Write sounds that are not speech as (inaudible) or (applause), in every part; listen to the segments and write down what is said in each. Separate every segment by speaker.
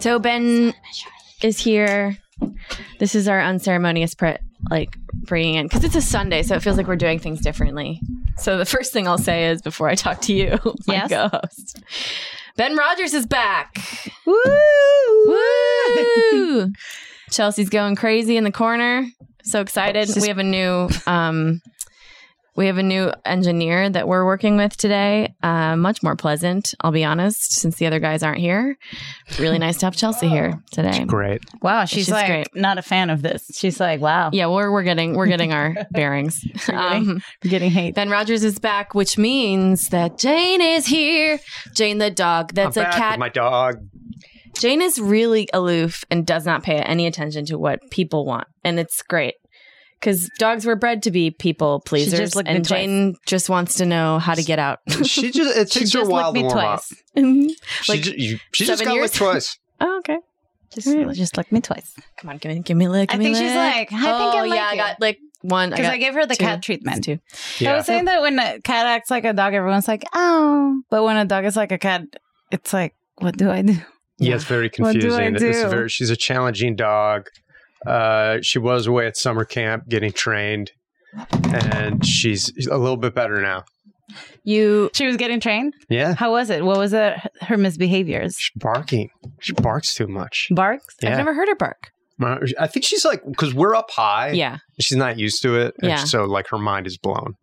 Speaker 1: So Ben is here. This is our unceremonious pre- like bringing in because it's a Sunday, so it feels like we're doing things differently. So the first thing I'll say is before I talk to you, (laughs) my
Speaker 2: Yes.
Speaker 1: co-host, Ben Rogers is back.
Speaker 2: Woo!
Speaker 1: Woo! (laughs) Chelsea's going crazy in the corner. So excited.
Speaker 2: She's-
Speaker 1: we have a new um we have a new engineer that we're working with today. Uh, much more pleasant, I'll be honest, since the other guys aren't here. Really nice to have Chelsea here today.
Speaker 3: Great.
Speaker 2: Wow, she's,
Speaker 1: She's
Speaker 2: like
Speaker 1: great.
Speaker 2: not a fan of this. She's like, wow,
Speaker 1: Yeah, we're we're getting we're getting
Speaker 2: (laughs)
Speaker 1: our bearings. Um,
Speaker 2: getting hate.
Speaker 1: ben Rogers is back, which means that Jane is here. Jane the dog. That's a
Speaker 3: I'm back with
Speaker 1: cat.
Speaker 3: My dog.
Speaker 1: Jane is really aloof and does not pay any attention to what people want, and it's great because dogs were bred to be people
Speaker 2: just
Speaker 1: pleasers,
Speaker 2: licked me
Speaker 1: and
Speaker 2: twice.
Speaker 1: Jane just wants to know how to get out.
Speaker 3: (laughs) She
Speaker 1: (laughs)
Speaker 3: just it
Speaker 2: She
Speaker 3: takes her a
Speaker 2: just
Speaker 3: while
Speaker 2: looked
Speaker 3: to
Speaker 2: me
Speaker 3: warm
Speaker 2: twice.
Speaker 3: up.
Speaker 1: Mhm. Like
Speaker 3: she just, you, she just
Speaker 1: seven
Speaker 3: got
Speaker 1: years?
Speaker 3: licked twice.
Speaker 1: oh, okay.
Speaker 2: Just,
Speaker 1: Really?
Speaker 2: just looked me twice.
Speaker 1: Come on, give me, give me a lick.
Speaker 2: (laughs) I
Speaker 1: give me a
Speaker 2: think she's
Speaker 1: lick.
Speaker 2: like, I think I
Speaker 1: oh
Speaker 2: like
Speaker 1: yeah, I
Speaker 2: you.
Speaker 1: got like one. I
Speaker 2: Because I,
Speaker 1: got
Speaker 2: gave her the
Speaker 1: two.
Speaker 2: cat treatment.
Speaker 1: two.
Speaker 2: I was saying that when a cat acts like a dog, everyone's like, oh. But when a dog is like a cat, it's like, what do I do?
Speaker 3: Yeah,
Speaker 1: (laughs)
Speaker 3: it's very
Speaker 2: What do I
Speaker 3: confusing. It's
Speaker 2: do?
Speaker 3: very, she's a challenging dog. Uh, she was away at summer camp getting trained, and she's a little bit better now.
Speaker 1: You
Speaker 2: She was getting trained.
Speaker 3: Yeah,
Speaker 2: How was it? What was it, her misbehaviors?
Speaker 3: she's barking. She barks too much.
Speaker 2: Barks?
Speaker 3: Yeah,
Speaker 1: I've never heard her bark.
Speaker 3: I think she's like because we're up high.
Speaker 1: Yeah.
Speaker 3: she's not used to it. and
Speaker 1: Yeah.
Speaker 3: so like her mind
Speaker 1: (laughs)
Speaker 3: is blown.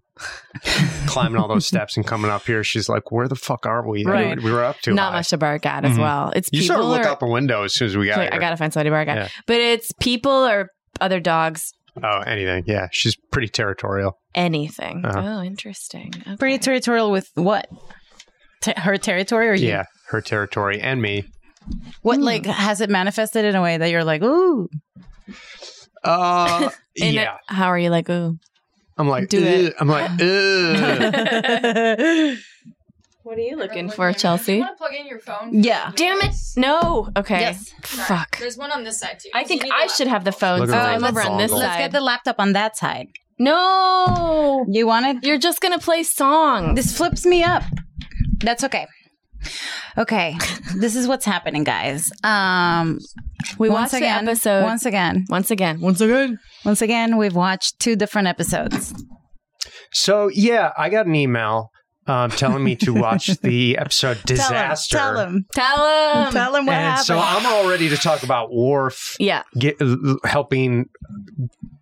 Speaker 3: Climbing all those steps and coming up here, she's like, "Where the fuck are we?
Speaker 1: Right.
Speaker 3: We were up to
Speaker 1: Not
Speaker 3: high.
Speaker 1: much to bark at as
Speaker 3: Mhm.
Speaker 1: well. It's
Speaker 3: You
Speaker 1: people
Speaker 3: sort of look
Speaker 1: or-
Speaker 3: out the window as soon as we got
Speaker 1: Wait,
Speaker 3: here.
Speaker 1: I gotta find somebody to bark at.
Speaker 3: Yeah.
Speaker 1: But it's people or other dogs,
Speaker 3: oh, anything. Yeah, she's pretty territorial.
Speaker 1: anything.
Speaker 3: Uh-huh.
Speaker 1: Oh, interesting. Okay.
Speaker 2: Pretty territorial with what? Te- her territory or you?
Speaker 3: Yeah, her territory and me.
Speaker 1: Hmm.
Speaker 2: What, like, has it manifested in a way that you're like, ooh, (laughs)
Speaker 3: Uh,
Speaker 1: In it-
Speaker 3: yeah.
Speaker 1: how are you like, ooh?
Speaker 3: I'm like,
Speaker 1: Do it.
Speaker 3: "Ugh." I'm
Speaker 2: (laughs)
Speaker 3: like, Ugh.
Speaker 1: What are you looking for, Chelsea?
Speaker 4: want to plug in your phone?
Speaker 2: yeah.
Speaker 1: Damn it. No. Okay.
Speaker 2: Yes.
Speaker 1: Fuck.
Speaker 4: There's one on this side too.
Speaker 1: I think I should have the phone.
Speaker 3: Look
Speaker 1: So
Speaker 3: at
Speaker 1: I'm
Speaker 3: that
Speaker 1: over on
Speaker 3: dongle.
Speaker 1: this
Speaker 3: Let's
Speaker 2: Let's
Speaker 1: side.
Speaker 2: get the laptop on that side.
Speaker 1: no.
Speaker 2: You want it?
Speaker 1: You're just going to play songs.
Speaker 2: This flips me up. That's okay. Okay, this is what's happening, guys. Um,
Speaker 1: We
Speaker 2: once
Speaker 1: watched the
Speaker 2: again,
Speaker 1: episode.
Speaker 2: Once again,
Speaker 1: Once again. Once again.
Speaker 2: once again, we've watched two different episodes.
Speaker 3: so yeah, I got an email um, telling me
Speaker 2: (laughs)
Speaker 3: to watch the episode Disaster.
Speaker 2: Tell him.
Speaker 1: Tell him.
Speaker 2: Tell him what
Speaker 3: and
Speaker 2: happened.
Speaker 3: so I'm all ready to talk about Worf
Speaker 1: yeah.
Speaker 3: get, l- l- helping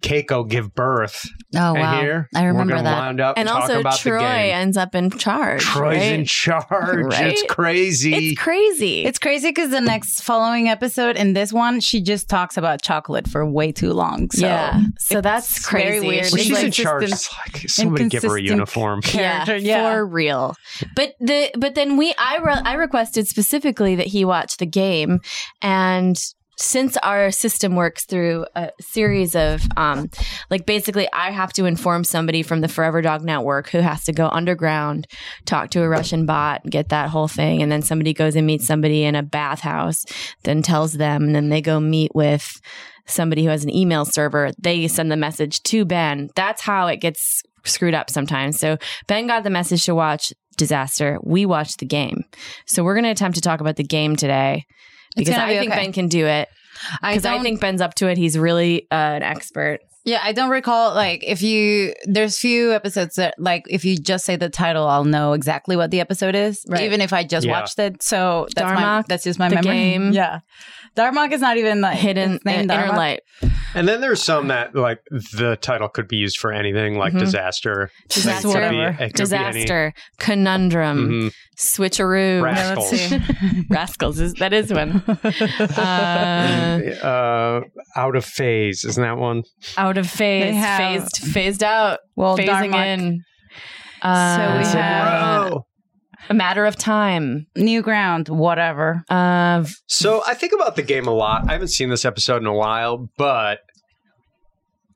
Speaker 3: Keiko give birth.
Speaker 2: oh wow,
Speaker 3: and here
Speaker 2: I remember
Speaker 3: we're gonna
Speaker 2: that.
Speaker 3: Wind up
Speaker 1: And
Speaker 3: talk
Speaker 1: also,
Speaker 3: about
Speaker 1: Troy
Speaker 3: the game.
Speaker 1: ends up in charge.
Speaker 3: Troy's
Speaker 1: right?
Speaker 3: in charge.
Speaker 1: Right?
Speaker 3: It's crazy.
Speaker 1: It's crazy.
Speaker 2: It's crazy because the next following episode and this one, she just talks about chocolate for way too long. So
Speaker 1: yeah. So that's
Speaker 2: it's
Speaker 1: crazy.
Speaker 2: very weird.
Speaker 3: when
Speaker 2: It's
Speaker 3: she's
Speaker 2: like
Speaker 3: in charge,
Speaker 2: consistent-
Speaker 3: it's like somebody give her a
Speaker 1: (laughs)
Speaker 2: inconsistent-
Speaker 3: uniform.
Speaker 2: character, yeah.
Speaker 1: for real. But the but then we I re- I requested specifically that he watch the game, and since our system works through a series of um like basically I have to inform somebody from the Forever Dog Network who has to go underground, talk to a Russian bot, get that whole thing, and then somebody goes and meets somebody in a bathhouse, then tells them, and then they go meet with. Somebody who has an email server, they send the message to Ben. That's how it gets screwed up sometimes. So Ben got the message to watch Disaster. We watched the game. So we're going to attempt to talk about the game today
Speaker 2: It's
Speaker 1: because
Speaker 2: gonna
Speaker 1: I
Speaker 2: be
Speaker 1: think
Speaker 2: okay.
Speaker 1: Ben can do it.
Speaker 2: I
Speaker 1: Because I,
Speaker 2: don't
Speaker 1: think Ben's up to it. He's really uh, an expert.
Speaker 2: Yeah, I don't recall like if you there's few episodes that like if you just say the title, I'll know exactly what the episode is,
Speaker 1: Right.
Speaker 2: even if I just
Speaker 3: Yeah.
Speaker 2: watched it. So that's my
Speaker 1: Darmok,
Speaker 2: that's just my
Speaker 1: the
Speaker 2: memory.
Speaker 1: game.
Speaker 2: Yeah, Darmok is not even like
Speaker 1: Hidden
Speaker 2: it's
Speaker 1: in
Speaker 2: named
Speaker 1: inner
Speaker 2: Darmok.
Speaker 1: light.
Speaker 3: And then there's some that like the title could be used for anything, like
Speaker 2: Mm-hmm.
Speaker 1: Mhm.
Speaker 3: disaster,
Speaker 1: Disaster.
Speaker 3: It could be-
Speaker 2: Whatever.
Speaker 3: it could be any-
Speaker 1: Disaster, conundrum,
Speaker 2: Um,
Speaker 3: Mhm.
Speaker 1: switcheroo,
Speaker 3: Rascals.
Speaker 2: Yeah, let's see.
Speaker 1: (laughs) rascals. Is, that is one. Uh,
Speaker 3: Uh, out of phase, isn't that one?
Speaker 1: out of phase,
Speaker 2: They have-
Speaker 1: phased, phased out,
Speaker 2: well,
Speaker 1: phasing
Speaker 2: Darmok.
Speaker 1: in. Uh,
Speaker 2: So we
Speaker 3: It's like,
Speaker 1: Oh.
Speaker 2: have-
Speaker 3: whoa.
Speaker 1: a matter of time.
Speaker 2: New ground, whatever.
Speaker 1: Of
Speaker 3: So
Speaker 2: Mm.
Speaker 3: I think about the game a lot. I haven't seen this episode in a while, but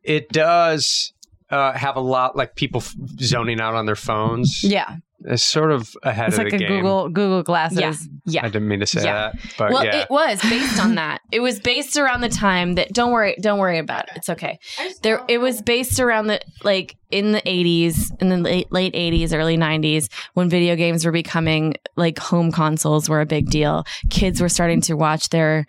Speaker 3: it does uh, have a lot like people f- zoning out on their phones.
Speaker 2: Yeah,
Speaker 3: It's sort of ahead
Speaker 2: Mm-hmm. it's
Speaker 3: of
Speaker 2: like
Speaker 3: the
Speaker 2: a
Speaker 3: game.
Speaker 2: Google Google Glasses.
Speaker 1: Yeah.
Speaker 3: I didn't mean to say
Speaker 1: Yeah.
Speaker 3: that, but
Speaker 1: well,
Speaker 3: yeah.
Speaker 1: it was based on that. It was based around the time that don't worry, don't worry about it. It's okay. There, it was based around the like in the eighties, in the late late eighties, early nineties, when video games were becoming like home consoles were a big deal. Kids were starting to watch their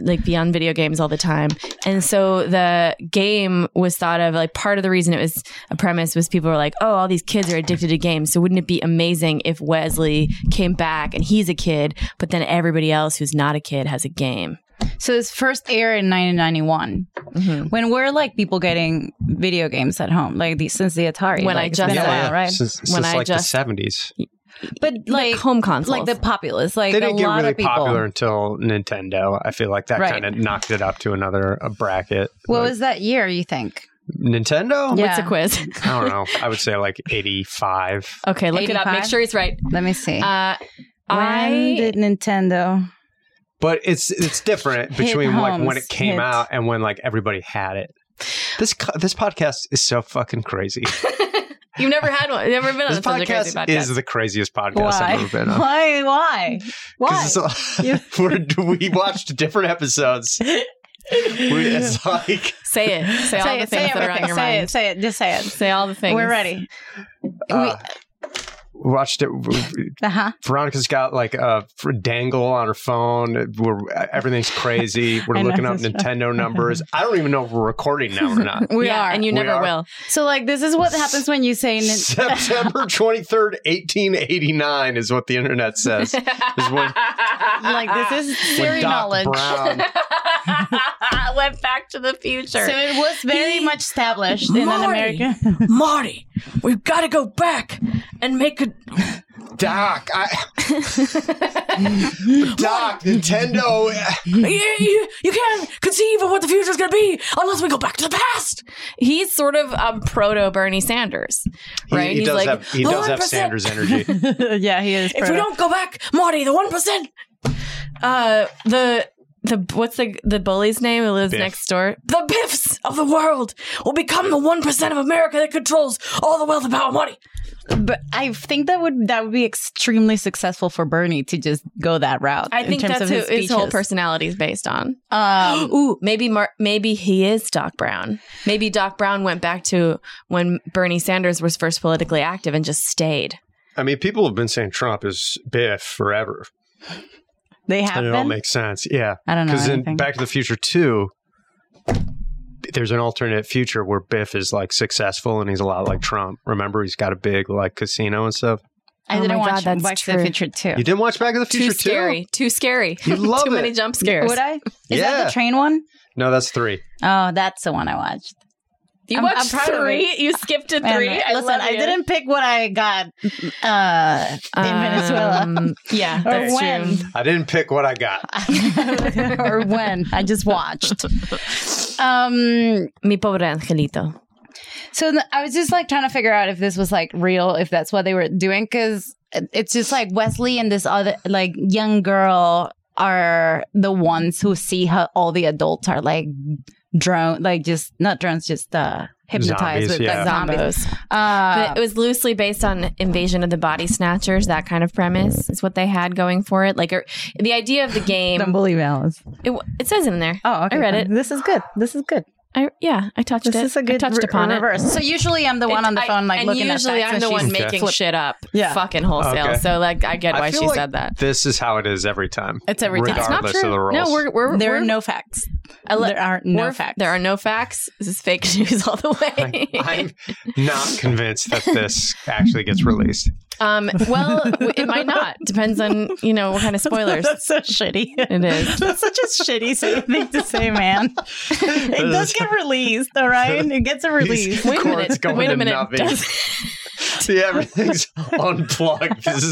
Speaker 1: like be on video games all the time, and so the game was thought of like part of the reason it was a premise was people were like, oh, all these kids are addicted to games, so wouldn't it be amazing if Wesley came back and he's a kid, but then everybody else who's not a kid has a game.
Speaker 2: So it's first aired in 1991
Speaker 1: Mm-hmm.
Speaker 2: when we're like people getting video games at home, like the, since the Atari.
Speaker 1: When
Speaker 2: like,
Speaker 1: I
Speaker 2: it's
Speaker 1: just-
Speaker 2: been a
Speaker 1: Yeah,
Speaker 2: while,
Speaker 1: yeah.
Speaker 2: right?
Speaker 3: Since, since
Speaker 1: When I
Speaker 3: like
Speaker 1: just-
Speaker 3: the 70s.
Speaker 2: But
Speaker 1: Like,
Speaker 2: like
Speaker 1: home consoles,
Speaker 2: like the populace, like
Speaker 3: They
Speaker 2: a
Speaker 3: didn't get
Speaker 2: lot
Speaker 3: really
Speaker 2: of people.
Speaker 3: popular until Nintendo. I feel like that
Speaker 2: Right.
Speaker 3: kind of knocked it up to another a bracket.
Speaker 2: What
Speaker 3: Like,
Speaker 2: was that year? You think?
Speaker 3: Nintendo?
Speaker 2: Yeah.
Speaker 1: What's a quiz?
Speaker 3: I don't know. I would say like 85.
Speaker 1: (laughs) okay, look it up. Make
Speaker 2: 85?
Speaker 1: sure he's right.
Speaker 2: Let me see.
Speaker 1: Uh,
Speaker 2: when
Speaker 1: I
Speaker 2: did Nintendo?
Speaker 3: But it's it's different
Speaker 2: Hit
Speaker 3: between like when
Speaker 2: homes,
Speaker 3: it came
Speaker 2: hit.
Speaker 3: out and when like everybody had it. This co- this podcast is so fucking
Speaker 1: (laughs)
Speaker 3: crazy.
Speaker 1: You've never had one. You've never
Speaker 3: (laughs)
Speaker 1: been on
Speaker 3: this
Speaker 1: such a crazy
Speaker 3: podcast
Speaker 1: podcast.
Speaker 3: is the craziest podcast I've ever been on.
Speaker 2: Why? Why?
Speaker 3: (laughs) 'Cause it's a- we're- we watched different
Speaker 1: (laughs)
Speaker 3: episodes. We- it's like
Speaker 1: say it. Say, all the things that are on your
Speaker 2: say
Speaker 1: mind.
Speaker 2: it. Say it. Just say it.
Speaker 1: Say all the things.
Speaker 2: We're ready.
Speaker 3: uh, watched it.
Speaker 2: Uh huh.
Speaker 3: Veronica's got like a fr- dangle on her phone. We're everything's
Speaker 2: (laughs)
Speaker 3: crazy. We're
Speaker 2: I know,
Speaker 3: looking up
Speaker 2: that's
Speaker 3: Nintendo numbers. I don't even know if we're recording now or not.
Speaker 2: (laughs) We
Speaker 1: yeah,
Speaker 2: are.
Speaker 1: and you
Speaker 3: We
Speaker 1: never
Speaker 3: are.
Speaker 1: will.
Speaker 2: so like this is what happens when you
Speaker 3: (laughs)
Speaker 2: say. Nin- (laughs)
Speaker 3: September twenty third, eighteen eighty nine is what the internet says. Is
Speaker 1: (laughs)
Speaker 3: when,
Speaker 2: like this is
Speaker 3: when
Speaker 2: theory
Speaker 3: Doc
Speaker 2: knowledge.
Speaker 3: Brown
Speaker 1: Went back to the future.
Speaker 2: So it was very
Speaker 1: He-
Speaker 2: much established in an
Speaker 1: Marty.
Speaker 2: American.
Speaker 1: (laughs) Marty, we've got to go back and make a
Speaker 3: Doc,
Speaker 1: (laughs)
Speaker 3: I, Doc, Nintendo. eh.
Speaker 1: you, you, you can't conceive of what the future is going to be unless we go back to the past. He's sort of um, proto Bernie Sanders,
Speaker 3: He-
Speaker 1: right?
Speaker 3: He,
Speaker 1: He's
Speaker 3: does
Speaker 1: like,
Speaker 3: have he does have
Speaker 1: 1%.
Speaker 3: Sanders energy.
Speaker 1: (laughs)
Speaker 2: yeah, he is.
Speaker 1: If we don't go back, Marty, the one percent. Uh, the the what's the the bully's name who lives
Speaker 3: Biff.
Speaker 1: next door? The Biffs of the world will become the one percent of America that controls all the wealth and power, and money.
Speaker 2: But I think that would that would be extremely successful for Bernie to just go that route.
Speaker 1: I
Speaker 2: in
Speaker 1: think
Speaker 2: terms
Speaker 1: that's
Speaker 2: of
Speaker 1: who
Speaker 2: his,
Speaker 1: his, whole
Speaker 2: speeches.
Speaker 1: personality is based on. (gasps)
Speaker 2: Um,
Speaker 1: Ooh, maybe Mar- maybe he is Doc Brown. Maybe Doc Brown went back to when Bernie Sanders was first politically active and just stayed.
Speaker 3: I mean, people have been saying Trump is Biff forever,
Speaker 2: they have.
Speaker 3: and it all
Speaker 2: been?
Speaker 3: makes sense. Yeah,
Speaker 2: I don't know
Speaker 3: Because in
Speaker 2: anything.
Speaker 3: Back to the Future 2, there's an alternate future where Biff is like successful and he's a lot like Trump. Remember, he's got a big like casino and stuff.
Speaker 2: I
Speaker 1: Oh
Speaker 2: didn't
Speaker 1: my
Speaker 2: watch
Speaker 1: God, that's
Speaker 2: Back to
Speaker 1: true.
Speaker 2: the Future too.
Speaker 3: You didn't watch Back to the Future
Speaker 1: too scary.
Speaker 3: 2?
Speaker 1: Too scary. (laughs)
Speaker 3: You love
Speaker 1: Too many
Speaker 3: it.
Speaker 1: jump scares.
Speaker 2: Would I? Is that
Speaker 3: Yeah.
Speaker 2: the train one?
Speaker 3: No, that's three.
Speaker 2: Oh, that's the one I watched.
Speaker 1: You
Speaker 2: I'm-
Speaker 1: watched
Speaker 2: I'm proud of
Speaker 1: three. You skipped to
Speaker 2: Man,
Speaker 1: three. I
Speaker 2: listen,
Speaker 1: love
Speaker 2: I
Speaker 1: you.
Speaker 2: didn't pick what I got uh, in Venezuela.
Speaker 1: Um, (laughs)
Speaker 4: (laughs)
Speaker 1: yeah,
Speaker 2: Or
Speaker 1: that's
Speaker 2: when.
Speaker 1: true.
Speaker 3: I didn't pick what I got.
Speaker 2: or when (laughs) I
Speaker 1: (laughs)
Speaker 2: just watched. Um,
Speaker 1: Mi pobre angelito.
Speaker 2: so th- I was just like trying to figure out if this was like real, if that's what they were doing, because it's just like Wesley and this other like young girl are the ones who see how all the adults are like drone, like just not drones, just uh hypnotized
Speaker 3: Zombies,
Speaker 2: with
Speaker 3: yeah.
Speaker 2: like zombies.
Speaker 1: Zombos.
Speaker 2: Uh,
Speaker 1: But it was loosely based on Invasion of the Body Snatchers, that kind of premise is what they had going for it. Like er, the idea
Speaker 2: (laughs)
Speaker 1: of the
Speaker 2: don't
Speaker 1: game,
Speaker 2: believe Alice.
Speaker 1: it, it says in there.
Speaker 2: Oh, okay.
Speaker 1: I read it.
Speaker 2: This is good. This is good.
Speaker 1: I, yeah, I touched
Speaker 2: This
Speaker 1: it.
Speaker 2: is a good
Speaker 1: I touched
Speaker 2: re-
Speaker 1: upon it.
Speaker 2: reverse. So usually I'm the one
Speaker 1: It-
Speaker 2: on the
Speaker 1: I-
Speaker 2: phone, like
Speaker 1: and
Speaker 2: looking at
Speaker 1: usually
Speaker 2: facts
Speaker 1: I'm
Speaker 2: and
Speaker 1: the
Speaker 2: she's-
Speaker 1: one
Speaker 3: Okay.
Speaker 1: making shit up,
Speaker 2: Yeah.
Speaker 1: fucking wholesale.
Speaker 3: Okay.
Speaker 1: So like, I get
Speaker 3: I
Speaker 1: why
Speaker 3: feel
Speaker 1: she
Speaker 3: like
Speaker 1: said that.
Speaker 3: This is how it is every time.
Speaker 2: It's every time. It's
Speaker 3: Regardless
Speaker 1: not true.
Speaker 3: of the rules.
Speaker 1: No, we're we're
Speaker 2: There are
Speaker 1: we're-
Speaker 2: no facts.
Speaker 1: I le-
Speaker 2: there are no
Speaker 1: we're-
Speaker 2: facts.
Speaker 1: There are no facts. This is fake (laughs) news all the way. (laughs)
Speaker 3: I, am not convinced that this actually gets released.
Speaker 1: Um, well, it might not. Depends on you know what kind of
Speaker 4: (laughs)
Speaker 1: spoilers.
Speaker 4: That's so shitty.
Speaker 1: It is.
Speaker 4: (laughs) That's such a shitty sa- thing to say,
Speaker 1: (laughs)
Speaker 4: man. It does get released, all right? It gets a
Speaker 3: (laughs)
Speaker 4: release.
Speaker 1: (laughs) Wait a
Speaker 3: Court's
Speaker 1: minute.
Speaker 3: going
Speaker 1: Wait
Speaker 3: to
Speaker 1: a minute.
Speaker 3: nothing.
Speaker 1: Does-
Speaker 3: (laughs) See, everything's unplugged. This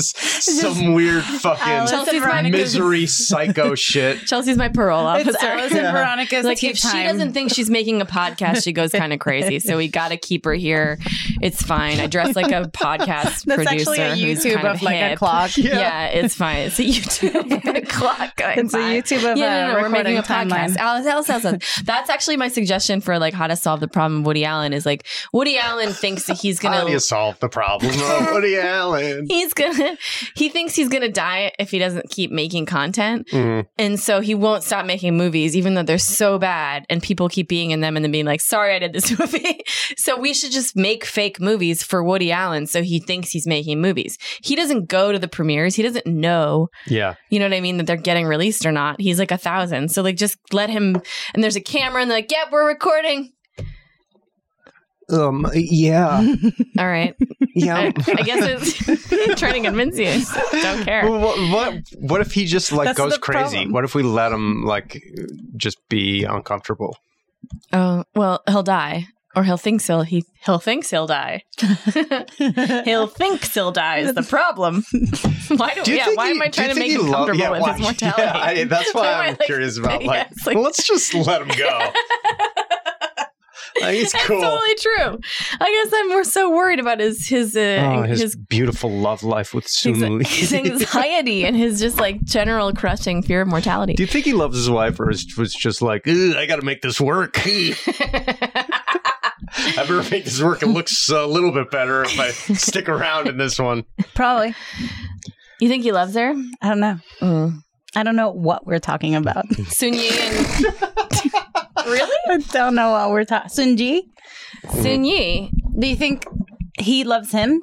Speaker 1: (laughs)
Speaker 3: is some weird fucking
Speaker 1: Chelsea's my (laughs)
Speaker 3: misery psycho shit.
Speaker 1: Chelsea's my parole officer.
Speaker 4: It's Alice and Veronica's
Speaker 1: like
Speaker 4: tea
Speaker 1: if she
Speaker 4: time.
Speaker 1: doesn't think she's making a podcast, she goes kind of crazy. So we got to keep her here. It's fine. I dress like a
Speaker 4: That's
Speaker 1: podcast producer.
Speaker 4: actually a
Speaker 1: who's
Speaker 4: YouTube
Speaker 1: kind
Speaker 4: of, like a
Speaker 1: hip.
Speaker 4: clock.
Speaker 1: Yeah. it's fine. It's a YouTube clock.
Speaker 4: (laughs)
Speaker 1: Going
Speaker 4: It's a
Speaker 1: by.
Speaker 4: YouTube of
Speaker 1: yeah,
Speaker 4: a
Speaker 1: no, no, we're
Speaker 4: recording
Speaker 1: making a
Speaker 4: timeline.
Speaker 1: podcast. Alice, Alice,
Speaker 4: (laughs)
Speaker 1: Alice, Alice. That's actually my suggestion for like how to solve the problem. of Woody Allen is like Woody Allen thinks that he's
Speaker 3: How do
Speaker 1: gonna
Speaker 3: you solve the problem (laughs)
Speaker 4: (laughs)
Speaker 3: of Woody Allen?
Speaker 1: he's gonna he thinks he's gonna die if he doesn't keep making content and so he won't stop making movies even though they're so bad and people keep being in them and then being like sorry i did this (laughs) movie so we should just make fake movies for woody allen so he thinks he's making movies he doesn't go to the premieres he doesn't know
Speaker 3: Yeah.
Speaker 1: you know what i mean that they're getting released or not he's like a thousand so like just let him and there's a camera and they're like yep we're recording
Speaker 3: Um. Yeah.
Speaker 1: all right
Speaker 3: Yeah.
Speaker 1: i, I guess it's (laughs) trying to convince you don't care
Speaker 3: Well, what, what what if he just like
Speaker 4: That's
Speaker 3: goes
Speaker 4: the
Speaker 3: crazy?
Speaker 4: problem.
Speaker 3: What if we let him like just be uncomfortable?
Speaker 1: Oh well, he'll die, or he'll thinks he'll he he'll thinks he'll
Speaker 3: (laughs)
Speaker 1: die. he'll thinks he'll die is the
Speaker 3: (laughs)
Speaker 1: problem. why do,
Speaker 3: Do you
Speaker 1: yeah?
Speaker 3: think
Speaker 1: Why
Speaker 3: he-
Speaker 1: am I
Speaker 3: do
Speaker 1: trying
Speaker 3: you
Speaker 1: to
Speaker 3: think
Speaker 1: make
Speaker 3: he
Speaker 1: him
Speaker 3: lo-
Speaker 1: comfortable
Speaker 3: (laughs) yeah,
Speaker 1: with
Speaker 3: why-
Speaker 1: his mortality?
Speaker 3: Yeah, I,
Speaker 1: (laughs)
Speaker 3: that's why
Speaker 1: So am I,
Speaker 3: I'm
Speaker 1: like-
Speaker 3: curious about.
Speaker 1: (laughs)
Speaker 3: Like,
Speaker 1: yeah, it's like-
Speaker 3: let's just let him go. Like, he's
Speaker 1: (laughs) That's
Speaker 3: cool.
Speaker 1: totally true. I guess I'm more so worried about his his uh,
Speaker 3: Oh,
Speaker 1: his,
Speaker 3: his, beautiful love life with Sun (laughs)
Speaker 1: his
Speaker 3: Li.
Speaker 1: anxiety and his just like general crushing fear of mortality.
Speaker 3: Do you think he loves his wife, or is, was just like, "Ugh, I got to make this work? (laughs) I better make this work. It looks a little bit better if (laughs) I stick around in this one.
Speaker 4: Probably.
Speaker 1: You think he loves her?
Speaker 4: I don't know.
Speaker 3: Mm.
Speaker 4: I don't know what we're talking about.
Speaker 1: Sun Yi
Speaker 4: (laughs)
Speaker 1: and
Speaker 4: I don't know what we're talking. Sunji,
Speaker 1: Sun Yi.
Speaker 4: do you think he loves him?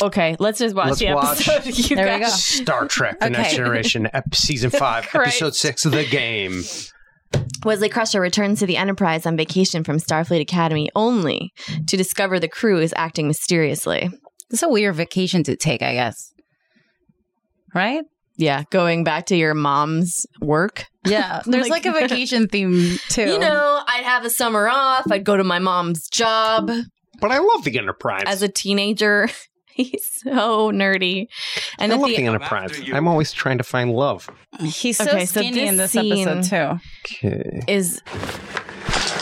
Speaker 1: Okay, let's just watch
Speaker 3: Let's
Speaker 1: the
Speaker 3: watch.
Speaker 1: episode. (laughs) You
Speaker 4: There we
Speaker 1: guys.
Speaker 4: go.
Speaker 3: Star Trek: The Next
Speaker 4: Okay.
Speaker 3: Generation,
Speaker 1: (laughs)
Speaker 3: ep- season five,
Speaker 1: Christ.
Speaker 3: episode six of the game.
Speaker 1: Wesley Crusher returns to the Enterprise on vacation from Starfleet Academy only to discover the crew is acting mysteriously.
Speaker 2: It's a weird vacation to take, I guess. Right?
Speaker 1: Yeah, going back to your mom's work. (laughs)
Speaker 2: Yeah. There's like,
Speaker 1: Like-
Speaker 2: a vacation theme too.
Speaker 1: You know, I'd have a summer off. I'd go to my mom's job
Speaker 3: But I love the Enterprise.
Speaker 1: as a teenager. (laughs) He's so nerdy. And
Speaker 3: I
Speaker 1: at
Speaker 3: love
Speaker 1: the-
Speaker 3: the Enterprise. I'm always trying to find love.
Speaker 4: He's so
Speaker 1: Okay, so
Speaker 4: skinny
Speaker 1: this
Speaker 4: in this
Speaker 1: scene-
Speaker 4: episode too.
Speaker 3: Okay.
Speaker 1: is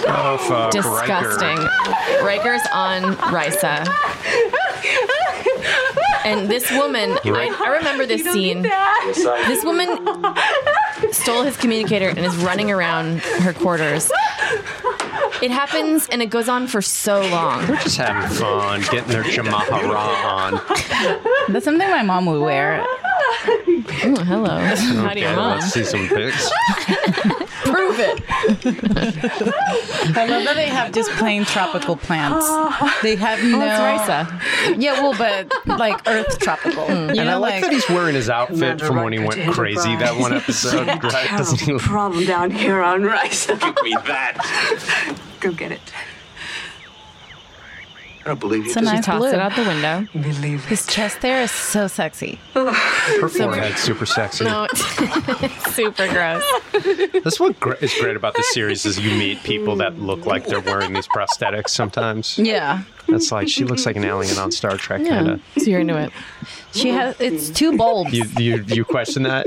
Speaker 3: Oh fuck,
Speaker 1: disgusting. Riker's on Risa. And this woman, I, I remember this scene. This woman stole his communicator and is running around her quarters. It happens and it goes on for so long.
Speaker 3: They're just having fun, getting their jamahara on.
Speaker 2: That's something my mom would wear.
Speaker 1: Ooh, hello. How do you
Speaker 3: Okay,
Speaker 1: mom?
Speaker 3: let's see some pics.
Speaker 1: Prove it.
Speaker 2: I love that they have just plain
Speaker 1: (gasps)
Speaker 2: tropical plants. They have no.
Speaker 1: That's Risa. Mm.
Speaker 2: Yeah, well, but like earth tropical. You
Speaker 3: And I
Speaker 2: know,
Speaker 3: like, that he's wearing his outfit from when he went
Speaker 5: Enterprise.
Speaker 3: crazy that
Speaker 5: (laughs)
Speaker 6: (laughs)
Speaker 3: one episode.
Speaker 5: Had a
Speaker 3: right? Doesn't he
Speaker 5: terrible
Speaker 3: look-
Speaker 5: problem down here on Rice. (laughs)
Speaker 7: Give me that.
Speaker 5: Go get it.
Speaker 7: I don't believe you.
Speaker 2: It's a nice
Speaker 1: Toss
Speaker 2: blue.
Speaker 1: it out the window.
Speaker 5: Believe
Speaker 2: His chest there is
Speaker 1: (laughs)
Speaker 2: so sexy.
Speaker 3: Her forehead's super sexy.
Speaker 1: No, (laughs) it's super gross.
Speaker 3: That's what gr- is great about this series is you meet people that look like they're wearing these prosthetics sometimes.
Speaker 2: Yeah.
Speaker 3: That's like, she looks like an alien on Star Trek, kind
Speaker 1: Yeah.
Speaker 3: of.
Speaker 1: So you're into it.
Speaker 2: She has, it's two bulbs.
Speaker 3: You, you, you question that?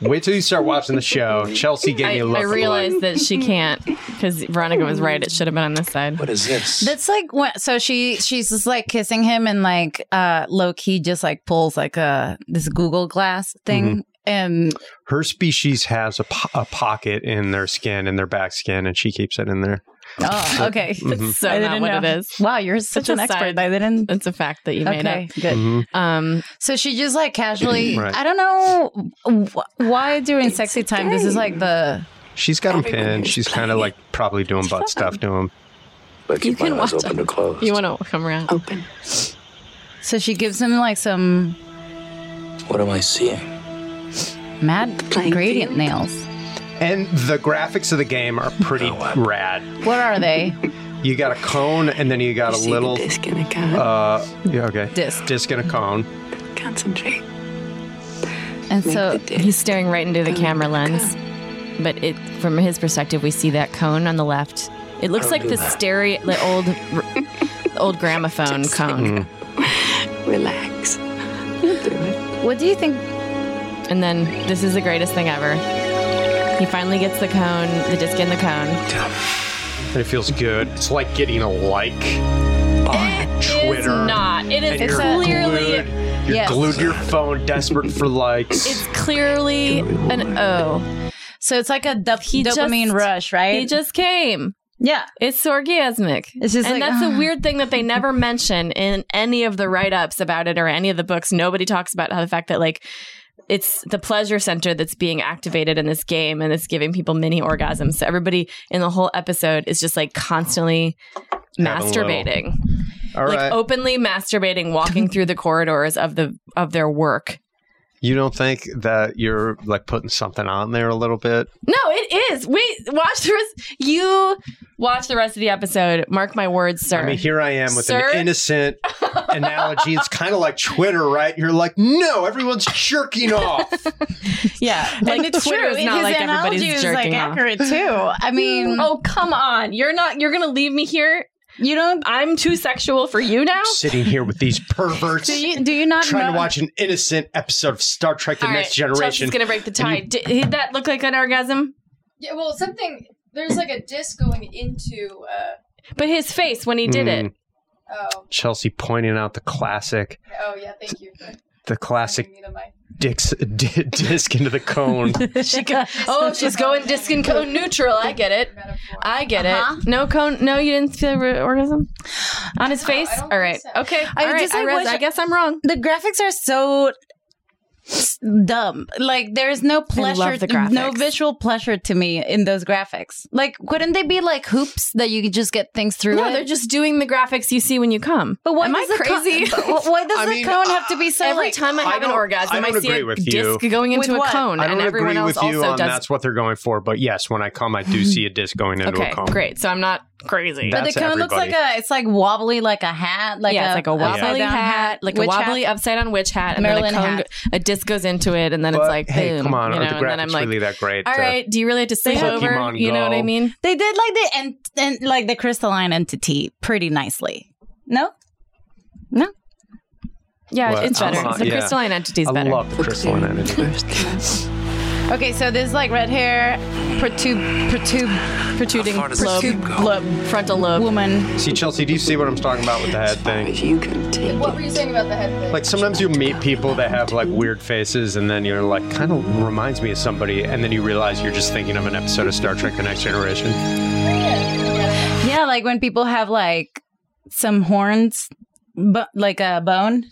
Speaker 3: Wait till you start watching the show. Chelsea gave me
Speaker 1: I,
Speaker 3: a look.
Speaker 1: I realized that she can't because Veronica was right. It should have been on this side.
Speaker 7: What is this?
Speaker 2: That's like when so she she's just like kissing him and like uh low key just like pulls like a this Google Glass thing
Speaker 1: Mm-hmm.
Speaker 2: and
Speaker 3: her species has a, po- a pocket in their skin, in their back skin, and she keeps it in there. mm-hmm.
Speaker 2: oh okay
Speaker 1: It's Ah, (laughs) so mm-hmm.
Speaker 2: I
Speaker 1: not
Speaker 2: didn't
Speaker 1: what
Speaker 2: know.
Speaker 1: it is.
Speaker 2: wow you're such,
Speaker 1: a
Speaker 2: an expert
Speaker 1: side-
Speaker 2: I didn't
Speaker 1: It's a fact that you made
Speaker 2: okay good
Speaker 3: Mm-hmm.
Speaker 1: up. Um,
Speaker 2: so she just like casually
Speaker 3: Right.
Speaker 2: I don't know wh- why during sexy time this is like the
Speaker 3: She's got him pinned. She's kind of like probably doing butt stuff to him.
Speaker 7: But
Speaker 1: you
Speaker 7: keep
Speaker 1: can
Speaker 7: my eyes
Speaker 1: watch.
Speaker 7: open to close.
Speaker 1: You want to come around?
Speaker 5: Open.
Speaker 2: so she gives him like some
Speaker 7: What am I seeing?
Speaker 2: mad
Speaker 5: Playing
Speaker 2: gradient
Speaker 5: field.
Speaker 2: nails
Speaker 3: And the graphics of the game are pretty rad.
Speaker 2: What are they?
Speaker 3: You got a cone, and then you got a
Speaker 5: See
Speaker 3: little
Speaker 5: the disc in a can.
Speaker 3: uh, yeah, okay,
Speaker 2: Disc.
Speaker 3: disc and a cone.
Speaker 5: Concentrate.
Speaker 2: And
Speaker 5: Make
Speaker 2: so
Speaker 5: the disc.
Speaker 1: He's staring right into the camera lens, but it from his perspective, we see that cone on the left. It looks like the stereo, the old, the old gramophone cone, Mm-hmm.
Speaker 5: Relax. You'll do it.
Speaker 2: what do you think?
Speaker 1: and then this is the greatest thing ever. He finally gets the cone, the disc in the cone.
Speaker 3: And it feels good. It's like getting a like on Twitter.
Speaker 1: It's not. It is
Speaker 3: And you're
Speaker 1: clearly.
Speaker 3: glued, you're
Speaker 2: Yes.
Speaker 3: glued to your phone, desperate for likes.
Speaker 1: It's clearly an O.
Speaker 2: So it's like a dop-
Speaker 1: just-
Speaker 2: dopamine rush, right?
Speaker 1: He just came.
Speaker 2: yeah.
Speaker 1: It's orgasmic.
Speaker 2: It's just
Speaker 1: and
Speaker 2: like, ah. uh-huh.
Speaker 1: that's a weird thing that they
Speaker 2: (laughs)
Speaker 1: never mention in any of the write ups about it or any of the books. Nobody talks about how the fact that like it's the pleasure center that's being activated in this game and it's giving people mini orgasms. So everybody in the whole episode is just like constantly
Speaker 3: Having a little.
Speaker 1: masturbating.
Speaker 3: All
Speaker 1: like
Speaker 3: right.
Speaker 1: openly masturbating,
Speaker 2: (laughs)
Speaker 1: walking through the corridors of the of their work.
Speaker 3: You don't think that you're like putting something on there a little bit?
Speaker 1: No, it is. Wait, watch the rest you watch the rest of the episode. Mark my words, sir.
Speaker 3: I mean, here I am with
Speaker 1: Sir?
Speaker 3: an innocent analogy. It's kind of like Twitter, right? You're like, no, everyone's jerking off.
Speaker 1: (laughs) yeah. Like
Speaker 2: And
Speaker 1: it's Twitter
Speaker 2: true.
Speaker 1: is not
Speaker 2: His
Speaker 1: like everybody's
Speaker 2: analogy was,
Speaker 1: jerking
Speaker 2: like,
Speaker 1: off.
Speaker 2: accurate too. I mean,
Speaker 1: Oh come on! You're not. You're gonna leave me here.
Speaker 2: you don't.
Speaker 1: I'm too sexual for you now.
Speaker 3: Sitting here with these
Speaker 1: (laughs)
Speaker 3: perverts.
Speaker 2: Do you, do you not
Speaker 3: Trying
Speaker 2: know?
Speaker 3: to watch an innocent episode of Star Trek: The
Speaker 1: All
Speaker 3: Next
Speaker 1: right,
Speaker 3: Generation.
Speaker 1: Chelsea's gonna break the tie. Did, did that look like an orgasm?
Speaker 8: Yeah, well, something. There's like a disc going into. Uh,
Speaker 1: But his face when he did
Speaker 3: Hmm.
Speaker 1: it.
Speaker 8: oh,
Speaker 3: Mm. Chelsea pointing out the classic,
Speaker 8: oh yeah. Thank you for
Speaker 3: the classic
Speaker 8: bringing me to my.
Speaker 3: dicks, (laughs) d- disc into the cone.
Speaker 2: (laughs)
Speaker 1: Oh, she's going disc and cone neutral. I get it. I get
Speaker 2: Uh-huh.
Speaker 1: it. No cone. No, you didn't feel an orgasm on his face.
Speaker 8: don't
Speaker 1: All
Speaker 8: think
Speaker 1: right.
Speaker 8: so.
Speaker 1: Okay.
Speaker 2: I
Speaker 1: All right.
Speaker 2: just,
Speaker 1: I,
Speaker 2: like,
Speaker 1: res-
Speaker 2: wish-
Speaker 1: I guess I'm wrong.
Speaker 2: the graphics are so s- dumb. Like there's no pleasure,
Speaker 1: love the
Speaker 2: no
Speaker 1: graphics.
Speaker 2: visual pleasure to me in those graphics. Like couldn't they be like hoops that you could just get things through?
Speaker 1: No,
Speaker 2: it?
Speaker 1: they're just doing the graphics you see when you come.
Speaker 2: But why
Speaker 1: Am I
Speaker 2: does the co-
Speaker 1: crazy?
Speaker 2: (laughs) but wh- why does
Speaker 3: I
Speaker 2: the
Speaker 3: mean,
Speaker 2: cone have to be so?
Speaker 1: Every
Speaker 2: like,
Speaker 1: time I
Speaker 3: I
Speaker 1: have an
Speaker 3: don't- I
Speaker 1: orgasm, I,
Speaker 3: don't
Speaker 1: see
Speaker 3: agree
Speaker 1: a
Speaker 3: with
Speaker 1: disc
Speaker 3: you.
Speaker 1: going into
Speaker 2: With
Speaker 1: a
Speaker 2: what?
Speaker 1: cone,
Speaker 3: I
Speaker 1: (laughs)
Speaker 3: don't
Speaker 1: and everyone
Speaker 3: agree
Speaker 1: else
Speaker 3: with you
Speaker 1: also
Speaker 3: on
Speaker 1: does.
Speaker 3: that's what they're going for, but yes, when I come, I
Speaker 1: (laughs)
Speaker 3: do see a disc going into
Speaker 1: Okay,
Speaker 3: a cone.
Speaker 1: great. So I'm not crazy.
Speaker 3: That-
Speaker 2: but the
Speaker 3: That's
Speaker 2: cone looks like
Speaker 3: everybody.
Speaker 2: a. It's like wobbly, like a hat. Like
Speaker 1: yeah,
Speaker 2: a,
Speaker 1: it's like a wobbly
Speaker 2: upside-down
Speaker 1: hat, like a
Speaker 2: witch hat.
Speaker 1: wobbly upside down witch hat, and
Speaker 2: Marilyn
Speaker 1: then a cone,
Speaker 2: hat.
Speaker 1: a disc goes into it, and then
Speaker 3: But,
Speaker 1: it's like,
Speaker 3: hey,
Speaker 1: boom,
Speaker 3: come on,
Speaker 1: you
Speaker 3: are
Speaker 1: know,
Speaker 3: the
Speaker 1: and then I'm
Speaker 3: graphics
Speaker 1: like,
Speaker 3: really that great?
Speaker 1: all
Speaker 3: Uh,
Speaker 1: right, do you really have to sleep over?
Speaker 3: Pokemon
Speaker 1: You know what I
Speaker 3: Go.
Speaker 1: mean?
Speaker 2: They did like the and and like the crystalline entity pretty nicely. No,
Speaker 1: Yeah,
Speaker 3: What?
Speaker 1: it's better.
Speaker 3: I'm not-
Speaker 1: the
Speaker 3: yeah.
Speaker 1: crystalline entity's
Speaker 3: I
Speaker 1: better.
Speaker 3: love the crystalline entity.
Speaker 1: (laughs)
Speaker 2: Okay, so this like red hair, protube, protube,
Speaker 1: Protruding
Speaker 7: How far does the
Speaker 1: lobe,
Speaker 7: tube go?
Speaker 1: lobe, frontal lobe.
Speaker 2: woman.
Speaker 3: See, Chelsea, do you see what I'm talking about with the head thing?
Speaker 5: If you can take
Speaker 8: What were you saying about the head thing?
Speaker 3: Like sometimes you meet people that have like weird faces, and then you're like, kind of reminds me of somebody, and then you realize you're just thinking of an episode of Star Trek: The Next Generation.
Speaker 2: Yeah, like when people have like some horns, but like a bone.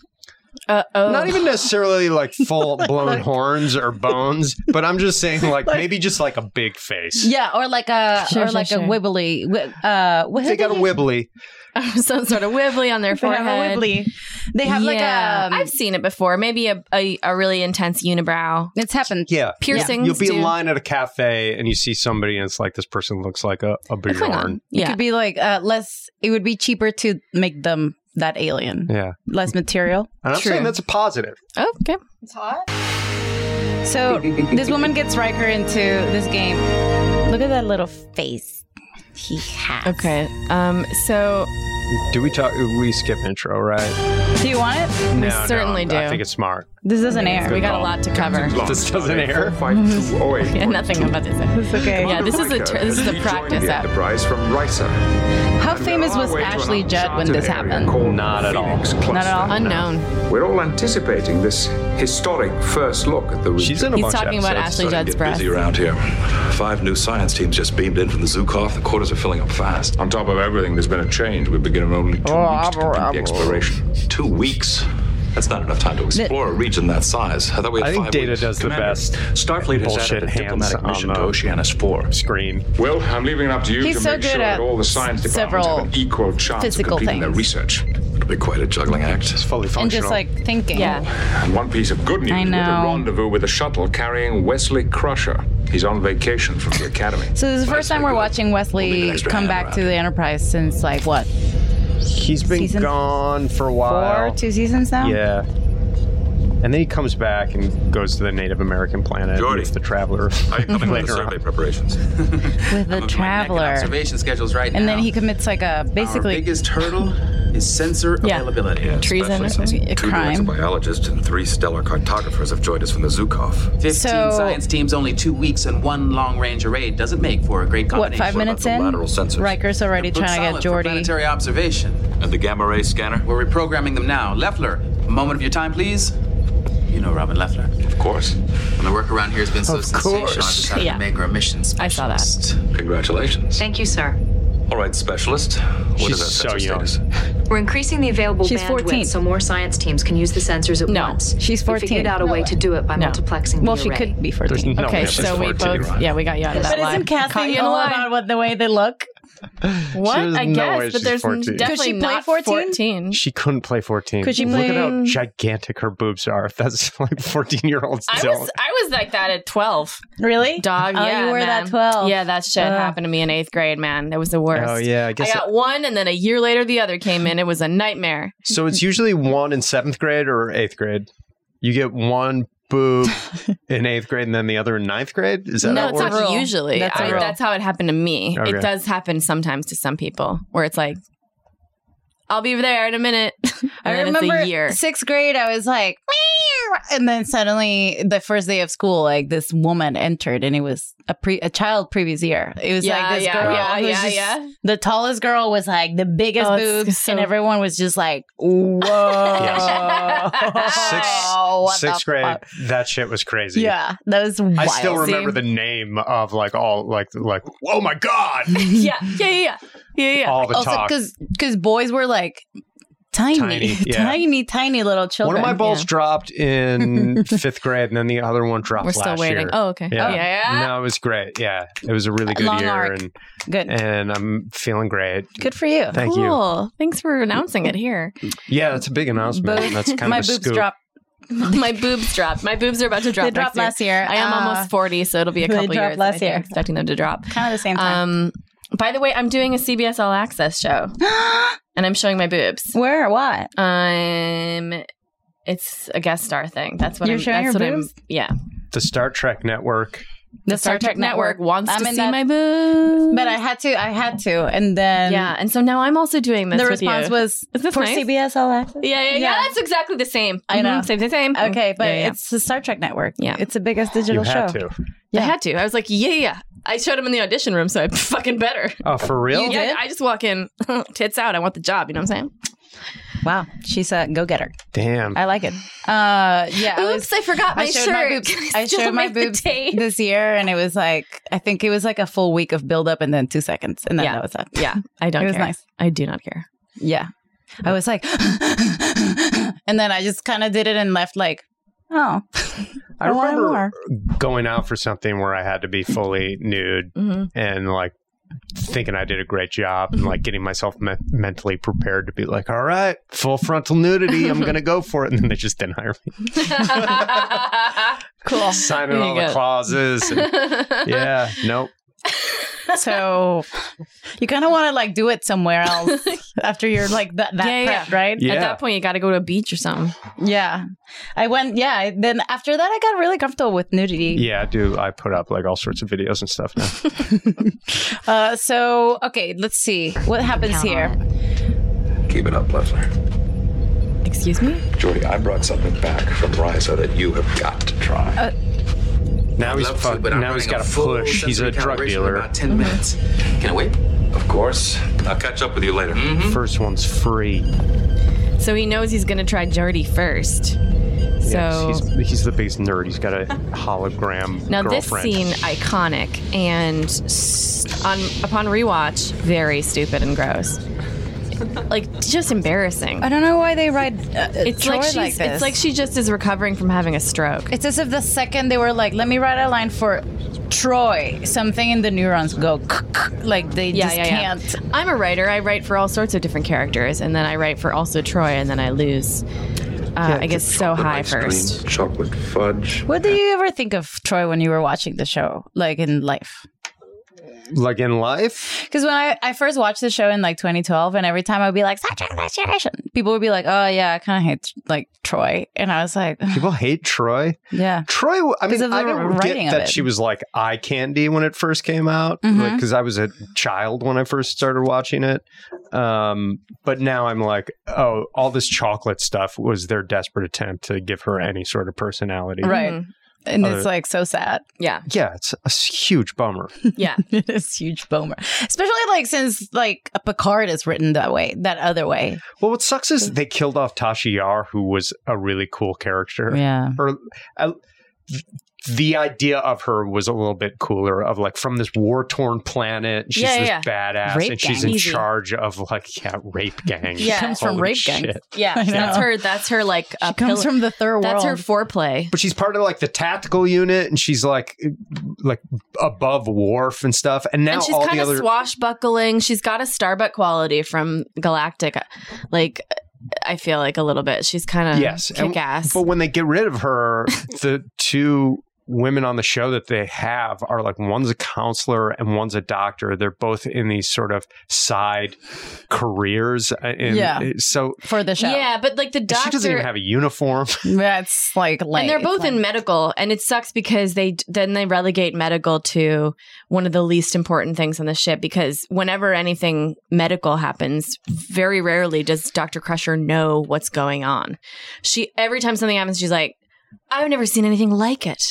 Speaker 1: Uh, oh.
Speaker 3: Not even necessarily like full blown horns or bones, but I'm just saying like maybe just like a big face.
Speaker 2: Yeah, or like a
Speaker 1: Sure,
Speaker 2: or
Speaker 1: sure,
Speaker 2: like
Speaker 1: sure.
Speaker 2: a wibbly. wi- Uh, what
Speaker 3: They got a wibbly.
Speaker 1: (laughs) some sort of wibbly on their
Speaker 4: They
Speaker 1: forehead.
Speaker 4: have a wibbly.
Speaker 2: They have like um, a.
Speaker 1: I've seen it before. Maybe a a, a really intense unibrow
Speaker 2: it's happened.
Speaker 3: Yeah.
Speaker 1: piercings.
Speaker 3: You'll be
Speaker 1: do-
Speaker 3: in line at a cafe and you see somebody and it's like this person looks like a, a
Speaker 1: A
Speaker 3: big
Speaker 1: Klingon.
Speaker 3: horn.
Speaker 1: Yeah.
Speaker 2: Could be like uh, less. It would be cheaper to make them that alien,
Speaker 3: Yeah.
Speaker 2: less material.
Speaker 3: And I'm
Speaker 1: True.
Speaker 3: saying that's a positive.
Speaker 1: Oh, okay.
Speaker 8: It's hot.
Speaker 2: So this woman gets Riker into this game. Look at that little face he has.
Speaker 1: Okay. Um. So
Speaker 3: Do we talk we skip intro, right?
Speaker 2: Do you want it?
Speaker 3: No,
Speaker 1: certainly
Speaker 3: no, I
Speaker 1: do.
Speaker 3: think it's smart.
Speaker 2: This doesn't air.
Speaker 1: we got a lot to cover.
Speaker 3: This doesn't air.
Speaker 1: (laughs) Yeah, nothing about this.
Speaker 4: It's okay.
Speaker 1: Yeah, this is a tr- this is a practice
Speaker 9: the
Speaker 1: app.
Speaker 9: Enterprise from Risa.
Speaker 2: How famous was Ashley Judd when this happened?
Speaker 3: Not at all.
Speaker 2: Not at all.
Speaker 1: Unknown.
Speaker 9: We're all anticipating this historic first look at the region.
Speaker 3: She's in a
Speaker 1: He's
Speaker 3: bunch
Speaker 1: talking
Speaker 3: of
Speaker 1: about
Speaker 3: episodes.
Speaker 1: Ashley Judd's breath.
Speaker 7: Busy around here. Five new science teams just beamed in from (laughs) the Zukov. The quarters are filling up fast.
Speaker 9: On top of everything, there's been a change. We've begun in only two weeks to complete the exploration.
Speaker 7: Two weeks. That's not enough time to explore a region that size. I thought we had
Speaker 3: I think
Speaker 7: five
Speaker 3: Data
Speaker 7: weeks.
Speaker 3: does the
Speaker 7: Commander,
Speaker 3: best
Speaker 7: Starfleet has
Speaker 3: bullshit
Speaker 7: added a
Speaker 3: hands
Speaker 7: diplomatic
Speaker 3: on
Speaker 7: mission
Speaker 3: the-
Speaker 7: to Oceanus 4.
Speaker 3: Screen.
Speaker 9: Well, I'm leaving it up to you
Speaker 2: He's
Speaker 9: to
Speaker 2: so
Speaker 9: make
Speaker 2: good
Speaker 9: sure
Speaker 2: at
Speaker 9: that all the science departments have
Speaker 2: several
Speaker 9: an equal chance of
Speaker 2: physical
Speaker 9: completing their
Speaker 2: things.
Speaker 9: research.
Speaker 7: It'll be quite a juggling act.
Speaker 3: It's fully functional.
Speaker 2: And just like thinking.
Speaker 1: Yeah.
Speaker 9: And one piece of good news:
Speaker 2: I
Speaker 9: we're at
Speaker 2: know.
Speaker 9: a rendezvous with a shuttle carrying Wesley Crusher. He's on vacation from the academy.
Speaker 2: So this is the
Speaker 7: Well, that's
Speaker 2: first time we're
Speaker 7: pretty good.
Speaker 2: watching
Speaker 7: We'll need an
Speaker 2: Wesley
Speaker 7: extra
Speaker 2: come
Speaker 7: hand
Speaker 2: back
Speaker 7: around
Speaker 2: to
Speaker 7: here.
Speaker 2: the Enterprise since like what
Speaker 3: He's been
Speaker 2: Season
Speaker 3: gone for a while.
Speaker 2: four, two seasons now?
Speaker 3: Yeah. And then he comes back and goes to the Native American planet.
Speaker 10: Jordy.
Speaker 3: It's the Traveler.
Speaker 10: How are you
Speaker 3: (laughs)
Speaker 10: coming with the
Speaker 3: Later on.
Speaker 10: survey preparations?
Speaker 2: with the
Speaker 10: I'm looking at my neck and
Speaker 2: Traveler.
Speaker 10: Observation schedules right
Speaker 2: And
Speaker 10: now.
Speaker 2: then he commits like a
Speaker 10: Our
Speaker 2: basically
Speaker 10: biggest hurdle is sensor
Speaker 1: Yeah.
Speaker 10: availability.
Speaker 1: Treason.
Speaker 7: especially since
Speaker 2: a
Speaker 7: Two
Speaker 2: crime.
Speaker 7: director biologists and three stellar cartographers have joined us from the Zukov.
Speaker 10: Fifteen
Speaker 2: So-
Speaker 10: science teams, only two weeks, and one long range array doesn't make for a great
Speaker 2: what
Speaker 10: combination.
Speaker 2: five minutes
Speaker 7: the
Speaker 2: in?
Speaker 7: lateral sensors?
Speaker 2: Riker's already
Speaker 10: Look
Speaker 2: trying to
Speaker 10: solid
Speaker 2: get
Speaker 10: for
Speaker 2: Jordy.
Speaker 10: Planetary observation.
Speaker 7: And the gamma ray scanner?
Speaker 10: We're reprogramming them now. Leffler, a moment of your time, please. You know Robin Leffler.
Speaker 7: Of course.
Speaker 10: And the work around here has been so sensational. I decided
Speaker 1: Yeah.
Speaker 10: to make her a mission
Speaker 1: I saw that.
Speaker 10: specialist.
Speaker 7: Congratulations.
Speaker 11: Thank you, sir.
Speaker 7: All right, specialist. What
Speaker 3: She's
Speaker 7: is
Speaker 3: so
Speaker 7: that sensor
Speaker 3: young.
Speaker 7: status?
Speaker 11: We're increasing the available
Speaker 2: She's
Speaker 11: bandwidth
Speaker 2: 14.
Speaker 11: so more science teams can use the sensors at
Speaker 1: No,
Speaker 11: once.
Speaker 2: she's
Speaker 11: We
Speaker 2: 14.
Speaker 11: figured out a way to do it by
Speaker 1: No.
Speaker 11: multiplexing
Speaker 2: Well,
Speaker 11: the
Speaker 2: she
Speaker 11: array.
Speaker 2: could be
Speaker 3: There's
Speaker 2: fourteen.
Speaker 3: no
Speaker 1: Okay,
Speaker 3: way she's
Speaker 1: so we
Speaker 3: 14,
Speaker 1: both.
Speaker 3: right?
Speaker 1: Yeah, we got you out of that
Speaker 4: But
Speaker 1: line.
Speaker 4: isn't
Speaker 1: Caught
Speaker 4: casting
Speaker 1: you in a
Speaker 4: all
Speaker 1: lie.
Speaker 4: about what the way they
Speaker 1: (laughs)
Speaker 4: look?
Speaker 1: What?
Speaker 3: There's
Speaker 1: I
Speaker 3: no
Speaker 1: guess,
Speaker 3: way
Speaker 1: but
Speaker 3: she's
Speaker 1: there's
Speaker 3: 14. Could she
Speaker 1: definitely
Speaker 4: play
Speaker 1: not
Speaker 4: 14?
Speaker 1: 14.
Speaker 3: She couldn't play 14.
Speaker 2: Could she
Speaker 3: Look at how
Speaker 2: play-
Speaker 3: gigantic her boobs are. That's (laughs) like 14 year olds
Speaker 1: I
Speaker 3: don't.
Speaker 1: was I was like that at 12.
Speaker 4: Really?
Speaker 1: Dog,
Speaker 2: Oh,
Speaker 1: yeah.
Speaker 2: you were that Uh.
Speaker 1: man.
Speaker 2: 12.
Speaker 1: Yeah, that shit
Speaker 2: Ugh.
Speaker 1: happened to me in 8th grade, man. That was the worst.
Speaker 3: Oh, yeah. I guess.
Speaker 1: I got one and then a year later the other came in. It was a nightmare.
Speaker 3: so it's usually one in seventh grade or eighth grade. You get one
Speaker 2: (laughs)
Speaker 3: boob in eighth grade and then the other in ninth grade? Is that
Speaker 1: no,
Speaker 3: how it
Speaker 1: it's
Speaker 3: works?
Speaker 1: not
Speaker 2: rule.
Speaker 1: usually.
Speaker 2: That's a
Speaker 1: I,
Speaker 2: rule.
Speaker 1: that's how it happened to me.
Speaker 3: Okay.
Speaker 1: It does happen sometimes to some people where it's like, I'll be there in a minute. (laughs) And
Speaker 2: I
Speaker 1: then
Speaker 2: remember
Speaker 1: it's a year.
Speaker 2: sixth grade. I was like, "Meow." and then suddenly the first day of school, like this woman entered, and it was a pre a child previous year. It was
Speaker 1: Yeah,
Speaker 2: like this
Speaker 1: yeah,
Speaker 2: girl,
Speaker 1: yeah,
Speaker 2: who's
Speaker 1: yeah,
Speaker 2: just-
Speaker 1: yeah.
Speaker 2: the tallest girl was like the biggest
Speaker 1: Oh, it's
Speaker 2: boobs,
Speaker 1: so-
Speaker 2: and everyone was just like, whoa,
Speaker 3: (laughs)
Speaker 2: what the
Speaker 3: sixth grade,
Speaker 2: fuck?
Speaker 3: that shit was crazy.
Speaker 2: Yeah, that was wild.
Speaker 3: I still
Speaker 1: See?
Speaker 3: remember
Speaker 2: (laughs)
Speaker 3: the name of like all like like oh my god
Speaker 2: (laughs)
Speaker 1: yeah, yeah, yeah, yeah, yeah.
Speaker 3: all the
Speaker 2: also
Speaker 3: talk.
Speaker 2: because because boys were like tiny,
Speaker 3: Tiny,
Speaker 2: (laughs) tiny,
Speaker 3: yeah.
Speaker 2: tiny, little
Speaker 3: One
Speaker 2: children.
Speaker 3: of my balls
Speaker 1: yeah.
Speaker 3: dropped
Speaker 2: (laughs)
Speaker 3: in fifth grade, and then the other one dropped
Speaker 1: We're still
Speaker 3: last
Speaker 1: waiting.
Speaker 3: year.
Speaker 1: Oh, okay.
Speaker 3: Yeah.
Speaker 1: Oh, yeah.
Speaker 3: No, it was great. Yeah, it was a really good
Speaker 2: Long
Speaker 3: year,
Speaker 2: arc.
Speaker 3: and
Speaker 2: Good,
Speaker 3: and I'm feeling great.
Speaker 2: good for you.
Speaker 3: Thank you.
Speaker 1: cool. Thanks for announcing it here.
Speaker 3: Yeah, that's a big announcement.
Speaker 2: Boobs-
Speaker 3: That's
Speaker 1: (laughs)
Speaker 3: kind
Speaker 2: my
Speaker 3: of a
Speaker 2: boobs
Speaker 3: scoop.
Speaker 2: dropped.
Speaker 1: My boobs dropped. My boobs are about to drop.
Speaker 2: They
Speaker 1: next
Speaker 2: dropped
Speaker 1: year.
Speaker 2: last year.
Speaker 1: I am
Speaker 2: Uh,
Speaker 1: almost 40, so it'll be a
Speaker 2: they
Speaker 1: couple
Speaker 2: dropped
Speaker 1: years.
Speaker 2: last
Speaker 1: I think.
Speaker 2: year.
Speaker 1: I'm expecting them to drop.
Speaker 2: Kind of the same time.
Speaker 1: Um, by the way, I'm doing a CBS All Access
Speaker 2: (gasps)
Speaker 1: show, and I'm showing my boobs.
Speaker 2: Where? What?
Speaker 1: Um, it's a guest star thing. That's what
Speaker 2: You're
Speaker 1: I'm.
Speaker 2: showing
Speaker 1: that's
Speaker 2: your
Speaker 1: what
Speaker 2: boobs?
Speaker 1: I'm. Yeah,
Speaker 3: The Star Trek Network.
Speaker 2: The
Speaker 1: Star Trek Network wants
Speaker 2: I'm
Speaker 1: to
Speaker 2: in
Speaker 1: see
Speaker 2: that-
Speaker 1: my boobs.
Speaker 2: But I had to. I had to. And then
Speaker 1: yeah, and so now I'm also doing this.
Speaker 2: the
Speaker 1: with
Speaker 2: response
Speaker 1: you.
Speaker 2: was
Speaker 1: Isn't this
Speaker 2: for
Speaker 1: nice?
Speaker 2: CBS All Access.
Speaker 1: Yeah, yeah, yeah,
Speaker 2: Yeah.
Speaker 1: It's exactly the same.
Speaker 2: I
Speaker 1: Mhm,
Speaker 2: know.
Speaker 1: Same, same, same.
Speaker 2: Okay, but
Speaker 1: Yeah, yeah, yeah.
Speaker 2: it's the Star Trek Network.
Speaker 1: Yeah.
Speaker 2: it's the biggest digital
Speaker 3: you had
Speaker 2: show.
Speaker 3: to.
Speaker 1: I had to. I was like, yeah, yeah. I showed him in the audition room, so I (laughs) fucking better.
Speaker 3: Oh, for real?
Speaker 1: yeah, I just walk in, (laughs) tits out. I want the job. You know what I'm saying?
Speaker 2: Wow, she's a go-getter.
Speaker 3: Damn.
Speaker 2: I like it. Uh, yeah. I was-
Speaker 1: Oops, I forgot my
Speaker 2: I showed
Speaker 1: shirt.
Speaker 2: my boobs.
Speaker 1: Can
Speaker 2: I
Speaker 1: still
Speaker 2: showed my
Speaker 1: make the
Speaker 2: boobs
Speaker 1: tape?
Speaker 2: this year, and it was like I think it was like a full week of build-up, and then two seconds, and then
Speaker 1: Yeah.
Speaker 2: that was it.
Speaker 1: Yeah, I don't
Speaker 2: (laughs) It was
Speaker 1: care.
Speaker 2: nice.
Speaker 1: I do not care.
Speaker 2: Yeah. I was like, (laughs) and then I just kind of did it and left like, oh, (laughs)
Speaker 3: I
Speaker 2: I want
Speaker 3: remember
Speaker 2: more.
Speaker 3: going out for something where I had to be fully nude
Speaker 1: Mm-hmm.
Speaker 3: and like thinking I did a great job and like getting myself me- mentally prepared to be like, all right, full frontal nudity, I'm gonna go for it, (laughs) and then they just didn't hire me.
Speaker 1: cool.
Speaker 3: Signing
Speaker 1: There you
Speaker 3: all the
Speaker 1: go. (laughs)
Speaker 3: clauses. and- yeah, nope.
Speaker 2: so you kind of want to like do it somewhere
Speaker 1: (laughs)
Speaker 2: else after you're like that, that
Speaker 1: Yeah, yeah.
Speaker 2: prepped, right?
Speaker 3: Yeah.
Speaker 1: At that point, you got to go to a beach or something.
Speaker 2: Yeah. I went, yeah. I- Then after that, I got really comfortable with nudity.
Speaker 3: Yeah, I do. I put up like all sorts of videos and stuff now.
Speaker 2: Uh, so, okay, let's see what happens
Speaker 11: Count
Speaker 2: here.
Speaker 11: on
Speaker 7: Keep it up, Leffler.
Speaker 1: Excuse me?
Speaker 7: Jordy, I brought something back from Risa that you have got to try.
Speaker 2: Uh,
Speaker 3: Now he's
Speaker 10: Love to,
Speaker 3: fuck,
Speaker 10: but I'm
Speaker 3: now he's
Speaker 10: running
Speaker 3: got
Speaker 10: a
Speaker 3: to
Speaker 10: full
Speaker 3: push. He's a
Speaker 10: sensory
Speaker 3: drug
Speaker 10: calibration in
Speaker 3: dealer.
Speaker 10: About ten minutes. Can I wait?
Speaker 7: of course. I'll catch up with you later.
Speaker 10: Hmm?
Speaker 1: Mm-hmm.
Speaker 3: First one's free.
Speaker 1: So he knows he's going to try Jordy first. So
Speaker 3: Yes, he's he's the biggest nerd. He's got a hologram
Speaker 1: now this
Speaker 3: girlfriend.
Speaker 1: scene iconic and s- on upon rewatch very stupid and gross. Like just embarrassing.
Speaker 2: I don't know why they ride uh,
Speaker 1: It's like she's
Speaker 2: this.
Speaker 1: it's like she just is recovering from having a stroke.
Speaker 2: It's as if the second they were like, let me write a line for Troy, something in the neurons go like they
Speaker 1: Yeah,
Speaker 2: just
Speaker 1: yeah, yeah.
Speaker 2: can't.
Speaker 1: I'm a writer. I write for all sorts of different characters, and then I write for also Troy, and then I lose. uh, I guess so high first.
Speaker 7: Chocolate fudge.
Speaker 2: What do you ever think of Troy when you were watching the show, like in life?
Speaker 3: Like in life?
Speaker 2: Because when I, I first watched the show in like 2012, and every time I'd be like, such a generation, people would be like, oh yeah, I kind of hate like Troy, and I was like,
Speaker 3: (laughs) People hate Troy.
Speaker 2: (laughs) yeah,
Speaker 3: Troy. I mean,
Speaker 2: of the
Speaker 3: I didn't get
Speaker 2: writing of
Speaker 3: that
Speaker 2: it.
Speaker 3: she was like eye candy when it first came out because
Speaker 2: Mhm.
Speaker 3: I was a child when I first started watching it. Um, but now I'm like, oh, all this chocolate stuff was their desperate attempt to give her any sort of personality,
Speaker 2: right, and
Speaker 3: Other-
Speaker 2: it's like so sad.
Speaker 1: Mm-hmm.
Speaker 2: (laughs)
Speaker 1: Yeah,
Speaker 3: Yeah, it's a s- huge bummer.
Speaker 1: yeah,
Speaker 2: it is huge bummer, especially like since like Picard is written that way, that other way.
Speaker 3: Well, what sucks is they killed off Tasha Yar, who was a really cool character.
Speaker 2: Yeah.
Speaker 3: Or uh, th- the idea of her was a little bit cooler. Of like from this war torn planet, she's
Speaker 1: Yeah,
Speaker 3: this
Speaker 1: yeah, yeah.
Speaker 3: badass,
Speaker 1: Rape
Speaker 3: and she's
Speaker 1: gang.
Speaker 3: in
Speaker 1: Easy.
Speaker 3: charge of like yeah, rape gang.
Speaker 1: Yeah. She comes from
Speaker 3: Holy
Speaker 1: rape
Speaker 3: shit.
Speaker 1: gangs. (laughs) Yeah, that's her. That's her. Like she
Speaker 2: comes from the third
Speaker 1: That's her
Speaker 2: world.
Speaker 1: foreplay.
Speaker 3: But she's part of like the tactical unit, and she's like like above Worf and stuff. And now
Speaker 1: and she's
Speaker 3: all
Speaker 1: kind
Speaker 3: the
Speaker 1: of
Speaker 3: other
Speaker 1: swashbuckling. She's got a Starbuck quality from Galactic. uh, Like, I feel like a little bit. She's kind of
Speaker 3: yes, and-
Speaker 1: kick ass.
Speaker 3: But when they get rid of her,
Speaker 1: (laughs)
Speaker 3: the two women on the show that they have are like one's a counselor and one's a doctor. They're both in these sort of side careers. uh, in-
Speaker 1: Yeah.
Speaker 3: So
Speaker 2: for the
Speaker 3: show.
Speaker 1: Yeah, but like the doctor.
Speaker 3: she doesn't even have a
Speaker 1: (laughs)
Speaker 3: uniform.
Speaker 2: That's like,
Speaker 1: and they're both in medical, and it sucks because they d- then they relegate medical to one of the least important things on the ship. Because whenever anything medical happens, very rarely does Doctor Crusher know what's going on. She every time something happens, she's like, "I've never seen anything like it,"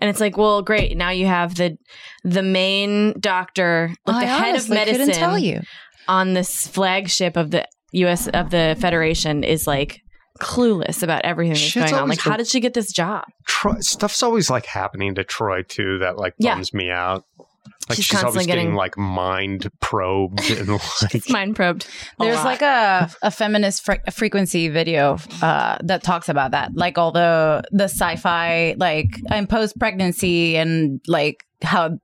Speaker 1: and it's like, "Well, great, now you have the the main doctor, like
Speaker 2: I
Speaker 1: the head of
Speaker 2: honestly couldn't
Speaker 1: medicine,
Speaker 2: tell you.
Speaker 1: on this flagship of the U.S. of the Federation is like." clueless about everything that's
Speaker 3: Shit's
Speaker 1: going on
Speaker 3: always
Speaker 1: like how
Speaker 3: been-
Speaker 1: did she get this job
Speaker 3: Troy, stuff's always like happening to Troy too that like
Speaker 1: Yeah.
Speaker 3: bums me out. Like
Speaker 1: She's
Speaker 3: she's, always
Speaker 1: constantly
Speaker 3: getting,
Speaker 1: getting-
Speaker 3: like mind probed and (laughs) like
Speaker 1: mind probed.
Speaker 2: There's like a, a feminist fre- frequency video uh, that talks about that, like all the the sci-fi, like and post pregnancy, and like how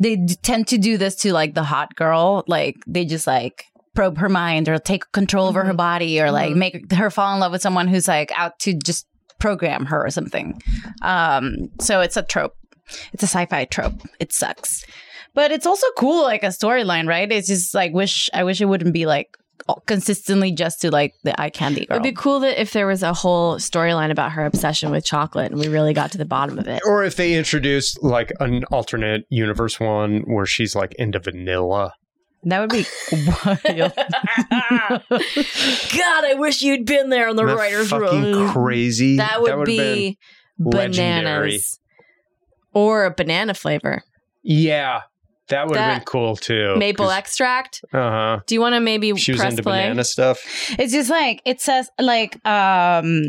Speaker 2: they d- tend to do this to like the hot girl, like they just like probe her mind or take control over her
Speaker 1: Mm-hmm.
Speaker 2: body or like
Speaker 4: Mhm.
Speaker 2: make her fall in love with someone who's like out to just program her or something. Um, so it's a trope. It's a sci-fi trope. It sucks. But it's also cool, like a storyline, right? It's just like wish I wish it wouldn't be like consistently just to like the eye candy girl.
Speaker 1: It'd be cool that if there was a whole storyline about her obsession with chocolate, and we really got to the bottom of it.
Speaker 3: or if they introduced like an alternate universe one where she's like into vanilla.
Speaker 2: That would be wild.
Speaker 1: (laughs) God, I wish you'd been there on the
Speaker 3: Isn't that
Speaker 1: writer's
Speaker 3: fucking
Speaker 1: room.
Speaker 3: crazy?
Speaker 1: That
Speaker 3: That
Speaker 1: would
Speaker 3: would've
Speaker 1: be
Speaker 3: been
Speaker 1: bananas
Speaker 3: legendary.
Speaker 1: or a banana flavor,
Speaker 3: Yeah, that would have been
Speaker 1: That-
Speaker 3: cool too.
Speaker 1: maple extract.
Speaker 3: Uh huh.
Speaker 1: Do you want to maybe
Speaker 3: She was
Speaker 1: press
Speaker 3: into
Speaker 1: play?
Speaker 3: banana stuff.
Speaker 2: It's just like it says like um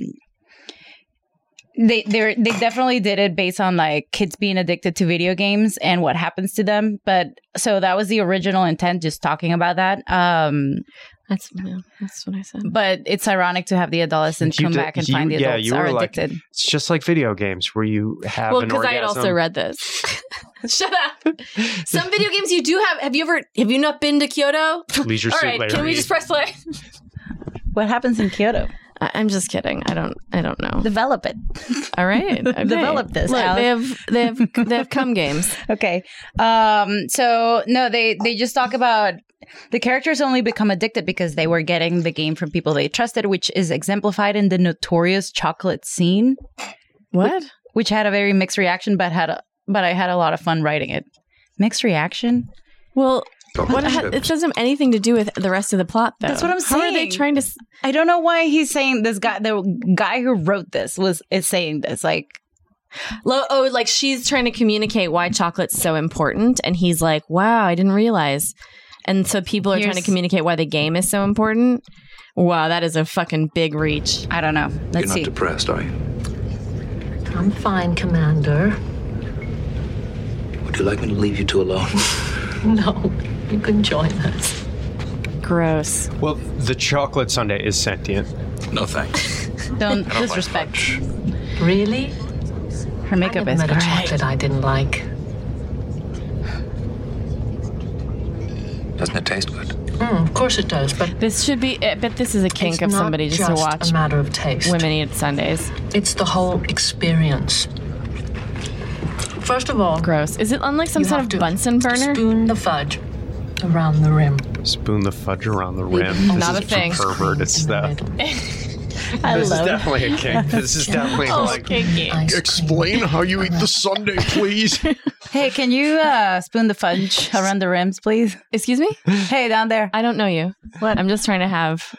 Speaker 2: they they they definitely did it based on like kids being addicted to video games and what happens to them. But so that was the original intent, just talking about that. Um
Speaker 1: That's that's what I said.
Speaker 2: But it's ironic to have the adolescents
Speaker 3: You
Speaker 2: come
Speaker 3: did-
Speaker 2: back and
Speaker 3: you-
Speaker 2: find the
Speaker 3: yeah,
Speaker 2: adults
Speaker 3: you
Speaker 2: are
Speaker 3: were like-
Speaker 2: addicted.
Speaker 3: It's just like video games where you have
Speaker 1: Well,
Speaker 3: an
Speaker 1: because I had
Speaker 3: orgasm.
Speaker 1: also read
Speaker 2: (laughs)
Speaker 1: this. Shut up. Some video games you do have. Have you ever? Have you not been to Kyoto?
Speaker 3: Leisure
Speaker 1: All
Speaker 3: Suit
Speaker 1: right, can we
Speaker 3: Larry.
Speaker 1: just press play?
Speaker 2: What happens in Kyoto?
Speaker 1: I- I'm just kidding. I don't. I don't know.
Speaker 2: Develop it.
Speaker 1: All
Speaker 2: (laughs)
Speaker 1: right. okay.
Speaker 2: Develop this,
Speaker 1: Look,
Speaker 2: Alex.
Speaker 1: they have. They have. They have cum games.
Speaker 2: (laughs) Okay. Um, so no, they they just talk about the characters only become addicted because they were getting the game from people they trusted, which is exemplified in the notorious chocolate scene.
Speaker 1: What?
Speaker 2: Which, had a very mixed reaction, but had a, but I had a lot of fun writing it. Mixed reaction.
Speaker 1: Well,
Speaker 2: (laughs)
Speaker 1: what
Speaker 2: Chocolate
Speaker 1: ha-
Speaker 2: chips.
Speaker 1: it doesn't have anything to do with the rest of the plot, though.
Speaker 2: That's what I'm
Speaker 1: How
Speaker 2: saying.
Speaker 1: are they trying to? s-
Speaker 2: I don't know why he's saying this guy. The guy who wrote this was is saying this like.
Speaker 1: Lo- oh, like she's trying to communicate why chocolate's so important, and he's like, "Wow, I didn't realize." And so people are trying to
Speaker 2: Here's-
Speaker 1: communicate why the game is so important. Wow, that is a fucking big reach.
Speaker 2: I don't know.
Speaker 7: You're not depressed, are you?
Speaker 11: I'm fine, Commander. (laughs)
Speaker 7: Would you like me to leave you
Speaker 3: (laughs)
Speaker 7: two alone?
Speaker 11: No, you can join us.
Speaker 1: Gross.
Speaker 3: Well, the chocolate sundae is sentient.
Speaker 7: No
Speaker 10: (laughs)
Speaker 7: thanks.
Speaker 3: I
Speaker 2: Don't
Speaker 3: don't like
Speaker 2: disrespect.
Speaker 11: Really?
Speaker 2: Her makeup
Speaker 11: I never
Speaker 2: is
Speaker 11: met a
Speaker 2: great.
Speaker 11: chocolate I didn't like.
Speaker 7: Doesn't it taste good?
Speaker 1: Hmm.
Speaker 11: Mm, of course it does, but
Speaker 1: this should be. uh, But this is a kink
Speaker 11: It's
Speaker 1: of
Speaker 11: not
Speaker 1: somebody just, to
Speaker 11: just
Speaker 1: watch.
Speaker 11: a matter of taste.
Speaker 1: Women eat Sundays.
Speaker 11: It's the whole experience. First of all,
Speaker 1: gross. Is it unlike some sort of Bunsen burner?
Speaker 11: Spoon the fudge around the rim.
Speaker 3: Spoon the fudge around the rim.
Speaker 11: Not
Speaker 3: This
Speaker 11: a
Speaker 3: is for
Speaker 11: thing.
Speaker 3: Pervert.
Speaker 12: (laughs)
Speaker 3: It's the.
Speaker 11: I
Speaker 3: this
Speaker 11: love
Speaker 3: is
Speaker 11: it.
Speaker 3: definitely a kink. This is definitely
Speaker 11: Oh,
Speaker 3: like.
Speaker 1: kinky.
Speaker 3: Explain how you eat (laughs) the Sunday,
Speaker 11: (laughs)
Speaker 3: please.
Speaker 2: Hey, can you uh, spoon the (laughs) fudge around the rims, please?
Speaker 1: Excuse me?
Speaker 2: (laughs) Hey, down there.
Speaker 1: I don't know you. What? I'm just trying to have.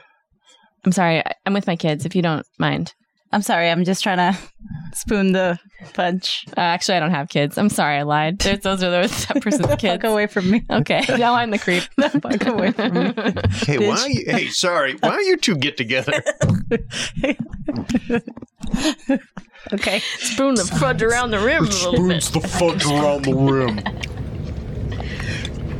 Speaker 1: I'm sorry. I- I'm with my kids. If you don't mind.
Speaker 2: I'm sorry. I'm just trying to spoon the fudge.
Speaker 1: Uh, actually, I don't have kids. I'm sorry. I lied. There's, those are those (laughs) that
Speaker 2: (laughs)
Speaker 1: person's kids.
Speaker 2: away from me. (laughs)
Speaker 1: Okay. Now I'm the creep.
Speaker 2: Fuck away from me.
Speaker 12: Hey, why? Don't you, hey, sorry. Why don't you two
Speaker 11: (laughs)
Speaker 12: get together?
Speaker 2: Okay.
Speaker 1: Spoon the fudge around
Speaker 11: (laughs)
Speaker 1: the rim a little bit.
Speaker 12: the fudge around the rim.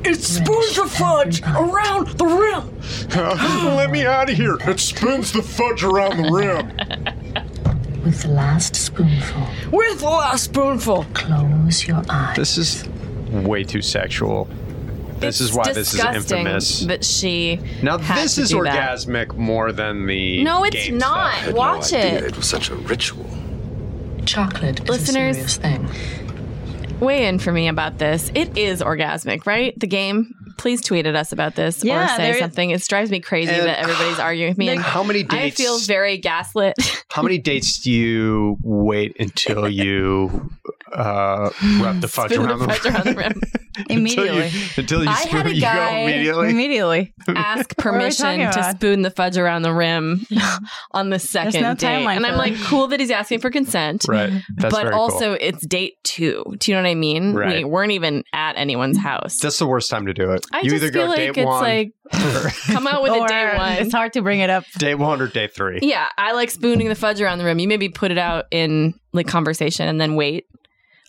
Speaker 13: It spoons the fudge around the rim.
Speaker 3: (laughs)
Speaker 12: Let me out of here. It spoons the fudge around the rim.
Speaker 11: With the last spoonful,
Speaker 13: With the last spoonful.
Speaker 11: close your eyes.
Speaker 3: This is way too sexual. This is why this is
Speaker 1: Disgusting
Speaker 3: infamous.
Speaker 1: That she.
Speaker 3: Now
Speaker 1: had
Speaker 3: this
Speaker 1: to
Speaker 3: is
Speaker 1: do that.
Speaker 3: orgasmic more than the.
Speaker 1: No, it's
Speaker 3: game
Speaker 1: not.
Speaker 3: stuff.
Speaker 1: Watch it.
Speaker 7: It was such a ritual.
Speaker 11: Chocolate is
Speaker 1: Listeners-
Speaker 11: a serious thing.
Speaker 1: Weigh in for me about this. It is orgasmic, right? The game. Please tweet at us about this
Speaker 2: Yeah,
Speaker 1: or say
Speaker 2: there-
Speaker 1: something. It drives me crazy
Speaker 3: And-
Speaker 1: that
Speaker 3: (gasps)
Speaker 1: everybody's arguing with me. And
Speaker 3: How many
Speaker 1: I
Speaker 3: dates-
Speaker 1: feel very gaslit.
Speaker 3: How many dates do you wait until
Speaker 7: (laughs)
Speaker 3: you uh, rub the
Speaker 1: (laughs)
Speaker 3: fudge
Speaker 1: Spoon the
Speaker 3: around the
Speaker 1: fudge around the rim.
Speaker 3: (laughs) Until you, until you
Speaker 1: I
Speaker 3: spoon
Speaker 1: had a
Speaker 3: (laughs) you go
Speaker 1: guy-
Speaker 3: immediately. (laughs)
Speaker 2: Immediately.
Speaker 1: Ask
Speaker 2: What are we
Speaker 1: permission
Speaker 2: talking
Speaker 1: to
Speaker 2: about?
Speaker 1: spoon the fudge around the rim (laughs) on the second
Speaker 2: no
Speaker 1: date.
Speaker 2: timeline
Speaker 1: And
Speaker 2: for
Speaker 1: I'm
Speaker 2: that.
Speaker 1: like, cool that he's asking for consent.
Speaker 3: Right. That's
Speaker 1: but
Speaker 3: very cool.
Speaker 1: also, it's date two. Do you know what I mean? We
Speaker 3: Right.
Speaker 1: weren't even at anyone's house.
Speaker 3: That's the worst time to do it.
Speaker 1: I
Speaker 3: you
Speaker 1: just
Speaker 3: either go
Speaker 1: feel like
Speaker 3: date
Speaker 1: it's
Speaker 3: one,
Speaker 1: like
Speaker 3: (laughs)
Speaker 2: (laughs)
Speaker 3: or
Speaker 1: come out with a
Speaker 2: Or
Speaker 1: day one.
Speaker 2: It's hard to bring it up.
Speaker 3: day one or day three.
Speaker 1: Yeah, I like spooning the fudge around the room. You maybe put it out in like conversation and then wait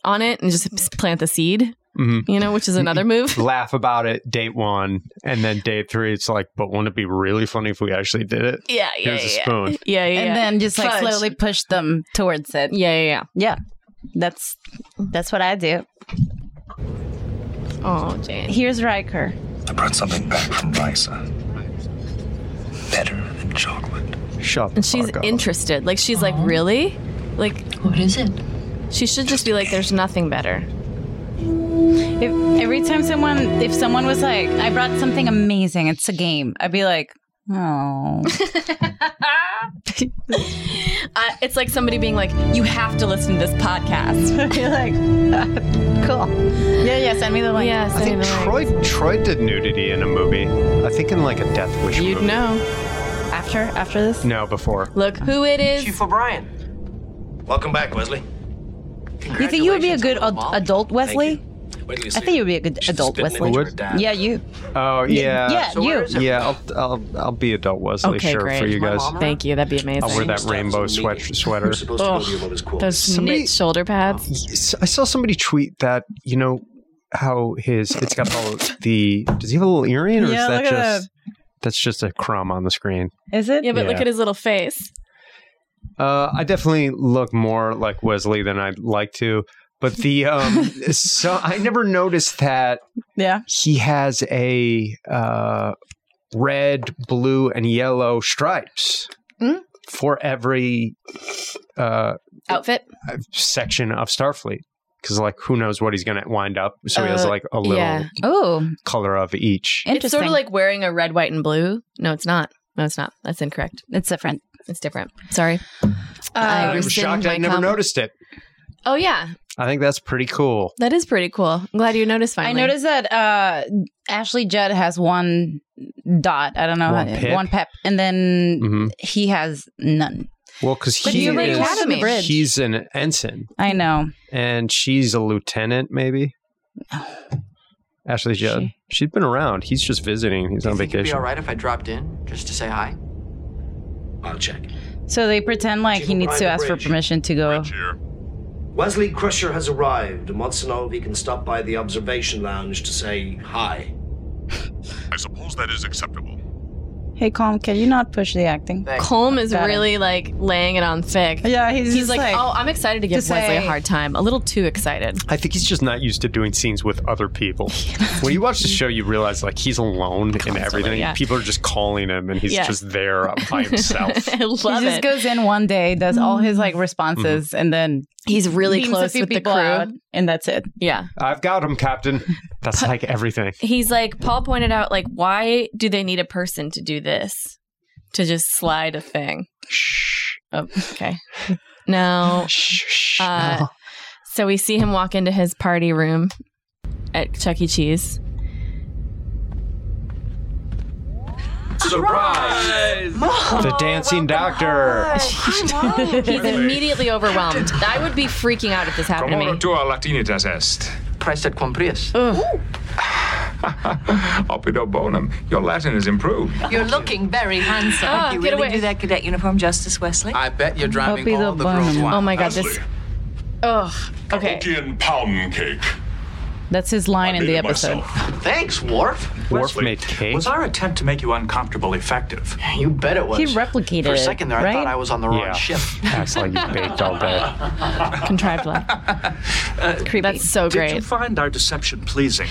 Speaker 1: on it and just plant the seed,
Speaker 3: Mhm.
Speaker 1: you know, which is
Speaker 3: (laughs)
Speaker 1: another move.
Speaker 3: Laugh about it, date one, and then date three. It's like, but wouldn't it be really funny if we actually did it?
Speaker 1: Yeah, yeah,
Speaker 3: Here's
Speaker 1: yeah.
Speaker 3: a spoon.
Speaker 1: (laughs) Yeah, yeah.
Speaker 2: And then just like
Speaker 1: Fudge.
Speaker 2: slowly push them towards it.
Speaker 1: Yeah, yeah,
Speaker 2: Yeah. That's that's what I do.
Speaker 1: yeah. Oh, Jane.
Speaker 2: Here's Riker.
Speaker 7: I brought something back from Risa. Better than chocolate.
Speaker 3: Shut the
Speaker 1: And she's
Speaker 3: fuck up.
Speaker 1: interested. Like she's like, really? Like
Speaker 11: What is it?
Speaker 1: she should just be like, there's nothing better.
Speaker 2: If every time someone if someone was like, I brought something amazing, it's a game, I'd be like, (laughs) Oh
Speaker 1: I, Uh, it's like somebody being like, you have to listen to this podcast. (laughs)
Speaker 2: I'd be like (laughs) Cool. Yeah, yeah, send me the link.
Speaker 1: yes,
Speaker 3: I think
Speaker 1: anyway.
Speaker 3: Troy Troy did nudity in a movie. I think in like a Death Wish
Speaker 1: You'd
Speaker 3: movie.
Speaker 1: know.
Speaker 2: After after this?
Speaker 3: No, before.
Speaker 1: Look who it is.
Speaker 14: Chief O'Brien. Welcome back, Wesley.
Speaker 2: You think you would be a good ad- adult Wesley?
Speaker 14: Wait till you
Speaker 2: I
Speaker 14: see
Speaker 2: think you would be a good adult
Speaker 14: spitting
Speaker 2: Wesley.
Speaker 3: image of her dad.
Speaker 2: Yeah, you.
Speaker 3: Oh yeah.
Speaker 2: Yeah,
Speaker 14: So where
Speaker 2: you.
Speaker 14: is it?
Speaker 3: Yeah, I'll, I'll I'll be adult Wesley
Speaker 1: Okay,
Speaker 3: sure
Speaker 1: great.
Speaker 3: for you
Speaker 14: My
Speaker 3: guys.
Speaker 14: mom around?
Speaker 1: Thank you. That'd be amazing.
Speaker 3: I'll wear that
Speaker 14: Same
Speaker 3: rainbow
Speaker 14: stabs in
Speaker 3: sweat,
Speaker 14: media.
Speaker 3: sweater.
Speaker 14: You're supposed to go
Speaker 1: Ugh,
Speaker 14: to your mother's quarters.
Speaker 1: Those
Speaker 3: Somebody-
Speaker 1: knit shoulder pads.
Speaker 3: S- I saw somebody tweet that you know how his it's got the, the does he have a little earring or
Speaker 2: Yeah,
Speaker 3: is that
Speaker 2: look at
Speaker 3: just that's just a crumb on the screen?
Speaker 2: Is it?
Speaker 1: Yeah, but look
Speaker 3: Yeah.
Speaker 1: at his little face.
Speaker 3: Uh, I definitely look more like Wesley than I'd like to, but
Speaker 1: (laughs)
Speaker 3: the um, so I never noticed that
Speaker 2: Yeah.
Speaker 3: he has a uh, red, blue, and yellow stripes
Speaker 1: Mm.
Speaker 3: for every uh,
Speaker 1: Outfit.
Speaker 3: section of Starfleet. Because like, who knows what he's going to wind up? So he has
Speaker 1: Uh,
Speaker 3: like a little
Speaker 1: yeah.
Speaker 2: Oh,
Speaker 3: color of each.
Speaker 2: interesting.
Speaker 1: It's sort of like wearing a red, white, and blue. No, it's not. No, it's not. That's incorrect.
Speaker 2: it's different.
Speaker 1: It's different. Sorry. Uh,
Speaker 3: I was
Speaker 1: rescind
Speaker 3: shocked I
Speaker 1: my
Speaker 3: never
Speaker 1: comment.
Speaker 3: noticed it.
Speaker 1: Oh yeah,
Speaker 3: I think that's pretty cool.
Speaker 1: that is pretty cool. I'm glad you noticed. Finally,
Speaker 2: I noticed that uh, Ashley Judd has one dot. I don't know,
Speaker 3: One
Speaker 2: how-
Speaker 3: pip?
Speaker 2: one pep, and then
Speaker 3: hmm
Speaker 2: he has none.
Speaker 3: Well, because
Speaker 1: But
Speaker 3: he
Speaker 1: you're right,
Speaker 3: is,
Speaker 1: Academy.
Speaker 3: he's an ensign.
Speaker 2: I know.
Speaker 3: and she's a lieutenant, maybe. Ashley Judd. She, has been around. He's just visiting. He's
Speaker 14: Do you
Speaker 3: on
Speaker 14: think it'd be
Speaker 3: vacation.
Speaker 14: all right if I dropped in just to say hi? I'll check.
Speaker 2: So they pretend like he
Speaker 14: Jim,
Speaker 2: needs to
Speaker 14: ride the
Speaker 2: ask for
Speaker 14: bridge.
Speaker 2: permission to go.
Speaker 15: Wesley Crusher has arrived and wants to know if he can stop by the observation lounge to say hi.
Speaker 16: I suppose that is acceptable.
Speaker 4: Hey, Calm, can you not push the acting?
Speaker 1: Colm is
Speaker 4: Got it.
Speaker 1: really like laying it on thick.
Speaker 4: Yeah, he's just
Speaker 1: like,
Speaker 4: like-
Speaker 1: oh, I'm excited to give
Speaker 4: to say-
Speaker 1: Wesley a hard time. A little too excited.
Speaker 3: I think he's just not used to doing scenes with
Speaker 1: (laughs)
Speaker 3: other people. when you watch the show, you realize like he's alone in everything.
Speaker 1: yeah.
Speaker 3: People are just calling him, and he's
Speaker 2: Yeah.
Speaker 3: just there
Speaker 1: (laughs)
Speaker 3: by himself.
Speaker 1: I love
Speaker 2: he just
Speaker 1: it.
Speaker 2: goes in one day, does all his like responses,
Speaker 3: Mm-hmm.
Speaker 2: and then
Speaker 1: he's really
Speaker 2: beams a
Speaker 1: close
Speaker 2: few
Speaker 1: with the
Speaker 2: people
Speaker 1: crew.
Speaker 2: out, and that's it.
Speaker 1: uh, Yeah.
Speaker 3: I've got him, Captain. That's like everything.
Speaker 1: He's like, Paul pointed out, like, why do they need a person to do this? To just slide a thing. Oh, okay. No. Uh, So we see him walk into his party room at Chuck E. Cheese.
Speaker 10: Surprise!
Speaker 1: Oh,
Speaker 3: The dancing doctor.
Speaker 1: He's immediately overwhelmed. I would be freaking out if this happened to me.
Speaker 16: tua latinitas est? Praestet quam prius.
Speaker 9: (laughs)
Speaker 16: Oppido bonum. Your Latin is improved.
Speaker 11: You're looking very handsome.
Speaker 14: Ah,
Speaker 11: you
Speaker 14: get
Speaker 11: really
Speaker 14: away.
Speaker 11: do that cadet uniform justice, Wesley.
Speaker 10: I bet you're driving
Speaker 11: Happy
Speaker 10: all
Speaker 11: the
Speaker 10: the girls
Speaker 11: bum.
Speaker 10: want.
Speaker 11: Oh my
Speaker 14: God,
Speaker 11: this-
Speaker 1: Ugh. Okay.
Speaker 12: Ian pound cake.
Speaker 2: That's his line in
Speaker 12: made
Speaker 2: the
Speaker 12: it
Speaker 2: episode.
Speaker 14: Thanks, Worf.
Speaker 3: Worf made cake.
Speaker 14: Was our attempt to make you uncomfortable effective? You bet it was.
Speaker 2: He replicated
Speaker 14: For a
Speaker 2: it,
Speaker 14: second there, I
Speaker 2: right?
Speaker 14: thought I was on the wrong
Speaker 3: Yeah. (laughs)
Speaker 14: ship.
Speaker 3: Acts like Oh, you baked all day.
Speaker 2: (laughs)
Speaker 1: Contrived (laughs) laugh. Uh, That's so
Speaker 14: Did
Speaker 1: great.
Speaker 14: you find our deception pleasing?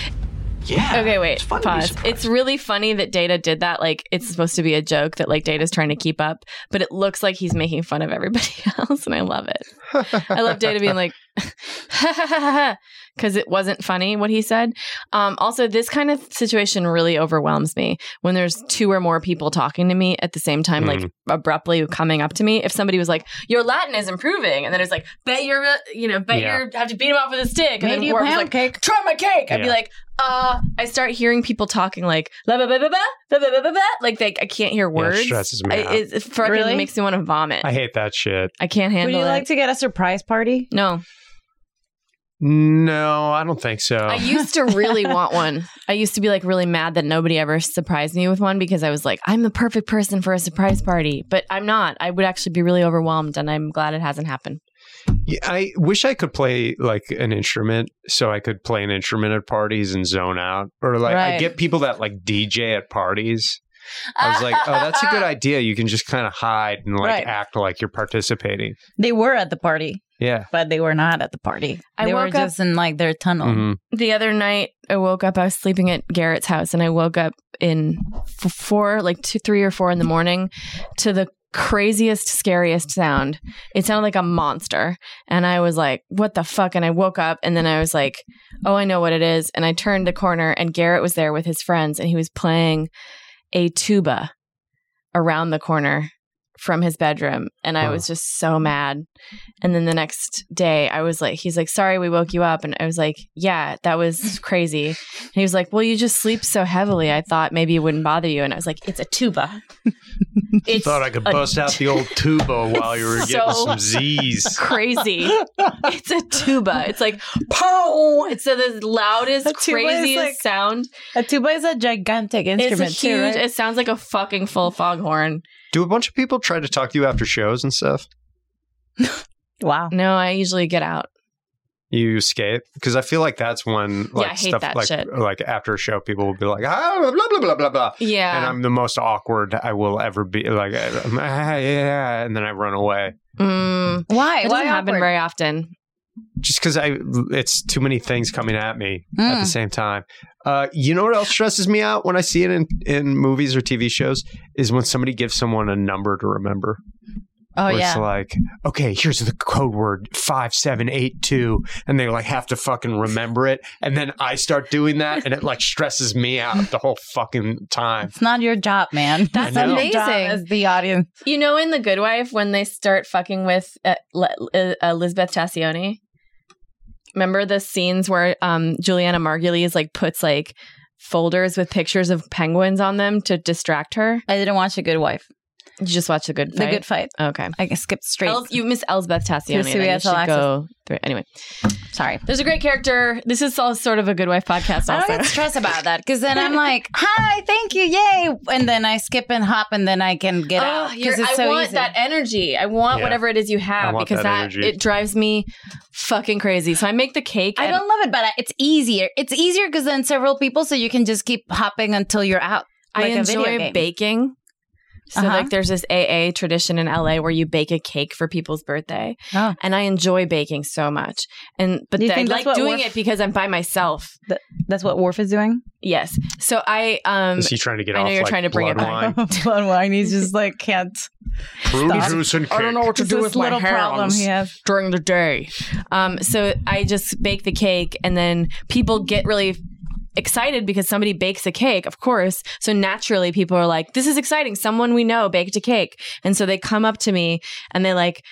Speaker 14: Yeah.
Speaker 1: Okay, wait.
Speaker 14: fun to be
Speaker 1: pause. It's really funny that Data did that. Like, it's supposed to be a joke that like Data's trying to keep up, but it looks like he's making fun of everybody (laughs) else, and I love it. (laughs) I love Data
Speaker 2: (laughs)
Speaker 1: being like, because it wasn't funny what he said. Um, also, this kind of situation really overwhelms me when there's two or more people talking to me at the same time, like
Speaker 11: Mm.
Speaker 1: abruptly coming up to me. If somebody was like, "Your Latin is improving," and then it's like, "Bet you're, uh, you know, bet
Speaker 11: Yeah.
Speaker 1: you're have to beat him off with a stick," and
Speaker 11: Made
Speaker 1: then
Speaker 11: you
Speaker 1: Warp was
Speaker 11: pound
Speaker 1: like, "Try my cake," I'd be
Speaker 11: Yeah.
Speaker 1: like. Uh, I start hearing people talking like blah blah blah blah blah blah blah blah. blah. Like they, I can't hear words.
Speaker 3: stresses me
Speaker 1: I-
Speaker 3: out.
Speaker 1: It, it fucking
Speaker 3: Really?
Speaker 1: makes me want to vomit.
Speaker 3: I hate that shit.
Speaker 1: I can't handle it.
Speaker 4: to get a surprise party?
Speaker 1: No.
Speaker 3: No, I don't think so.
Speaker 1: I used
Speaker 4: (laughs)
Speaker 1: to really want one. I used to be like really mad that nobody ever surprised me with one because I was like, I'm the perfect person for a surprise party, but I'm not. I would actually be really overwhelmed, and I'm glad it hasn't happened.
Speaker 3: Yeah, I wish I could play like an instrument so I could play an instrument at parties and zone out. Or like I
Speaker 2: Right.
Speaker 3: get people that like DJ at parties. I was like, oh, that's a
Speaker 1: (laughs)
Speaker 3: good idea. You can just kind of hide and like
Speaker 2: Right.
Speaker 3: act like you're participating.
Speaker 2: They were at the party,
Speaker 3: Yeah.
Speaker 2: but they were not at the party.
Speaker 1: I
Speaker 2: they were
Speaker 1: woke up-
Speaker 2: just in like their tunnel.
Speaker 3: Mhm.
Speaker 1: The other night, I woke up. I was sleeping at Garrett's house, and I woke up in f- four, like two, three or four in the morning, to the craziest, scariest sound. It sounded like a monster, and I was like, "What the fuck?" And I woke up, and then I was like, "Oh, I know what it is." And I turned the corner, and Garrett was there with his friends, and he was playing a tuba around the corner from his bedroom and I was just so mad. And then the next day I was like he's like sorry we woke you up and I was like yeah that
Speaker 3: (laughs)
Speaker 1: was crazy. And he was like well you just sleep so heavily I thought maybe it wouldn't bother you and I was like it's a tuba. It's
Speaker 3: Thought I could
Speaker 1: a-
Speaker 3: bust out the old
Speaker 1: (laughs)
Speaker 3: tuba while you were getting
Speaker 1: so
Speaker 3: some Z's.
Speaker 1: (laughs) Crazy. It's a tuba. It's like pow. It's the loudest,
Speaker 2: tuba is
Speaker 1: craziest
Speaker 2: like-
Speaker 1: sound.
Speaker 2: A tuba is a gigantic
Speaker 1: It's a
Speaker 2: instrument too,
Speaker 1: huge.
Speaker 2: right?
Speaker 1: It sounds like a fucking full foghorn.
Speaker 3: Do a bunch of people try to talk to you after shows and stuff?
Speaker 2: Wow.
Speaker 1: No, I usually get out.
Speaker 3: You escape? Because I feel like that's when like
Speaker 1: I hate
Speaker 3: stuff
Speaker 1: that
Speaker 3: like
Speaker 1: shit.
Speaker 3: like after a show people will be like, ah, blah blah blah blah blah.
Speaker 1: Yeah.
Speaker 3: And I'm the most awkward I will ever be. Like I'm, (laughs) ah, yeah, and then I run away.
Speaker 1: Mm.
Speaker 2: Why?
Speaker 1: It doesn't happen very often.
Speaker 3: just because I it's too many things coming at me at
Speaker 1: Mm.
Speaker 3: the same time. Uh, you know what else stresses me out when I see it in, in movies or TV shows is when somebody gives someone a number to remember.
Speaker 2: Oh,
Speaker 3: Where
Speaker 2: yeah.
Speaker 3: It's like, okay, here's the code word five seven eight two, and they like have to fucking remember it, and then I start doing that, and it like stresses me out the whole fucking
Speaker 1: (laughs)
Speaker 3: time.
Speaker 2: it's not your job, man.
Speaker 3: That's I know.
Speaker 2: Your job
Speaker 1: amazing.
Speaker 2: As the audience,
Speaker 1: You know, in The Good Wife, when they start fucking with uh, Le- uh, Elizabeth Tassioni, remember the scenes where um, Juliana Margulies like puts like folders with pictures of penguins on them to distract her?
Speaker 2: I didn't watch The Good Wife.
Speaker 1: You just watched The Good
Speaker 2: The
Speaker 1: Fight.
Speaker 2: Good Fight.
Speaker 1: Okay,
Speaker 2: I skipped straight.
Speaker 1: Els- you miss Elsbeth Tassioni.
Speaker 2: To
Speaker 1: then you
Speaker 2: CBS All
Speaker 1: should
Speaker 2: Access.
Speaker 1: go through it. Anyway,
Speaker 2: sorry.
Speaker 1: There's a great character. This is all sort of a Good Wife podcast. Also,
Speaker 2: I don't get stressed about that because
Speaker 1: (laughs)
Speaker 2: then I'm like, "Hi, thank you, yay!" And then I skip and hop, and then I can get out
Speaker 1: Oh, you're-
Speaker 2: because it's
Speaker 1: I
Speaker 2: so
Speaker 1: want
Speaker 2: easy.
Speaker 1: that energy. I want
Speaker 2: Yeah.
Speaker 1: whatever it is you have
Speaker 2: want
Speaker 1: because
Speaker 2: that
Speaker 1: that,
Speaker 2: energy.
Speaker 1: it drives me fucking crazy. So I make the cake.
Speaker 2: I
Speaker 1: and-
Speaker 2: don't love it, but I- it's easier. It's easier because then several people, so you can just keep hopping until you're out.
Speaker 1: I
Speaker 2: like a
Speaker 1: enjoy
Speaker 2: video game.
Speaker 1: baking. So
Speaker 2: Uh-huh.
Speaker 1: like there's this AA tradition in LA where you bake a cake for people's birthday.
Speaker 2: Oh.
Speaker 1: And I enjoy baking so much. And but
Speaker 2: You
Speaker 1: th- I
Speaker 2: think that's
Speaker 1: like
Speaker 2: what
Speaker 1: doing
Speaker 2: Worf-
Speaker 1: it because I'm by myself.
Speaker 2: that's what Worf is doing?
Speaker 1: Yes. So I um
Speaker 3: Is he trying to get
Speaker 1: I know
Speaker 3: off,
Speaker 1: you're
Speaker 3: like,
Speaker 1: trying to bring it
Speaker 3: bloodline?
Speaker 1: back.
Speaker 2: (laughs) Blood wine. He's just like can't.
Speaker 3: Prune
Speaker 2: stop.
Speaker 3: juice and
Speaker 1: I don't know what to
Speaker 2: It's
Speaker 1: do
Speaker 2: this
Speaker 1: with my
Speaker 2: little problem
Speaker 1: hands
Speaker 2: he has.
Speaker 1: during the day. Um, so I just bake the cake, and then people get really excited because somebody bakes a cake, of course. So naturally, people are like, "This is exciting! Someone we know baked a cake," and so they come up to me and they like.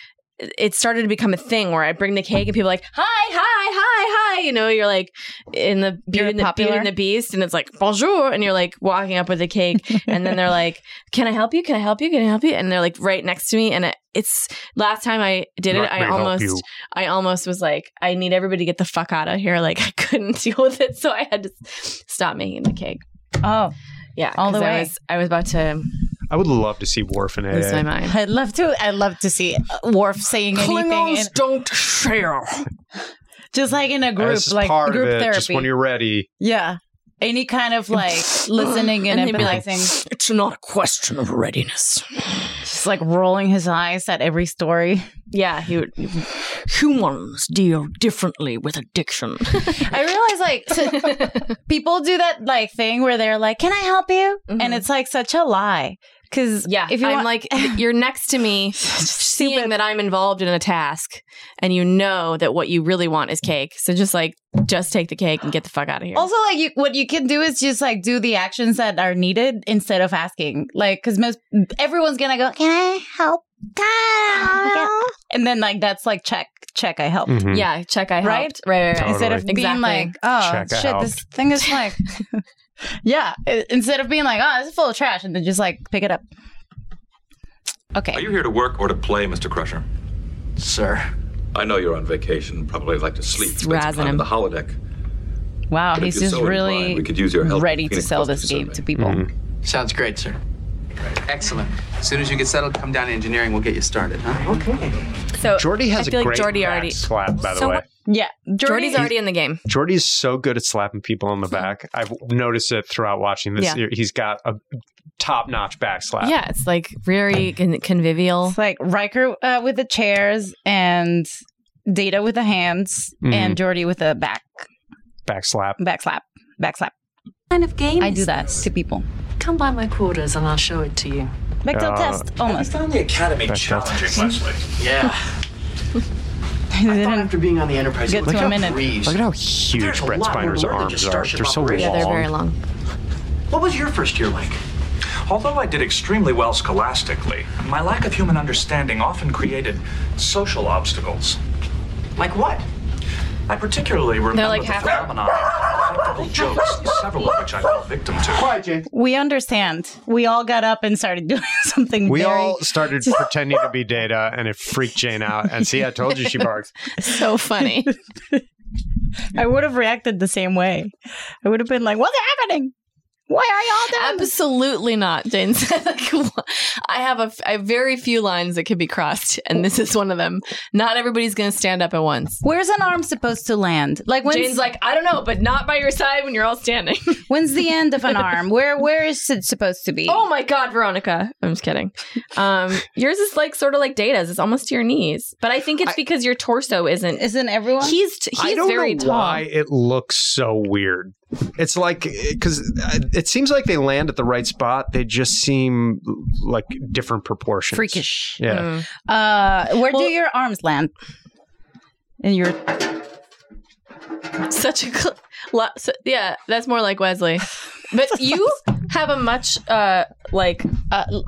Speaker 1: It started to become a thing where I bring the cake and people are like, hi, hi, hi, hi. You know, you're like in the Beauty and the, Beauty and the Beast, and it's like bonjour, and you're like walking up with a cake, and then they're
Speaker 2: (laughs)
Speaker 1: like, "Can I help you? Can I help you? Can I help you?" And they're like right next to me, and it- it's last time I did it,
Speaker 17: Let me
Speaker 1: I
Speaker 17: help
Speaker 1: almost,
Speaker 17: you.
Speaker 1: I almost was like, "I need everybody to get the fuck out of here!" Like (laughs) I couldn't deal with it, so I had to s- stop making the cake.
Speaker 2: Oh,
Speaker 1: yeah,
Speaker 2: all the
Speaker 1: 'cause I
Speaker 2: way.
Speaker 1: was, I was about to
Speaker 3: I would love to see Worf in AA.
Speaker 1: lose my mind.
Speaker 2: I'd love to. I'd love to see Worf saying anything.
Speaker 13: Klingons
Speaker 2: in-
Speaker 13: don't
Speaker 1: (laughs)
Speaker 13: share.
Speaker 2: just like in a group,
Speaker 3: This is
Speaker 2: like
Speaker 3: part
Speaker 2: group
Speaker 3: of it.
Speaker 2: therapy.
Speaker 3: Just when you're ready.
Speaker 2: yeah. Any kind
Speaker 13: (laughs)
Speaker 2: of like listening and,
Speaker 13: And they'd be like,
Speaker 2: empathizing.
Speaker 13: It's not a question of readiness.
Speaker 2: Just like rolling his eyes at every story.
Speaker 1: Yeah, he would.
Speaker 13: Humans deal differently with addiction.
Speaker 2: I realize like
Speaker 13: (laughs)
Speaker 2: so- people do that like thing where they're like, "Can I help you?"
Speaker 13: Mm-hmm.
Speaker 2: and it's like such a lie. Because
Speaker 1: (laughs) Yeah,
Speaker 2: if you
Speaker 1: I'm
Speaker 2: want-
Speaker 1: like you're next to (laughs) me, seeing that I'm involved in a task, and you know that what you really want is cake. So just like, just take the cake and get the fuck out of here.
Speaker 2: Also, like you, what you can do is just like do the actions that are needed instead of asking. Like, because most everyone's gonna go, "Can I help?" Can I help?" And then like that's like check, check, I helped.
Speaker 1: Mhm. Yeah, check, I
Speaker 2: right?
Speaker 1: helped. Right, right, right.
Speaker 2: Instead of
Speaker 1: Totally.
Speaker 2: being
Speaker 1: Exactly.
Speaker 2: like, oh
Speaker 1: Check, I
Speaker 2: shit, this thing is like, (laughs) yeah. i- Instead of being like, oh, this is full of trash, and then just like pick it up. Okay.
Speaker 7: Are you here to work or to play, Mr. Crusher? Sir. I know you're on vacation, probably like to sleep,
Speaker 2: It's
Speaker 7: spend some
Speaker 2: razzing
Speaker 7: time
Speaker 2: him.
Speaker 7: in the holodeck.
Speaker 2: Wow,
Speaker 7: But if
Speaker 2: he's
Speaker 7: you're
Speaker 2: just
Speaker 7: so
Speaker 2: really
Speaker 7: inclined, we could use your help
Speaker 2: ready to
Speaker 7: Phoenix
Speaker 2: sell
Speaker 7: Cluster
Speaker 2: this game to
Speaker 1: Mm-hmm.
Speaker 2: people.
Speaker 10: Sounds great, sir. Excellent. As soon as you get settled, come down to engineering. We'll get you started, huh? Okay.
Speaker 1: So
Speaker 3: Jordy has
Speaker 1: I feel
Speaker 3: a
Speaker 1: like
Speaker 3: great
Speaker 1: Jordy
Speaker 3: back
Speaker 1: already.
Speaker 3: slap, by the
Speaker 1: So
Speaker 3: way.
Speaker 1: what-
Speaker 2: Yeah,
Speaker 1: Jordy's already in the game.
Speaker 3: Jordy's so good at slapping people on the back. I've noticed it throughout watching this
Speaker 1: Yeah.
Speaker 3: year. He's got a top notch back slap.
Speaker 1: Yeah, it's like very con- convivial.
Speaker 2: It's like Riker uh, with the chairs and Data with the hands
Speaker 1: Mm-hmm.
Speaker 3: Mhm.
Speaker 2: and Jordy with the back,
Speaker 3: Back slap.
Speaker 2: back slap, back slap.
Speaker 11: kind of game
Speaker 2: I
Speaker 11: is
Speaker 2: do that
Speaker 11: this?
Speaker 2: to people.
Speaker 11: Come by my quarters and I'll show it to you.
Speaker 3: Oh.
Speaker 2: Bechtel test, almost.
Speaker 14: found the Academy
Speaker 3: That's-
Speaker 14: challenging,
Speaker 3: that's-
Speaker 14: Wesley.
Speaker 2: (laughs)
Speaker 14: Yeah. I thought after being on the Enterprise,
Speaker 2: Get
Speaker 14: look
Speaker 2: to a
Speaker 14: how
Speaker 2: minute.
Speaker 14: breezed.
Speaker 3: Look at how
Speaker 14: There's
Speaker 3: huge
Speaker 14: a
Speaker 3: Brett
Speaker 14: lot more
Speaker 3: Spiner's
Speaker 14: to learn than
Speaker 3: arms
Speaker 14: just
Speaker 3: are.
Speaker 14: Starship
Speaker 3: They're so long.
Speaker 14: operations.
Speaker 1: long.
Speaker 14: What was your first year like?
Speaker 7: Although I did extremely well scholastically, my lack of human understanding often created social obstacles.
Speaker 14: Like what?
Speaker 7: I particularly remember
Speaker 14: like
Speaker 7: the
Speaker 14: half-
Speaker 7: phenomenon of practical jokes, several of which I fell victim to. Quiet, Jane.
Speaker 2: We understand. We all got up and started (laughs) doing something.
Speaker 3: We
Speaker 2: very-
Speaker 3: all
Speaker 2: (laughs)
Speaker 3: started pretending to be Data, and it freaked Jane out. And see, I told you she
Speaker 2: (laughs)
Speaker 3: barks.
Speaker 1: so (laughs) funny.
Speaker 2: I would have reacted the same way. I would have been like, "What's happening? Why are y'all doing?"
Speaker 1: Absolutely not, Jane said. Like, wha- (laughs) I have a, f- I have very few lines that can be crossed, and this is one of them. Not everybody's going to stand up at once.
Speaker 2: Where's an arm supposed to land? Like when's
Speaker 1: Jane's like, I don't know, but not by your side when you're all standing. (laughs)
Speaker 2: when's the end of an arm? Where where is it supposed to be?
Speaker 1: oh my God, Veronica. I'm just kidding. Um, yours is like sort of like Data's. It's almost to your knees, but I think it's because your torso isn't.
Speaker 2: Isn't everyone?
Speaker 1: He's t-
Speaker 3: I
Speaker 1: he's
Speaker 3: don't
Speaker 1: very
Speaker 3: know
Speaker 1: tall.
Speaker 3: why it looks so weird. It's like because it seems like they land at the right spot. They just seem like different proportions,
Speaker 2: Freakish.
Speaker 3: Yeah.
Speaker 1: Mm.
Speaker 2: Uh, where do your arms land? And your
Speaker 1: such a cl- lo- so, yeah that's more like wesley but you have a much uh like uh, l-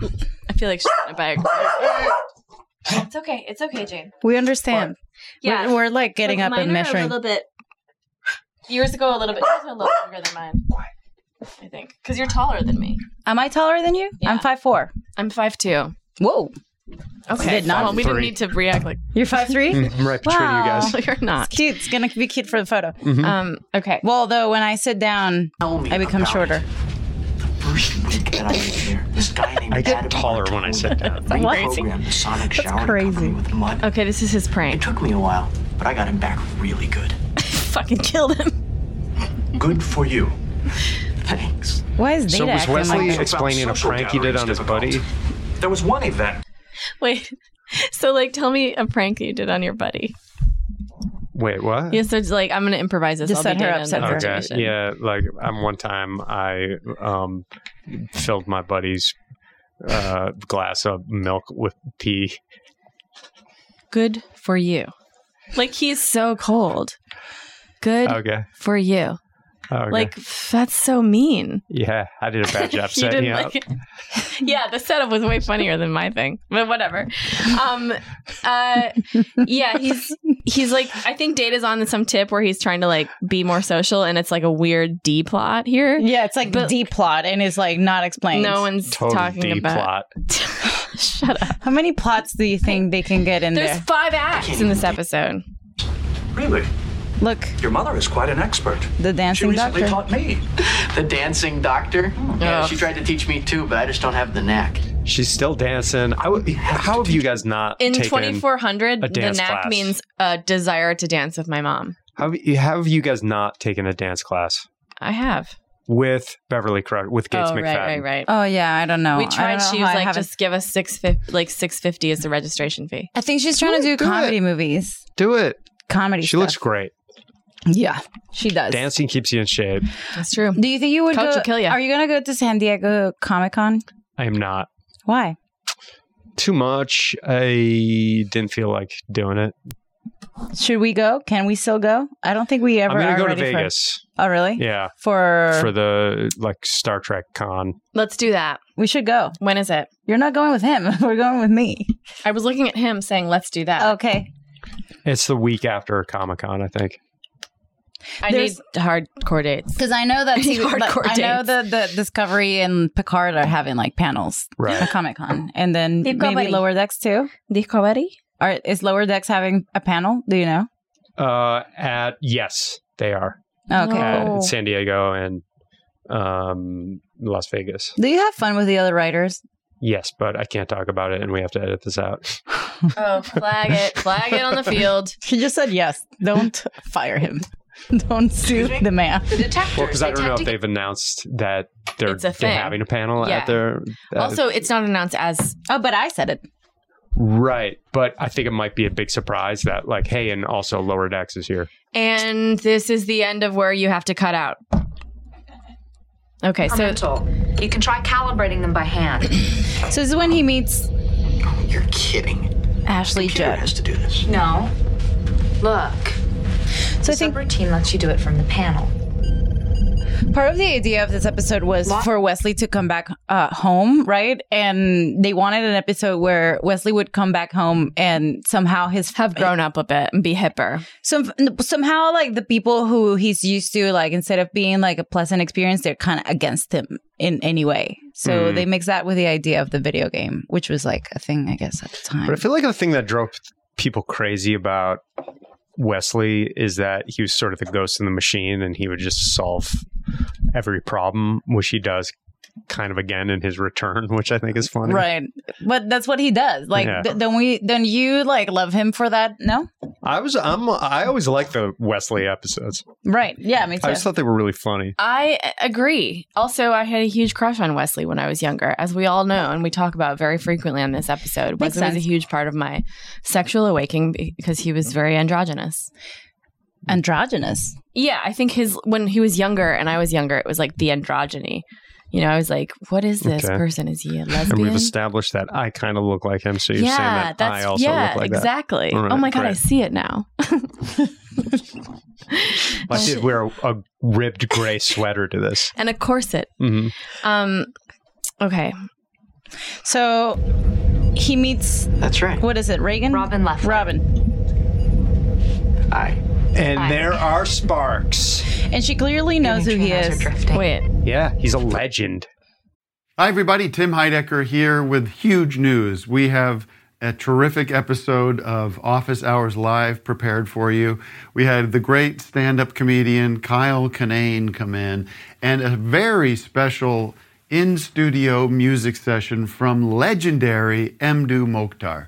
Speaker 1: i feel like she's gonna buy a- it's okay it's okay jane
Speaker 2: we understand.
Speaker 1: Yeah.
Speaker 2: we're, we're like getting
Speaker 1: Like,
Speaker 2: up and
Speaker 1: mine are a
Speaker 2: measuring.
Speaker 1: little bit yours go a little bit yours are a little longer than mine i think because you're taller than me
Speaker 2: Am I taller than you? I'm five four.
Speaker 1: i'm five two
Speaker 2: Whoa.
Speaker 1: okay
Speaker 2: Did not.
Speaker 1: well, we didn't need to react like
Speaker 2: You're five three.
Speaker 3: Mm, I'm right between you guys.
Speaker 1: (laughs) you're not.
Speaker 2: It's cute. It's gonna be cute for the photo.
Speaker 3: Mhm.
Speaker 1: Um. Okay.
Speaker 2: Well, though, when I sit down, I become shorter.
Speaker 14: First week that I was here, this guy
Speaker 1: Mm.
Speaker 14: named
Speaker 3: I get
Speaker 14: Adam
Speaker 3: taller when I
Speaker 1: (laughs)
Speaker 3: sit down.
Speaker 14: reprogrammed the sonic shower to cover me with mud.
Speaker 1: Okay, this is his prank.
Speaker 14: It took me a while, but I got him back really good.
Speaker 1: fucking killed him
Speaker 14: Good for you. Thanks.
Speaker 2: Why is
Speaker 3: So was
Speaker 2: acting
Speaker 3: Wesley
Speaker 2: like that?
Speaker 3: explaining a prank he did on his buddy?
Speaker 7: There was one event.
Speaker 1: Wait. (laughs) So, like, tell me a prank you did on your buddy.
Speaker 3: Wait, what?
Speaker 1: Yeah, so it's like I'm gonna improvise this.
Speaker 4: Just
Speaker 1: I'll
Speaker 4: set
Speaker 1: be
Speaker 4: her
Speaker 1: Dan
Speaker 4: up,
Speaker 1: on
Speaker 4: set
Speaker 1: the
Speaker 4: her
Speaker 1: next
Speaker 3: Okay.
Speaker 1: mission.
Speaker 3: Yeah, like um, one time I um, filled my buddy's uh, glass of milk with pee.
Speaker 1: Good for you. Like he's so cold. Good
Speaker 3: Okay. Oh,
Speaker 1: for you.
Speaker 3: Okay.
Speaker 1: Like f- that's so mean.
Speaker 3: yeah, I did a bad job
Speaker 1: (laughs) You
Speaker 3: setting
Speaker 1: didn't
Speaker 3: you up.
Speaker 1: like it. yeah, the setup was way funnier than my thing, but whatever. Um, uh, yeah, he's he's like I think Data's on some tip where he's trying to like be more social, and it's like a weird D plot here.
Speaker 4: Yeah, it's like D plot, and it's like not explained.
Speaker 1: No one's Total talking D about- (laughs) Shut up.
Speaker 4: How many plots do you think they can get in
Speaker 1: There's
Speaker 4: there?
Speaker 1: five acts in this episode.
Speaker 7: Really?
Speaker 4: Look.
Speaker 7: Your mother is quite an expert.
Speaker 4: The dancing
Speaker 7: recently
Speaker 4: doctor.
Speaker 7: taught me.
Speaker 14: The dancing doctor? Yeah, she tried to teach me too, but I just don't have the knack.
Speaker 3: She's still dancing. I would. How have you guys not
Speaker 1: In
Speaker 3: taken
Speaker 1: 2400, the
Speaker 3: a dance
Speaker 1: knack
Speaker 3: class?
Speaker 1: means a desire to dance with my mom.
Speaker 3: How have you, how have you guys not taken a dance class
Speaker 1: I have.
Speaker 3: with Beverly Crud with Gates
Speaker 1: oh,
Speaker 3: McFadden?
Speaker 1: right, right, right.
Speaker 2: Oh yeah, I don't know.
Speaker 1: we
Speaker 2: I
Speaker 1: tried.
Speaker 2: don't know
Speaker 1: She
Speaker 2: how
Speaker 1: was
Speaker 2: I
Speaker 1: like,
Speaker 2: haven't-
Speaker 1: just give us six fifty, like six fifty is the registration fee.
Speaker 2: I think she's trying to do, comedy movies.
Speaker 3: Do it.
Speaker 2: Comedy.
Speaker 3: She
Speaker 2: stuff.
Speaker 3: looks great.
Speaker 2: Yeah, she does.
Speaker 3: Dancing keeps you in shape.
Speaker 1: That's true.
Speaker 2: Do you think you would
Speaker 1: Coach
Speaker 2: go?
Speaker 1: will kill ya.
Speaker 2: Are you gonna go to San Diego Comic Con?
Speaker 3: I am not
Speaker 2: Why?
Speaker 3: too much. I didn't feel like doing it.
Speaker 2: Should we go? Can we still go? I don't think we ever.
Speaker 3: I'm gonna
Speaker 2: are
Speaker 3: go to
Speaker 2: ready for-
Speaker 3: Vegas.
Speaker 2: oh really?
Speaker 3: Yeah,
Speaker 2: For
Speaker 3: for the like Star Trek con.
Speaker 1: Let's do that.
Speaker 2: We should go.
Speaker 1: When is it?
Speaker 2: You're not going with him. (laughs) We're going with me.
Speaker 1: I was looking at him saying, "Let's do that."
Speaker 2: Okay.
Speaker 3: It's the week after Comic Con, I think.
Speaker 1: I
Speaker 2: There's-
Speaker 1: need hardcore dates.
Speaker 2: Because
Speaker 1: (laughs)
Speaker 2: I know that
Speaker 1: I need
Speaker 2: like,
Speaker 1: hardcore
Speaker 2: I know
Speaker 1: dates.
Speaker 2: the, the Discovery and Picard are having like panels
Speaker 3: Right.
Speaker 2: at Comic Con, and then
Speaker 1: Discovery.
Speaker 2: maybe Lower Decks too.
Speaker 1: Discovery.
Speaker 2: Are is Lower Decks having a panel? Do you know?
Speaker 3: Uh, at yes, they are.
Speaker 1: Oh,
Speaker 2: Okay,
Speaker 3: At
Speaker 2: cool.
Speaker 3: San Diego and um Las Vegas.
Speaker 2: Do you have fun with the other (laughs) writers?
Speaker 3: Yes, but I can't talk about it, and we have to edit this out.
Speaker 1: Oh, flag it, flag it on the field.
Speaker 4: She just said yes. Don't fire him. Don't sue the man.
Speaker 11: The detectors.
Speaker 3: Well, because I don't
Speaker 11: they
Speaker 3: know if
Speaker 11: tend to
Speaker 3: they've announced that they're,
Speaker 1: It's a
Speaker 3: they're
Speaker 1: thing.
Speaker 3: having a panel
Speaker 1: Yeah.
Speaker 3: at their. at-
Speaker 1: Also, it's not announced as.
Speaker 2: Oh, but I said it.
Speaker 3: right, but I think it might be a big surprise that like, hey, and also Lower Decks is here.
Speaker 1: And this is the end of where you have to cut out. Okay, so
Speaker 11: You can try calibrating them by hand.
Speaker 2: (coughs) So this is when he meets
Speaker 14: You're kidding.
Speaker 2: Ashley Judd.
Speaker 14: has to do this.
Speaker 11: No. Look. So I think routine lets you do it from the panel.
Speaker 2: Part of the idea of this episode was for Wesley to come back uh, home, right? And they wanted an episode where Wesley would come back home and somehow his
Speaker 1: have grown up a bit and be hipper.
Speaker 2: Some somehow like the people who he's used to, like instead of being like a pleasant experience, they're kind of against him in any way. So
Speaker 3: Hmm.
Speaker 2: they mix that with the idea of the video game, which was like a thing, I guess, at the time.
Speaker 3: But I feel like the thing that drove people crazy about Wesley is that he was sort of the ghost in the machine and he would just solve every problem, which he does kind of again in his return, (laughs) which I think is funny.
Speaker 2: Right, but that's what he does. Like,
Speaker 3: Yeah.
Speaker 2: th- don't we? Don't you like love him for that? No,
Speaker 3: I was I'm I always like the Wesley episodes.
Speaker 2: right? Yeah, me too.
Speaker 3: I just thought they were really funny.
Speaker 1: I a- agree. Also, I had a huge crush on Wesley when I was younger, as we all know, and we talk about very frequently on this episode.
Speaker 2: Makes
Speaker 1: Wesley was
Speaker 2: sense.
Speaker 1: a huge part of my sexual awakening be- because he was very androgynous.
Speaker 2: Androgynous.
Speaker 1: Yeah, I think his when he was younger and I was younger, it was like the androgyny. You know, I was like, "What is this
Speaker 3: Okay.
Speaker 1: person? Is he a
Speaker 3: And we've
Speaker 1: lesbian?"
Speaker 3: established that I kind of look like him, so you're saying that I also
Speaker 1: yeah,
Speaker 3: look like
Speaker 1: exactly.
Speaker 3: that. All right,
Speaker 1: oh my god, I
Speaker 3: great.
Speaker 1: see it now.
Speaker 3: I did wear a, a ribbed gray sweater
Speaker 1: (laughs)
Speaker 3: to this.
Speaker 1: and a corset.
Speaker 3: hmm
Speaker 1: Um, okay,
Speaker 2: So he meets.
Speaker 14: That's right.
Speaker 2: What is it? Reagan. Robin left. Robin,
Speaker 14: Hi.
Speaker 3: And there are sparks.
Speaker 2: and she clearly knows who he is.
Speaker 1: Wait.
Speaker 3: Yeah, he's a legend.
Speaker 17: Hi, everybody. Tim Heidecker here with huge news. We have a terrific episode of Office Hours Live prepared for you. We had the great stand up comedian Kyle Kinane come in and a very special in studio music session from legendary Mdu Mokhtar.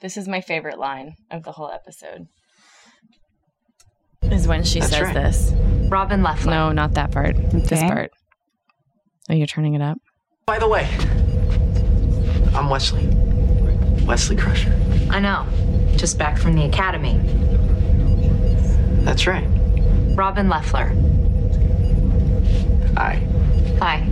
Speaker 1: This is my favorite line of the whole episode. Is when she says this.
Speaker 6: Robin Leffler.
Speaker 1: No, not that part. This part. Oh, you're turning it up?
Speaker 14: By the way, I'm Wesley. Wesley Crusher.
Speaker 6: I know. Just back from the academy.
Speaker 14: That's right.
Speaker 6: Robin Leffler.
Speaker 14: Hi.
Speaker 11: (laughs)
Speaker 6: Hi.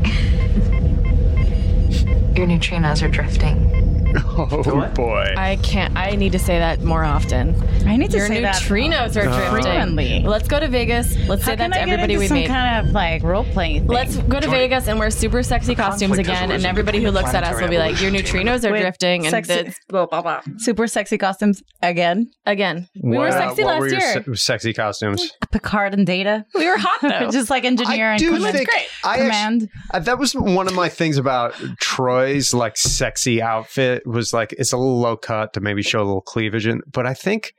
Speaker 6: Your neutrinos are drifting.
Speaker 3: (laughs) Oh boy.
Speaker 1: I can't. I need to say that more often. I
Speaker 4: need to
Speaker 1: Your
Speaker 4: say that
Speaker 1: neutrinos are
Speaker 4: Uh,
Speaker 1: drifting.
Speaker 4: frequently.
Speaker 1: Let's go to Vegas. Let's
Speaker 4: How
Speaker 1: say
Speaker 4: can
Speaker 1: that to
Speaker 4: I get
Speaker 1: everybody
Speaker 4: into
Speaker 1: we
Speaker 4: some
Speaker 1: meet.
Speaker 4: kind of like role playing.
Speaker 1: Let's go to Vegas and wear super sexy costumes
Speaker 4: conflict has
Speaker 1: again, and
Speaker 4: arisen
Speaker 1: everybody who
Speaker 4: between the
Speaker 1: looks at us will be like, "Your
Speaker 4: planetary
Speaker 1: neutrinos are
Speaker 4: Wait,
Speaker 1: drifting," and
Speaker 4: sexy-
Speaker 1: it's blah blah blah.
Speaker 4: Super sexy costumes again.
Speaker 1: Again.
Speaker 4: We were
Speaker 3: What-
Speaker 4: sexy
Speaker 3: what
Speaker 4: last
Speaker 3: were your
Speaker 4: year.
Speaker 3: se- sexy costumes.
Speaker 2: Picard and Data.
Speaker 4: We were
Speaker 2: (laughs)
Speaker 4: hot though.
Speaker 2: Just like engineer
Speaker 4: I
Speaker 2: and
Speaker 4: do
Speaker 2: command.
Speaker 4: think-
Speaker 2: great.
Speaker 3: I actu-
Speaker 2: command.
Speaker 3: Uh, that was one of my things about Troy's like sexy outfit was like it's a little low cut to maybe show a little cleavage in, but I think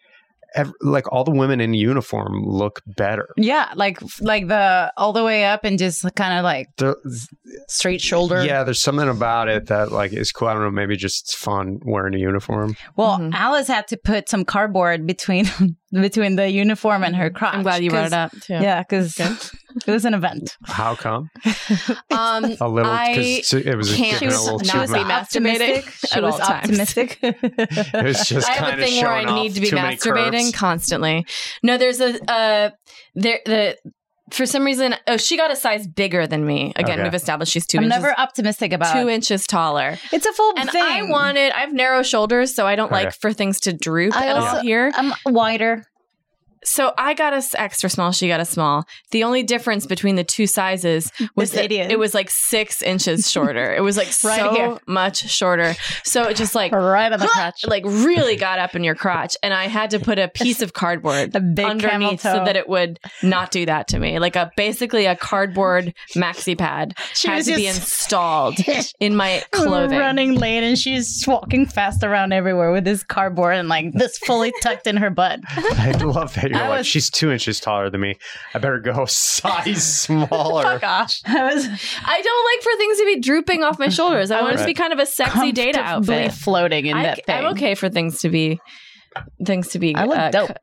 Speaker 3: ev- like all the women in uniform look better.
Speaker 2: yeah, like like the all the way up and just kind of like
Speaker 3: There-
Speaker 2: straight shoulder.
Speaker 3: Yeah, there's something about it that like is cool. I don't know, maybe just it's fun wearing a uniform.
Speaker 2: Well,
Speaker 1: Mm-hmm.
Speaker 2: Alice had to put some
Speaker 4: (laughs)
Speaker 2: cardboard between between the uniform and her crotch. I'm glad
Speaker 1: Mm-hmm. you brought it up, too.
Speaker 2: Yeah,
Speaker 4: (laughs)
Speaker 2: because it was an event.
Speaker 3: How come?
Speaker 1: (laughs) Um,
Speaker 3: A little
Speaker 1: I
Speaker 3: because it was
Speaker 1: can't-
Speaker 3: given
Speaker 4: (laughs)
Speaker 1: (laughs)
Speaker 3: a little too much.
Speaker 1: optimistic.
Speaker 2: She
Speaker 1: at
Speaker 2: was
Speaker 1: all times.
Speaker 2: optimistic.
Speaker 3: (laughs) It was just
Speaker 1: I have
Speaker 3: kinda
Speaker 1: a thing where
Speaker 3: showing
Speaker 1: I
Speaker 3: off
Speaker 1: need to be
Speaker 3: too many
Speaker 1: masturbating
Speaker 3: curves.
Speaker 1: constantly. No, there's a uh, there the for some reason. Oh, she got a size bigger than me. Again,
Speaker 2: Okay.
Speaker 1: we've established she's 2
Speaker 2: I'm
Speaker 1: inches.
Speaker 2: never optimistic about
Speaker 1: two inches taller.
Speaker 2: It's a full
Speaker 1: and I wanted. I have narrow shoulders, so I don't like
Speaker 2: Okay.
Speaker 1: for things to droop
Speaker 2: I
Speaker 1: at
Speaker 2: also-
Speaker 1: all here.
Speaker 2: I'm wider.
Speaker 1: So I got a s- extra small. She got a small. The only difference between the two sizes was
Speaker 4: This
Speaker 1: that
Speaker 4: idiot.
Speaker 1: it was like six inches shorter. It was
Speaker 2: (laughs)
Speaker 1: like
Speaker 4: Right
Speaker 1: so
Speaker 4: here.
Speaker 1: much shorter. So it just like
Speaker 2: right on
Speaker 1: (laughs) the crotch, like really got up in your crotch, and I had to put a piece
Speaker 4: (laughs)
Speaker 1: of cardboard
Speaker 2: camel
Speaker 1: underneath so
Speaker 2: toe.
Speaker 1: that it would not do that to me. Like a basically a cardboard maxi pad
Speaker 4: (laughs) She
Speaker 1: had
Speaker 4: was
Speaker 1: to be
Speaker 4: just-
Speaker 1: installed
Speaker 4: (laughs)
Speaker 1: in my
Speaker 4: We were
Speaker 1: (laughs) clothing.
Speaker 4: running late and she's walking fast around everywhere with this cardboard and like this
Speaker 1: (laughs)
Speaker 4: fully tucked in her butt.
Speaker 3: (laughs) I love that you're
Speaker 4: I
Speaker 3: like
Speaker 4: was-
Speaker 3: she's two inches taller than me. I better go size smaller.
Speaker 4: (laughs)
Speaker 1: Fuck off. I was. I don't like for things to be drooping off my shoulders. I, want it to
Speaker 3: was
Speaker 1: be kind of a sexy data
Speaker 4: comfortably
Speaker 1: outfit,
Speaker 4: floating in
Speaker 1: I,
Speaker 4: that
Speaker 1: I'm
Speaker 4: thing.
Speaker 1: okay for things to be, things to be.
Speaker 4: I look
Speaker 1: uh,
Speaker 4: dope.
Speaker 1: c-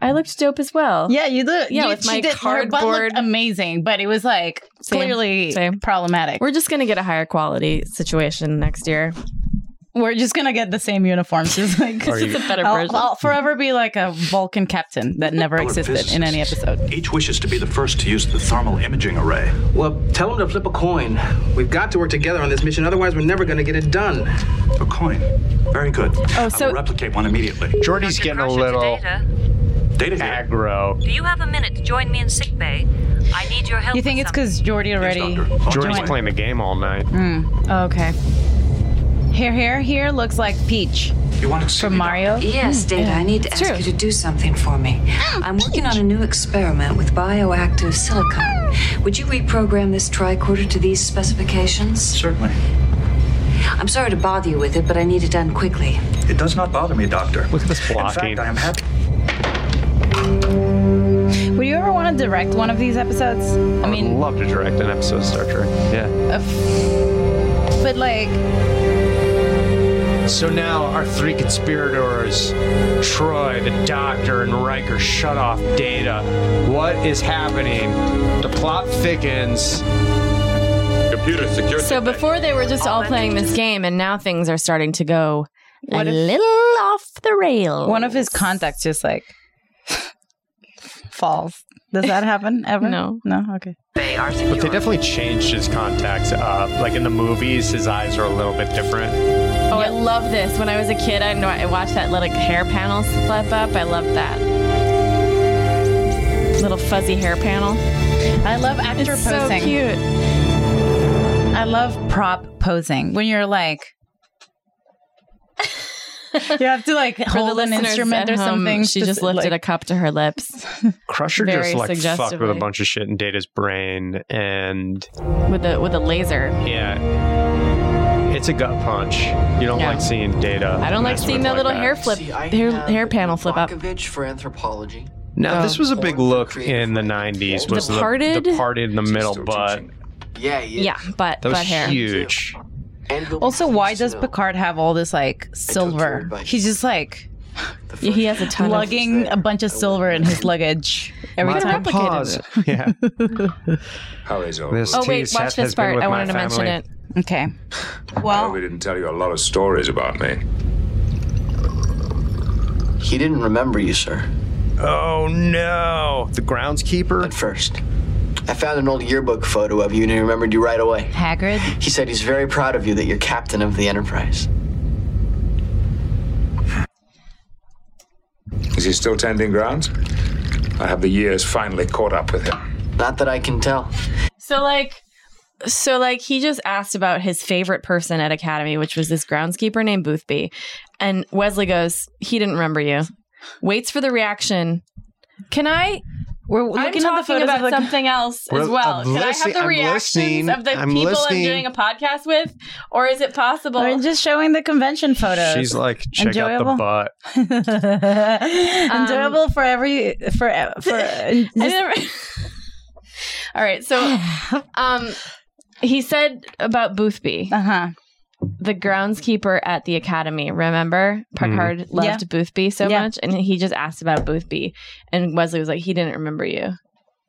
Speaker 1: I looked dope as well.
Speaker 4: Yeah, you look.
Speaker 1: Yeah,
Speaker 4: you,
Speaker 1: with
Speaker 4: she
Speaker 1: my
Speaker 4: did- her butt
Speaker 1: cardboard.
Speaker 4: looked amazing, but it was like
Speaker 1: Same,
Speaker 4: clearly
Speaker 1: same.
Speaker 4: problematic.
Speaker 1: We're just gonna get a higher quality situation next year.
Speaker 4: We're just gonna get the same uniforms. Just like
Speaker 1: Are you- Just a better
Speaker 4: I'll,
Speaker 1: version.
Speaker 4: I'll forever be like a Vulcan captain that never
Speaker 7: Our
Speaker 4: existed in any
Speaker 7: physicists.
Speaker 4: episode.
Speaker 7: Each wishes to be the first to use the thermal imaging array.
Speaker 10: Well, tell him to flip a coin. We've got to work together on this mission, otherwise, we're never going to get it done.
Speaker 7: A coin. Very good.
Speaker 1: Oh,
Speaker 7: I will replicate one immediately.
Speaker 3: Jordy's getting a little
Speaker 7: data
Speaker 3: aggro.
Speaker 18: Do you have a minute to join me in sickbay? I need your help.
Speaker 2: You think it's because Jordy already?
Speaker 3: Jordy's
Speaker 2: joined?
Speaker 3: playing the game all night.
Speaker 4: Hmm.
Speaker 2: Mm,
Speaker 4: Oh,
Speaker 2: okay.
Speaker 4: Here, here, here looks like Peach.
Speaker 7: You want to
Speaker 4: from Mario?
Speaker 18: Yes, Data, I need to ask you to do something for me. I'm working on a new experiment with bioactive silicone. Would you reprogram this tricorder to these specifications?
Speaker 7: Certainly.
Speaker 18: I'm sorry to bother you with it, but I need it done quickly.
Speaker 7: It does not bother me, Doctor. Look at this In
Speaker 3: blocking.
Speaker 7: fact, I am happy.
Speaker 4: Would you ever want to direct one of these episodes? I mean,
Speaker 3: Love to direct an episode of Star Trek. Yeah.
Speaker 4: but like,
Speaker 3: So now our three conspirators, Troy, the Doctor, and Riker, shut off data. What is happening? The plot thickens.
Speaker 12: Computer secure.
Speaker 1: So before they were just all playing this game, and now things are starting to go
Speaker 4: What
Speaker 1: a
Speaker 4: if-
Speaker 1: little off the rail.
Speaker 4: one of his contacts just like (laughs) falls. Does that happen ever?
Speaker 1: No.
Speaker 4: No? Okay.
Speaker 18: They are
Speaker 3: But they definitely changed his contacts up. Like in the movies, his eyes are a little bit different.
Speaker 1: Oh, I love this. When I was a kid, I, know I watched that little hair panel flip up. I loved that. Little fuzzy hair panel.
Speaker 4: I love actor
Speaker 1: it's
Speaker 4: posing.
Speaker 1: so cute.
Speaker 4: I love prop posing when you're
Speaker 1: (laughs)
Speaker 4: like. You have to like hold an
Speaker 1: listeners
Speaker 4: instrument
Speaker 1: at
Speaker 4: or
Speaker 1: home,
Speaker 4: something.
Speaker 1: She just
Speaker 4: speci-
Speaker 1: lifted
Speaker 4: like-
Speaker 1: a cup to her (laughs) lips.
Speaker 3: Crusher
Speaker 1: Very
Speaker 3: just like fucked with a
Speaker 1: suggestively.
Speaker 3: bunch of shit in Data's brain, and
Speaker 1: with a with a laser.
Speaker 3: yeah, It's a gut punch. You don't
Speaker 1: Yeah.
Speaker 3: like seeing data.
Speaker 1: I don't like
Speaker 3: mess
Speaker 1: seeing
Speaker 3: with
Speaker 1: that
Speaker 3: like
Speaker 1: little
Speaker 3: that.
Speaker 1: hair flip, hair, hair panel flip up.
Speaker 14: for anthropology.
Speaker 3: Now,
Speaker 1: Oh.
Speaker 3: this was a big look in the 90s. Was
Speaker 1: Departed?
Speaker 3: The, the parted in the middle butt.
Speaker 14: Yeah,
Speaker 1: yeah. but
Speaker 3: That was
Speaker 1: but hair.
Speaker 3: huge.
Speaker 2: Also, why does Picard have all this like silver? He's just (laughs) like
Speaker 1: he has a ton of
Speaker 2: lugging a bunch of silver in his luggage every
Speaker 3: My
Speaker 2: time.
Speaker 3: pause.
Speaker 2: (laughs)
Speaker 9: (laughs)
Speaker 3: Yeah.
Speaker 9: Hurry's over.
Speaker 3: This
Speaker 2: Oh,
Speaker 9: tea
Speaker 2: wait,
Speaker 9: set
Speaker 2: watch this
Speaker 9: has been
Speaker 2: part.
Speaker 9: with
Speaker 2: I
Speaker 9: my
Speaker 2: wanted to mention
Speaker 9: family.
Speaker 2: it. Okay.
Speaker 9: I hope he didn't tell you a lot of stories about me.
Speaker 14: He didn't remember you, sir.
Speaker 3: Oh no! The groundskeeper?
Speaker 14: At first. I found an old yearbook photo of you and he remembered you right away.
Speaker 2: Hagrid?
Speaker 14: He said he's very proud of you that you're captain of the Enterprise.
Speaker 9: Is he still tending grounds? I have the years finally caught up with him.
Speaker 14: Not that I can tell.
Speaker 1: So like so like he just asked about his favorite person at Academy, which was this groundskeeper named Boothby. And Wesley goes, He didn't remember you. Waits for the reaction. Can I we're I'm
Speaker 2: looking at the
Speaker 1: talking
Speaker 2: photos
Speaker 1: about
Speaker 2: of, like-
Speaker 1: something else as
Speaker 2: Well,
Speaker 1: well.
Speaker 2: I'm
Speaker 1: Can I have
Speaker 2: listening-
Speaker 1: the
Speaker 2: I'm
Speaker 1: reactions
Speaker 2: listening.
Speaker 1: of the
Speaker 2: I'm
Speaker 1: people
Speaker 2: listening.
Speaker 1: I'm doing a podcast with? Or is it possible?
Speaker 4: We're just showing the convention photos.
Speaker 3: She's like, check out the
Speaker 4: Enjoyable.
Speaker 3: butt.
Speaker 4: (laughs)
Speaker 1: Um,
Speaker 4: enjoyable for every for for.
Speaker 1: (laughs) I never- All
Speaker 4: (sighs)
Speaker 1: right, so um he said about Boothby.
Speaker 2: Uh-huh.
Speaker 1: The groundskeeper at the academy, remember? Picard
Speaker 2: Mhm.
Speaker 1: loved
Speaker 2: Yeah.
Speaker 1: Boothby so
Speaker 2: Yeah.
Speaker 1: much and he just asked about Boothby and Wesley was like he didn't remember you.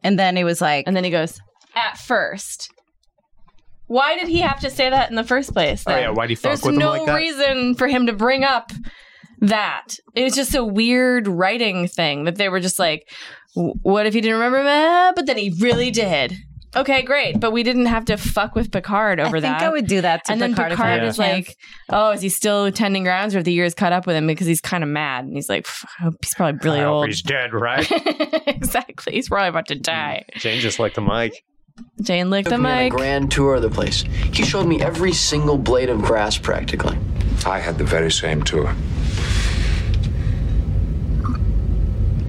Speaker 2: And then it was like
Speaker 1: And then he goes, "At first. Why did he have to say that in the first place?
Speaker 3: Oh,
Speaker 1: then?
Speaker 3: yeah, why'd he fuck
Speaker 1: There's
Speaker 3: with him
Speaker 1: no
Speaker 3: like that?
Speaker 1: reason for him to bring up that. It was just a weird writing thing that they were just like, "W- what if he didn't remember that? But then he really did. Okay, great. But we didn't have to fuck with Picard over
Speaker 2: I
Speaker 1: that.
Speaker 2: think I would do that to
Speaker 1: and then
Speaker 2: Picard
Speaker 1: Picard
Speaker 2: if I had
Speaker 1: is
Speaker 2: the chance.
Speaker 1: like, oh, is he still tending grounds or have the years caught up with him because he's kind of mad? And he's like, "Pff, I hope he's probably really
Speaker 3: I hope
Speaker 1: old.
Speaker 3: He's
Speaker 1: (laughs)
Speaker 3: dead, right?
Speaker 1: exactly. He's probably about to die.
Speaker 3: Jane just like the mic.
Speaker 1: Jane licked
Speaker 14: took
Speaker 1: the
Speaker 14: me on a
Speaker 1: mic.
Speaker 14: grand tour of the place. He showed me every single blade of grass practically.
Speaker 9: I had the very same tour.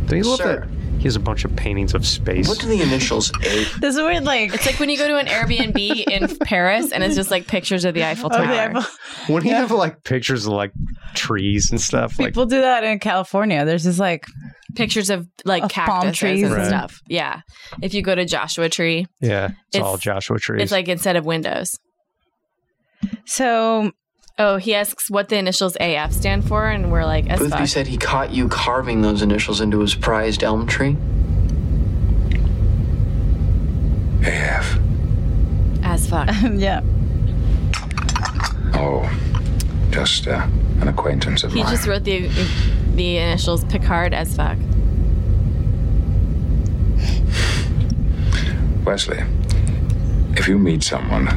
Speaker 3: Do you love
Speaker 14: Sir.
Speaker 3: that? He has a bunch of paintings of space.
Speaker 14: What do the initials
Speaker 3: (laughs)
Speaker 14: A?
Speaker 1: This is weird. Like it's like when you go to an Airbnb
Speaker 2: (laughs)
Speaker 1: in Paris and it's just like pictures of the Eiffel
Speaker 3: Of
Speaker 1: Tower.
Speaker 3: the Wouldn't he have like pictures of like trees and stuff? Like
Speaker 2: People do that in California. There's just like
Speaker 1: pictures of like
Speaker 2: Of palm
Speaker 1: cactus
Speaker 2: trees.
Speaker 1: and
Speaker 3: Right.
Speaker 1: stuff. Yeah, if you go to Joshua Tree,
Speaker 3: Yeah, it's,
Speaker 1: It's-
Speaker 3: all Joshua trees.
Speaker 1: it's like instead of windows.
Speaker 2: So,
Speaker 1: oh, he asks what the initials AF stand for, and we're like, as
Speaker 14: Boothby
Speaker 1: fuck.
Speaker 14: said he caught you carving those initials into his prized elm tree.
Speaker 9: AF.
Speaker 1: as fuck.
Speaker 2: (laughs) yeah.
Speaker 9: Oh, just uh, an acquaintance of
Speaker 1: He
Speaker 9: mine.
Speaker 1: just wrote the the initials Picard as fuck.
Speaker 9: Wesley, if you meet someone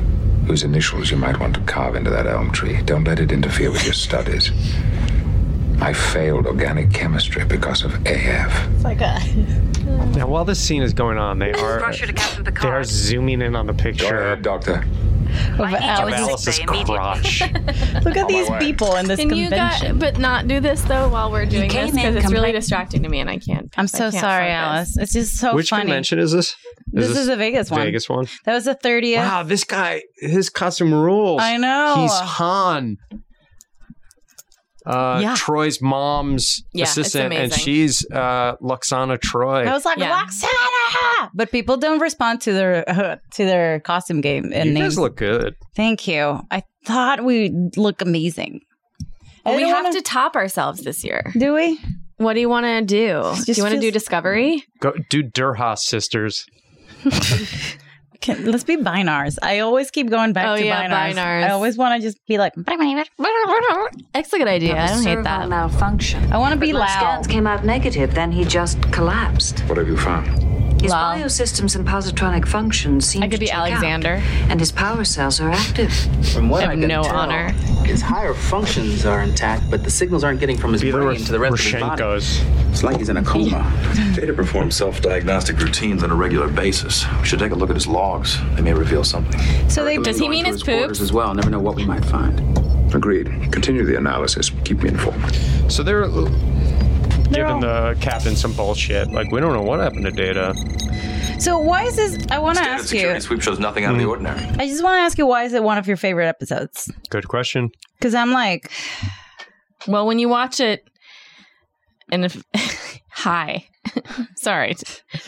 Speaker 9: whose initials you might want to carve into that elm tree, don't let it interfere with your studies. I failed organic chemistry because of AF.
Speaker 4: It's like a.
Speaker 3: now, while this scene is going on, they are
Speaker 6: Brochure to Captain
Speaker 3: they are zooming in on the picture.
Speaker 9: Doctor.
Speaker 2: Of
Speaker 6: Oh,
Speaker 3: Of
Speaker 2: Alice.
Speaker 3: Alice's crotch.
Speaker 2: Look at
Speaker 3: On my
Speaker 2: these
Speaker 3: way.
Speaker 2: people in this
Speaker 1: Can you
Speaker 2: convention.
Speaker 1: guys, but not do this though while we're doing
Speaker 2: came
Speaker 1: this
Speaker 2: in
Speaker 1: because it's really
Speaker 2: complete-
Speaker 1: distracting to me and I can't.
Speaker 2: I'm
Speaker 1: I
Speaker 2: so
Speaker 1: can't
Speaker 2: sorry,
Speaker 1: focus.
Speaker 2: Alice. It's just so
Speaker 3: Which
Speaker 2: funny.
Speaker 3: convention is this?
Speaker 2: This is a Vegas one.
Speaker 3: Vegas one.
Speaker 2: That was the 30th.
Speaker 3: Wow, this guy, his costume rules.
Speaker 2: I know.
Speaker 3: He's Han. Uh,
Speaker 2: Yeah.
Speaker 3: Troy's mom's
Speaker 2: Yeah, it's
Speaker 3: assistant, and
Speaker 2: amazing.
Speaker 3: she's uh, Luxana Troy.
Speaker 2: I was like, Roxana! But people don't respond to their (laughs) to their costume game and
Speaker 3: you
Speaker 2: names.
Speaker 3: guys look good.
Speaker 2: Thank you. I thought we would look amazing.
Speaker 1: Well,
Speaker 2: I
Speaker 1: we
Speaker 2: don't
Speaker 1: have
Speaker 2: wanna-
Speaker 1: to top ourselves this year.
Speaker 2: Do we?
Speaker 1: What do you want to do? do you want to do Discovery?
Speaker 3: Go, do Durhas sisters.
Speaker 2: Can, let's be binars. I always keep going back
Speaker 1: Oh,
Speaker 2: to
Speaker 1: yeah,
Speaker 2: binars.
Speaker 1: binars.
Speaker 2: I always want to just be like, (laughs)
Speaker 1: that's a good idea.
Speaker 18: Of a
Speaker 1: I don't hate
Speaker 18: cerebral
Speaker 1: that.
Speaker 18: Malfunction.
Speaker 2: I want to be
Speaker 18: But when
Speaker 2: loud.
Speaker 18: Scans came out negative. Then he just collapsed.
Speaker 9: What have you found?
Speaker 18: His biosystems and positronic functions seem I could to be Alexander. And his power cells are active.
Speaker 14: From what
Speaker 18: I
Speaker 14: I,
Speaker 18: have
Speaker 14: can
Speaker 18: no
Speaker 14: tell,
Speaker 18: honor.
Speaker 14: his higher functions are intact, but the signals aren't getting from his brain to the rest of his body. It's like he's in a coma.
Speaker 19: Data performs self-diagnostic routines on a regular basis. We should take a look at his logs. They may reveal something.
Speaker 2: So
Speaker 19: they- Does he mean his poops?
Speaker 14: As well, never know what we might find.
Speaker 9: Agreed. Continue the analysis. Keep me informed.
Speaker 3: So they're, uh, giving the captain some bullshit. Like, we don't know what happened to Data.
Speaker 2: So why is this? I want to
Speaker 20: Standard
Speaker 2: ask you.
Speaker 20: security sweep shows nothing
Speaker 3: Hmm.
Speaker 20: out of the ordinary.
Speaker 2: I just want to ask you why is it one of your favorite episodes?
Speaker 3: Good question.
Speaker 2: Because I'm like,
Speaker 1: well, when you watch it, and if (laughs) hi, (laughs) sorry,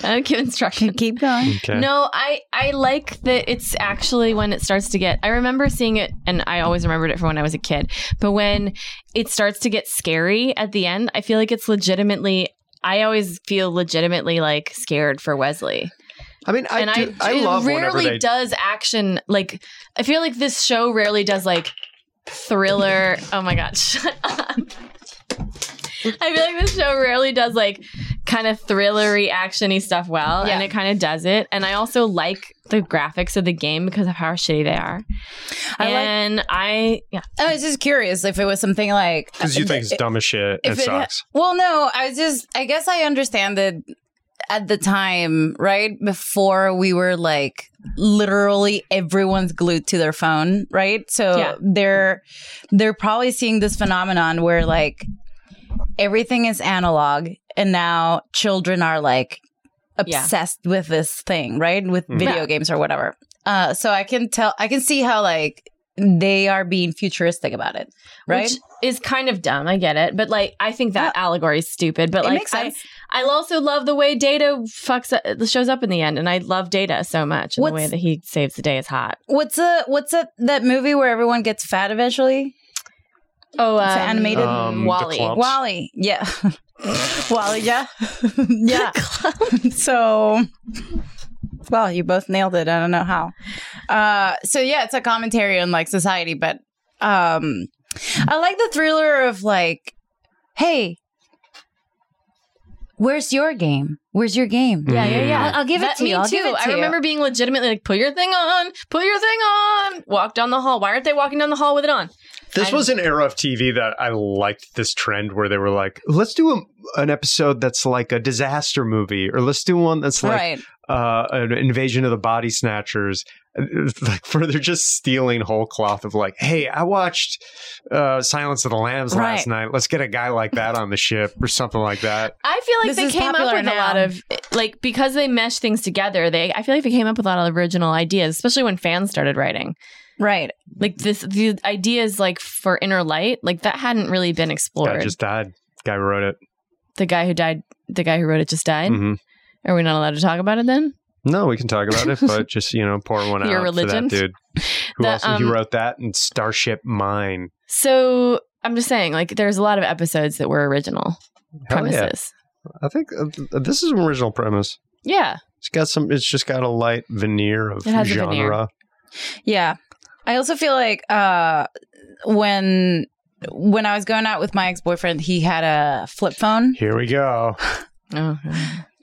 Speaker 1: I don't give instruction.
Speaker 2: Keep going.
Speaker 3: Okay.
Speaker 1: No, I I like that it's actually when it starts to get. I remember seeing it, and I always remembered it from when I was a kid. But when it starts to get scary at the end, I feel like it's legitimately. I always feel legitimately like scared for Wesley.
Speaker 3: I mean, I
Speaker 1: and
Speaker 3: do- I
Speaker 1: it
Speaker 3: love whenever
Speaker 1: rarely
Speaker 3: they-
Speaker 1: does action like. I feel like this show rarely does like thriller. oh my god, (laughs) shut up. I feel like this show rarely does like kind of thrillery actiony stuff well, and it kind of does it. And I also like the graphics of the game because of how shitty they are.
Speaker 2: I like-
Speaker 1: and I yeah.
Speaker 2: I was just curious if it was something like uh,
Speaker 3: Because you think it's dumb as shit. It,
Speaker 2: if ha-
Speaker 3: sucks.
Speaker 2: well, no, I was just. I guess I understand that at the time, right before we were like literally everyone's glued to their phone, right? So
Speaker 1: Yeah.
Speaker 2: they're they're probably seeing this phenomenon where like everything is analog, and now children are like
Speaker 1: Yeah.
Speaker 2: obsessed with this thing, right? With
Speaker 3: Hmm.
Speaker 1: Mhm.
Speaker 2: video
Speaker 1: Yeah.
Speaker 2: games or whatever. Uh, so I can tell, I can see how like they are being futuristic about it, right?
Speaker 1: Which is kind of dumb. I get it, but like I think that allegory is stupid. But
Speaker 2: It
Speaker 1: like
Speaker 2: makes sense.
Speaker 1: I, I also love the way Data fucks up, uh, shows up in the end, and I love Data so much. And the way
Speaker 2: What's-
Speaker 1: that he saves the day is hot.
Speaker 2: What's a what's a that movie where everyone gets fat eventually?
Speaker 1: Oh,
Speaker 2: it's
Speaker 1: um,
Speaker 2: animated
Speaker 1: Um, The Wall-E. Clumps.
Speaker 2: Wally, yeah, (laughs) Wally, yeah, (laughs) yeah. so, well, you both nailed it. I don't know how. Uh, so yeah, it's a commentary on like society, but um, I like the thriller of like, hey. Where's your game? Where's your game?
Speaker 1: Yeah, yeah, yeah.
Speaker 2: I'll, I'll give it
Speaker 1: That-
Speaker 2: to
Speaker 1: me
Speaker 2: you. I'll
Speaker 1: too.
Speaker 2: give it to
Speaker 1: I remember
Speaker 2: you.
Speaker 1: being legitimately like, "Put your thing on. Put your thing on." Walk down the hall. Why aren't they walking down the hall with it on?
Speaker 3: This
Speaker 1: I-
Speaker 3: was an era of TV that I liked this trend where they were like, let's do a, an episode that's like a disaster movie, or let's do one that's like
Speaker 2: Right.
Speaker 3: uh, an invasion of the body snatchers. (laughs) Like, where they're just stealing whole cloth of like, hey, I watched uh, Silence of the Lambs
Speaker 1: Right.
Speaker 3: last night. Let's get a guy like that on the ship or something like that.
Speaker 1: I feel like
Speaker 2: This
Speaker 1: they
Speaker 2: is
Speaker 1: came up
Speaker 2: popular
Speaker 1: with a lot
Speaker 2: now.
Speaker 1: of like because they mesh things together. They I feel like they came up with a lot of original ideas, especially when fans started writing.
Speaker 2: Right.
Speaker 1: Like this, the ideas like for Inner Light, like that hadn't really been
Speaker 3: Guy
Speaker 1: explored.
Speaker 3: just died. Guy wrote it.
Speaker 1: the guy who died, the guy who wrote it, just died.
Speaker 3: Mhm.
Speaker 1: Are we not allowed to talk about it then?
Speaker 3: No, we can talk about it,
Speaker 2: (laughs)
Speaker 3: but just you know, pour one
Speaker 1: Your
Speaker 3: out
Speaker 1: religion?
Speaker 3: for that dude. Who
Speaker 1: The,
Speaker 3: also he
Speaker 1: um,
Speaker 3: wrote that and Starship Mine.
Speaker 1: So I'm just saying, like, there's a lot of episodes that were original
Speaker 3: Hell yeah.
Speaker 1: premises.
Speaker 3: I think uh, this is an original premise.
Speaker 1: Yeah.
Speaker 3: It's got some. It's just got a light veneer of
Speaker 2: It has a
Speaker 3: genre.
Speaker 2: veneer. Yeah. I also feel like uh when when I was going out with my ex-boyfriend, he had a flip phone.
Speaker 3: Here we go.
Speaker 1: Oh.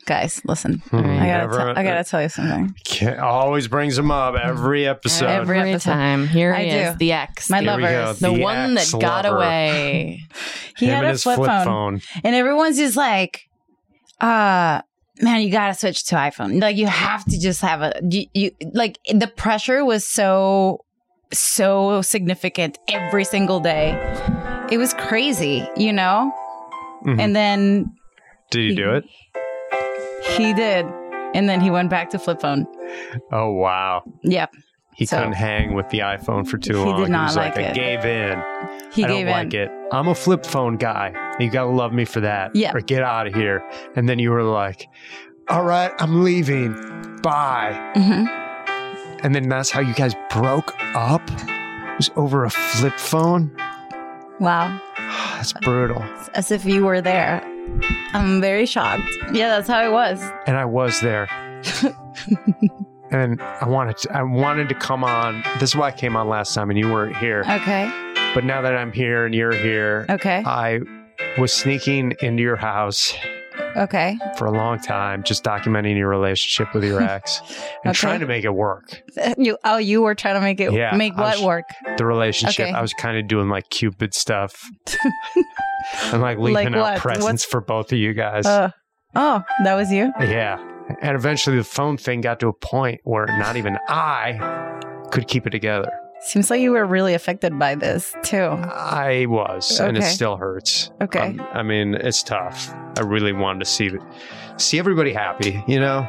Speaker 2: Guys, listen.
Speaker 3: Hmm,
Speaker 2: I gotta,
Speaker 3: never-
Speaker 2: tell I
Speaker 1: uh,
Speaker 2: gotta tell you something.
Speaker 3: Can't- always brings them up every episode.
Speaker 2: Every
Speaker 1: Every
Speaker 2: episode.
Speaker 1: time. Here
Speaker 2: I
Speaker 1: he
Speaker 2: do.
Speaker 1: is, the ex.
Speaker 2: My
Speaker 3: Here we go,
Speaker 2: lovers.
Speaker 3: the
Speaker 1: the one that
Speaker 3: ex
Speaker 1: got
Speaker 3: lover.
Speaker 1: away.
Speaker 2: He
Speaker 3: Him
Speaker 2: had
Speaker 3: and
Speaker 2: a
Speaker 3: his
Speaker 2: flip,
Speaker 3: flip
Speaker 2: phone,
Speaker 3: phone.
Speaker 2: and everyone's just like, uh man, you gotta switch to iPhone. Like you have to just have a you, you like the pressure was so so significant every single day. It was crazy, you know?
Speaker 3: Mhm.
Speaker 2: And then
Speaker 3: (laughs) Did he do it?
Speaker 2: He did. And then he went back to flip phone.
Speaker 3: Oh wow.
Speaker 2: Yep.
Speaker 3: He
Speaker 2: So-
Speaker 3: couldn't hang with the iPhone for too
Speaker 2: He did
Speaker 3: long.
Speaker 2: not
Speaker 3: was
Speaker 2: like
Speaker 3: I
Speaker 2: it.
Speaker 3: gave in.
Speaker 2: He
Speaker 3: I don't
Speaker 2: gave in.
Speaker 3: like it. I'm a flip phone guy. You gotta love me for that.
Speaker 2: Yeah.
Speaker 3: Or get out of here. And then you were like, All right, I'm leaving. Bye.
Speaker 2: Mm-hmm.
Speaker 3: And then that's how you guys broke up? It was over a flip phone? (sighs)
Speaker 2: Wow.
Speaker 3: That's brutal.
Speaker 2: As if you were there. I'm very shocked. Yeah, that's how it was.
Speaker 3: and I was
Speaker 2: (laughs)
Speaker 3: there. and I wanted to, I wanted to come on. This is why I came on last time and you weren't here.
Speaker 2: Okay.
Speaker 3: But now that I'm here and you're here,
Speaker 2: Okay.
Speaker 3: I was sneaking into your house
Speaker 2: Okay. (laughs)
Speaker 3: for a long time, just documenting your relationship with your ex and
Speaker 2: Okay.
Speaker 3: trying to make it work.
Speaker 2: You oh, you were trying to make it
Speaker 3: Yeah,
Speaker 2: make
Speaker 3: I
Speaker 2: what
Speaker 3: was-
Speaker 2: work?
Speaker 3: The relationship.
Speaker 2: Okay.
Speaker 3: I was kind of doing like Cupid
Speaker 2: (laughs)
Speaker 3: stuff. and like leaving
Speaker 2: Like
Speaker 3: out
Speaker 2: what?
Speaker 3: presents
Speaker 2: What's-
Speaker 3: for both of you guys.
Speaker 2: Uh, oh, that was you?
Speaker 3: Yeah. And eventually the phone thing got to a point where not even I could keep it together.
Speaker 2: Seems like you were really affected by this too.
Speaker 3: I was, and it
Speaker 2: Okay.
Speaker 3: still hurts.
Speaker 2: Okay.
Speaker 3: Um, I mean, it's tough. I really wanted to see see everybody happy, you know?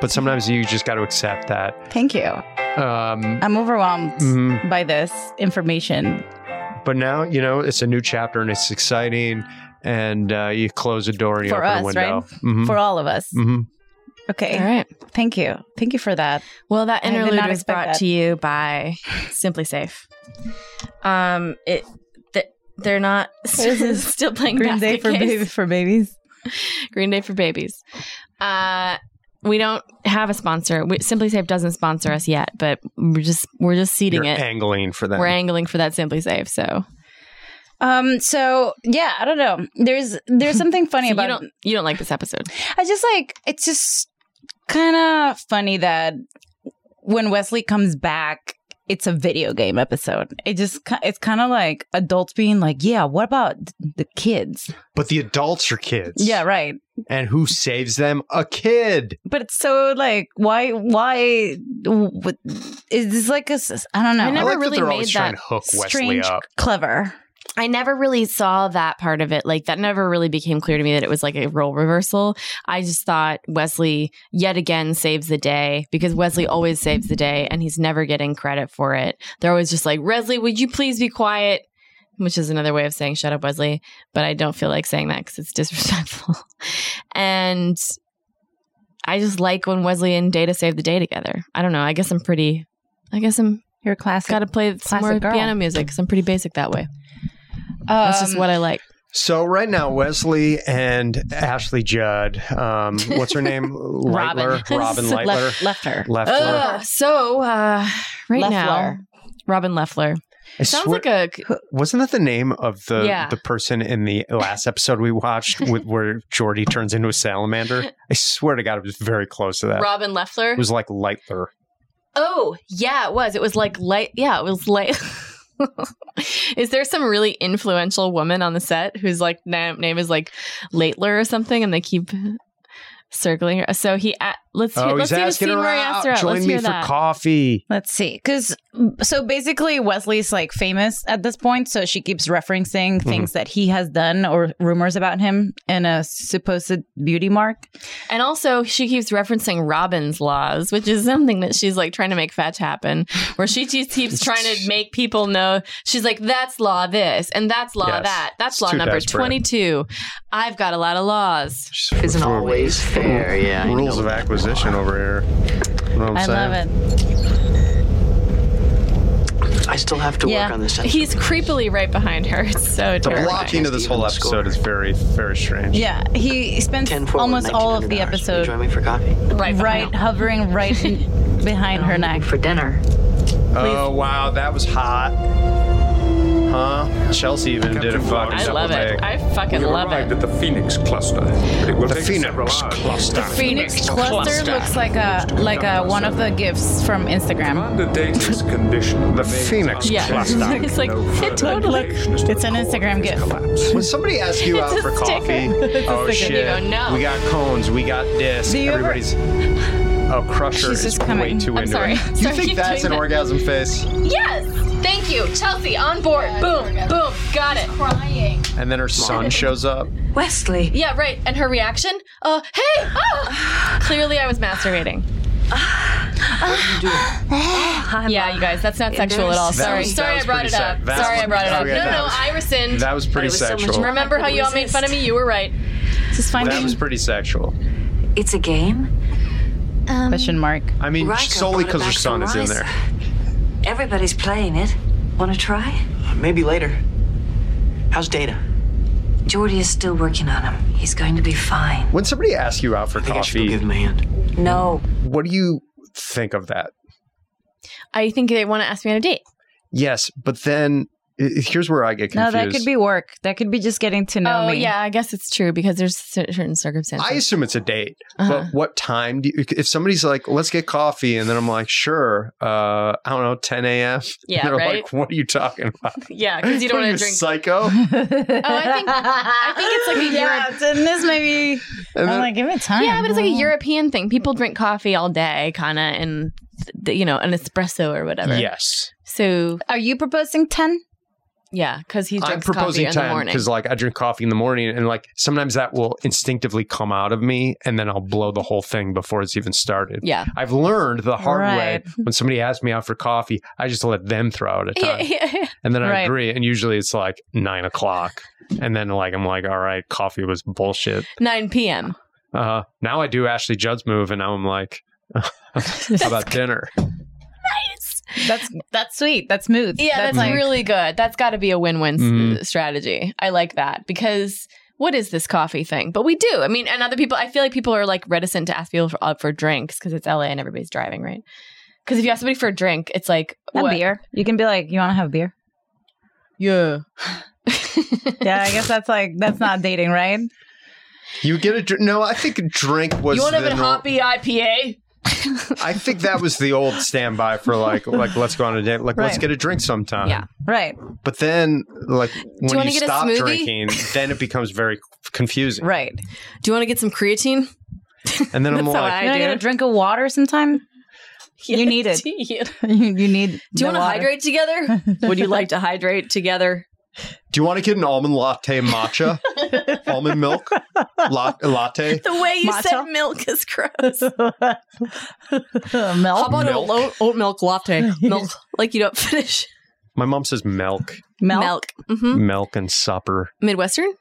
Speaker 3: but sometimes you just got to accept that.
Speaker 2: Thank you.
Speaker 3: Um,
Speaker 2: I'm overwhelmed
Speaker 3: Mhm.
Speaker 2: by this information.
Speaker 3: but now you know it's a new chapter and it's exciting, and uh, you close a door and you
Speaker 2: for
Speaker 3: open a
Speaker 2: us,
Speaker 3: window
Speaker 2: right? For all of us.
Speaker 3: hmm
Speaker 2: Okay.
Speaker 1: All right.
Speaker 2: Thank you. Thank you for that.
Speaker 1: Well, that
Speaker 2: I did
Speaker 1: interlude
Speaker 2: not
Speaker 1: was
Speaker 2: expect
Speaker 1: brought
Speaker 2: that.
Speaker 1: to you by Simply Safe. Um, it th- they're
Speaker 2: (laughs)
Speaker 1: not (laughs) still playing
Speaker 2: Green Day
Speaker 1: basket
Speaker 2: for
Speaker 1: case.
Speaker 2: baby, for babies.
Speaker 1: (laughs) Green Day for babies. Uh, we don't have a sponsor. We, Simply Safe doesn't sponsor us yet, but we're just we're just seeding
Speaker 3: You're
Speaker 1: it.
Speaker 3: angling for that.
Speaker 1: We're angling for that Simply Safe. So
Speaker 2: Um. So yeah, I don't know. There's there's something funny
Speaker 1: you
Speaker 2: about
Speaker 1: don't you don't like this episode.
Speaker 2: I just like it's just kind of funny that when Wesley comes back, it's a video game episode. It just ki- it's kind of like adults being like, "Yeah, what about th- the kids?"
Speaker 3: But the adults are kids,
Speaker 2: Yeah, right.
Speaker 3: and who saves them? A kid.
Speaker 2: But it's so like, why? Why what, is this like a? s- I don't know.
Speaker 1: I never really
Speaker 3: they're
Speaker 1: made
Speaker 3: always trying
Speaker 1: that
Speaker 3: to hook Wesley
Speaker 1: strange
Speaker 3: up.
Speaker 2: clever.
Speaker 1: I never really saw that part of it. Like that never really became clear to me that it was like a role reversal. I just thought Wesley yet again saves the day because Wesley always saves the day and he's never getting credit for it. They're always just like, "Wesley, would you please be quiet?" Which is another way of saying "shut up, Wesley," but I don't feel like saying that because it's disrespectful. (laughs) and I just like when Wesley and Data save the day together. I don't know. I guess I'm pretty. I guess I'm.
Speaker 2: You're classic.
Speaker 1: Got to play some
Speaker 2: classic
Speaker 1: more
Speaker 2: girl.
Speaker 1: piano music. 'cause I'm pretty basic that way. That's just
Speaker 2: Um,
Speaker 1: what I like.
Speaker 3: So right now, Wesley and Ashley Judd, um, what's
Speaker 1: (laughs)
Speaker 3: her name? Lightler, Robin
Speaker 1: So-
Speaker 3: Lightler,
Speaker 1: (laughs) Lef- Lefter.
Speaker 3: Lefter.
Speaker 1: Uh, so uh, right now, Robin Leffler.
Speaker 3: I
Speaker 1: Sounds
Speaker 3: swear-
Speaker 1: like a
Speaker 3: Wasn't that the name of the
Speaker 1: Yeah.
Speaker 3: the person in the last episode we
Speaker 1: (laughs)
Speaker 3: watched with where Jordy turns into a salamander? I swear to God, it was very close to (laughs) that.
Speaker 1: Robin Leffler.
Speaker 3: It was like Lightler.
Speaker 1: oh yeah, it was. It was like light. Yeah, it was light. (laughs) is there some really influential woman on the set whose like na- name is like Laitler or something, and they keep circling her? So he a let's hear,
Speaker 3: oh,
Speaker 1: let's
Speaker 3: he's
Speaker 1: see the
Speaker 3: asking
Speaker 1: scene
Speaker 3: her
Speaker 1: where he
Speaker 3: out.
Speaker 1: asks her out.
Speaker 3: Join
Speaker 1: let's
Speaker 3: me
Speaker 1: hear
Speaker 3: for
Speaker 1: that.
Speaker 3: coffee.
Speaker 2: Let's see. Because so basically, Wesley's like famous at this point. So she keeps referencing
Speaker 3: Mm-hmm.
Speaker 2: things that he has done or rumors about him in a supposed beauty mark.
Speaker 1: And also, she keeps referencing Robin's laws, which is something that she's like trying to make fetch happen, where she just keeps trying to make people know. She's like, that's law this, and that's law
Speaker 6: Yes.
Speaker 1: that. That's
Speaker 6: It's
Speaker 1: law
Speaker 6: too
Speaker 1: number
Speaker 6: desperate.
Speaker 1: 22. I've got a lot of laws.
Speaker 6: Isn't always fair. Yeah. I
Speaker 3: Rules of acquisition over here. You know what I'm saying?
Speaker 2: love
Speaker 21: I still have to work on this.
Speaker 1: He's creepily right behind her. It's so
Speaker 3: The
Speaker 1: terrifying.
Speaker 3: blocking of this whole episode is very, very strange.
Speaker 2: Yeah, he spends almost all of the episode
Speaker 21: Join me for coffee.
Speaker 1: right,
Speaker 2: hovering right in- behind her neck
Speaker 22: for dinner.
Speaker 3: Oh wow, that was hot. Huh? Chelsea even did a fucking
Speaker 1: I love
Speaker 3: double
Speaker 1: it.
Speaker 3: take.
Speaker 1: I fucking
Speaker 9: We
Speaker 1: love it.
Speaker 9: arrived at the Phoenix Cluster. But it will
Speaker 3: The
Speaker 9: take
Speaker 3: Phoenix
Speaker 9: several hours. Cluster.
Speaker 2: The Phoenix cluster looks like a like a one of the gifts from Instagram.
Speaker 9: Under
Speaker 2: (laughs)
Speaker 9: Data's condition, the Phoenix
Speaker 2: Yeah. (laughs) It's like, it totally- It's an Instagram gift.
Speaker 3: When somebody asks
Speaker 2: (laughs)
Speaker 3: you out for coffee, oh shit, we got cones, we got this.
Speaker 2: Do you ever-
Speaker 3: Everybody's. Oh, Crusher is
Speaker 2: She's just coming.
Speaker 3: way too
Speaker 2: I'm
Speaker 3: into
Speaker 2: sorry.
Speaker 3: it.
Speaker 2: (laughs) Sorry,
Speaker 3: You
Speaker 2: keep
Speaker 3: think that's an
Speaker 2: doing that.
Speaker 3: orgasm face?
Speaker 1: Yes! Thank you. Chelsea, on board. boom, boom. Got it. Crying.
Speaker 3: And then her son shows up.
Speaker 1: Wesley. Yeah, right. And her reaction? Uh, hey! (sighs) ah! Clearly, I was (sighs) masturbating. yeah, you guys, that's not sexual at all.
Speaker 3: That
Speaker 1: Sorry,
Speaker 3: was- that
Speaker 1: sorry,
Speaker 3: was
Speaker 1: I brought it
Speaker 3: pretty
Speaker 1: up.
Speaker 3: se- that
Speaker 1: sorry,
Speaker 3: was-
Speaker 1: I brought it up.
Speaker 3: okay,
Speaker 1: no,
Speaker 3: that
Speaker 1: no,
Speaker 3: was-
Speaker 1: I rescind.
Speaker 3: that was pretty sexual.
Speaker 1: Remember how you all made fun of me? You were right.
Speaker 2: Just
Speaker 3: That was pretty sexual.
Speaker 2: It's a game. Question mark.
Speaker 3: I mean,
Speaker 18: Riker
Speaker 3: solely
Speaker 18: brought it
Speaker 3: because her
Speaker 18: back
Speaker 3: son
Speaker 18: to
Speaker 3: is in
Speaker 18: life.
Speaker 3: there.
Speaker 18: Everybody's playing it. Want to try?
Speaker 21: Maybe later. How's Data?
Speaker 18: Jordy is still working on him. He's going to be fine.
Speaker 3: When somebody asks you out for coffee, give
Speaker 21: my hand.
Speaker 18: No.
Speaker 3: What do you think of that?
Speaker 1: I think they want to ask me on a date.
Speaker 3: Yes, but then i- here's where I get
Speaker 2: No,
Speaker 3: confused.
Speaker 2: that could be work. That could be just getting to know
Speaker 1: Oh,
Speaker 2: me.
Speaker 1: yeah, I guess it's true because there's cer- certain circumstances.
Speaker 3: I assume it's a date,
Speaker 1: Uh-huh.
Speaker 3: but what time do you, if somebody's like, let's get coffee, and then I'm like, sure, uh, I don't know, 10 a.m. (laughs)
Speaker 1: Yeah,
Speaker 3: they're
Speaker 1: right?
Speaker 3: like, what are you talking about?
Speaker 1: (laughs) Yeah, 'cause you don't
Speaker 3: What (laughs) are
Speaker 1: wanna drink- (laughs)
Speaker 3: Psycho.
Speaker 1: oh, I think, I think it's like a
Speaker 2: Yeah,
Speaker 1: Europe-
Speaker 2: then this maybe. Uh,
Speaker 3: And then-
Speaker 2: I'm like, give it time.
Speaker 1: Yeah, but it's like a European thing. People drink coffee all day, kind of, and th- you know, an espresso or whatever.
Speaker 3: Yes.
Speaker 1: So,
Speaker 2: are you proposing ten?
Speaker 1: Yeah, because he
Speaker 3: I'm
Speaker 1: drinks coffee
Speaker 3: proposing
Speaker 1: in the
Speaker 3: time
Speaker 1: morning.
Speaker 3: because like I drink coffee in the morning and like sometimes that will instinctively come out of me and then I'll blow the whole thing before it's even started.
Speaker 1: Yeah.
Speaker 3: I've learned the hard
Speaker 1: Right. (laughs)
Speaker 3: way when somebody asks me out for coffee, I just let them throw out a time. And then I
Speaker 1: Right.
Speaker 3: agree. And usually it's like nine o'clock. And then like I'm like, all right, coffee was bullshit.
Speaker 1: 9 p.m.
Speaker 3: Uh now I do Ashley Judd's move and now I'm like (laughs)
Speaker 1: (laughs)
Speaker 3: how about dinner?
Speaker 23: (laughs)
Speaker 2: That's that's sweet. That's smooth.
Speaker 1: Yeah, that's,
Speaker 2: like-
Speaker 1: really good. That's got to be a win-win s-
Speaker 3: Mhm.
Speaker 1: strategy. I like that because what is this coffee thing? But we do. I mean, and other people. I feel like people are like reticent to ask people for, out for drinks because it's LA and everybody's driving, right? Because if you ask somebody for a drink, it's like
Speaker 23: A
Speaker 1: what?
Speaker 23: beer. You can be like, you want to have a beer?
Speaker 1: Yeah.
Speaker 2: (laughs) yeah, I
Speaker 1: (laughs)
Speaker 2: guess that's like that's not dating, right?
Speaker 3: You get a drink. No, I think a drink was
Speaker 1: you want to
Speaker 3: the
Speaker 1: have a
Speaker 3: nor-
Speaker 1: hoppy IPA?
Speaker 3: I think that was the old standby for
Speaker 1: (laughs)
Speaker 3: like like let's go on a date. Like let's
Speaker 1: Right.
Speaker 3: get a drink sometime.
Speaker 1: Yeah.
Speaker 2: Right.
Speaker 3: But then like when
Speaker 1: wanna
Speaker 3: you,
Speaker 1: get a
Speaker 3: stop
Speaker 1: smoothie?
Speaker 3: drinking, then it becomes
Speaker 1: (laughs)
Speaker 3: very confusing.
Speaker 2: Right.
Speaker 1: Do you want to get some creatine?
Speaker 3: And then I'm
Speaker 1: That's how
Speaker 3: like
Speaker 1: I
Speaker 2: you want to get a drink of water sometime?
Speaker 1: (laughs)
Speaker 2: You need (laughs) it.
Speaker 1: Do you,
Speaker 2: you, you need.
Speaker 1: do you
Speaker 2: the
Speaker 1: want to
Speaker 2: water.
Speaker 23: (laughs)
Speaker 1: hydrate together? Would you like to hydrate (laughs) together?
Speaker 3: Do you want to get an almond
Speaker 1: (laughs)
Speaker 3: latte matcha? almond milk La- latte?
Speaker 1: The way you said milk is gross. milk. How about
Speaker 3: Milk?
Speaker 1: a lo- oat milk latte? Milk, like you don't (laughs) finish
Speaker 3: My mom says milk.
Speaker 1: milk. hmm
Speaker 3: Milk and supper.
Speaker 1: Midwestern.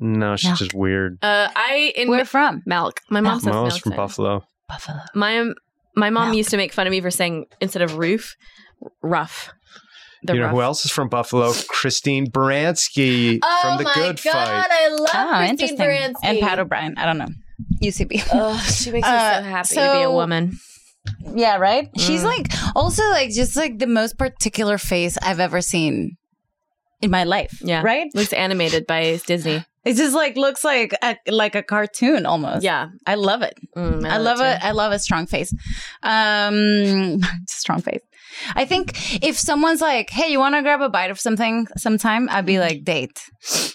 Speaker 3: No, she's just weird.
Speaker 1: Uh, I in where
Speaker 23: from
Speaker 1: milk. My mom says
Speaker 3: Mom's
Speaker 1: milk.
Speaker 3: from Buffalo.
Speaker 1: My um, my mom used to make fun of me for saying instead of roof, rough. The
Speaker 3: you know
Speaker 1: rough.
Speaker 3: who else is from Buffalo? Christine Baranski
Speaker 1: Oh
Speaker 3: from The
Speaker 1: my
Speaker 3: Good
Speaker 1: God,
Speaker 3: Fight.
Speaker 1: I love
Speaker 2: Oh,
Speaker 1: Christine
Speaker 2: interesting.
Speaker 1: Baranski
Speaker 2: And Pat O'Brien. I don't know. UCB.
Speaker 1: Oh, she makes me
Speaker 2: Uh,
Speaker 1: so happy to be a woman. Mm.
Speaker 2: Yeah, right?
Speaker 23: She's like also like just like the most particular face I've ever seen
Speaker 2: in my life.
Speaker 1: Yeah,
Speaker 2: right.
Speaker 1: Looks animated by Disney.
Speaker 2: It just like looks like a, like a cartoon almost.
Speaker 1: Yeah, Mm,
Speaker 2: I love it.
Speaker 1: I
Speaker 2: I,
Speaker 1: love
Speaker 2: love
Speaker 1: it
Speaker 2: a I love a strong face. Um, (laughs) strong face. I think if someone's like, "Hey, you want to grab a bite of something sometime?" I'd be like, "Date."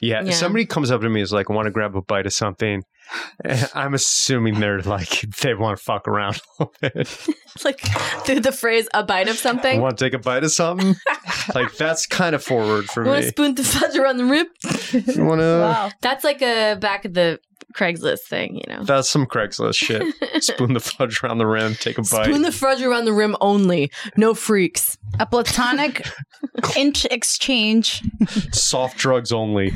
Speaker 3: Yeah,
Speaker 2: Yeah.
Speaker 3: if somebody comes up to me and is like, "Want to grab a bite of something?" (laughs) I'm assuming they're like they want to fuck around (laughs) a little bit.
Speaker 1: (laughs) like the, the phrase "a bite of something."
Speaker 3: Want to take a bite
Speaker 1: (laughs)
Speaker 3: of something? like that's kind of forward for
Speaker 1: Want
Speaker 3: me.
Speaker 1: to spoon the fudge around the rib?
Speaker 3: You wanna- Wow.
Speaker 1: That's like a back of the Craigslist thing, you know.
Speaker 3: that's some
Speaker 1: (laughs)
Speaker 3: Craigslist shit. spoon the fudge around the rim, take a bite.
Speaker 1: Spoon the fudge around the rim only. No freaks. (laughs)
Speaker 2: A platonic inch exchange.
Speaker 3: Soft drugs only.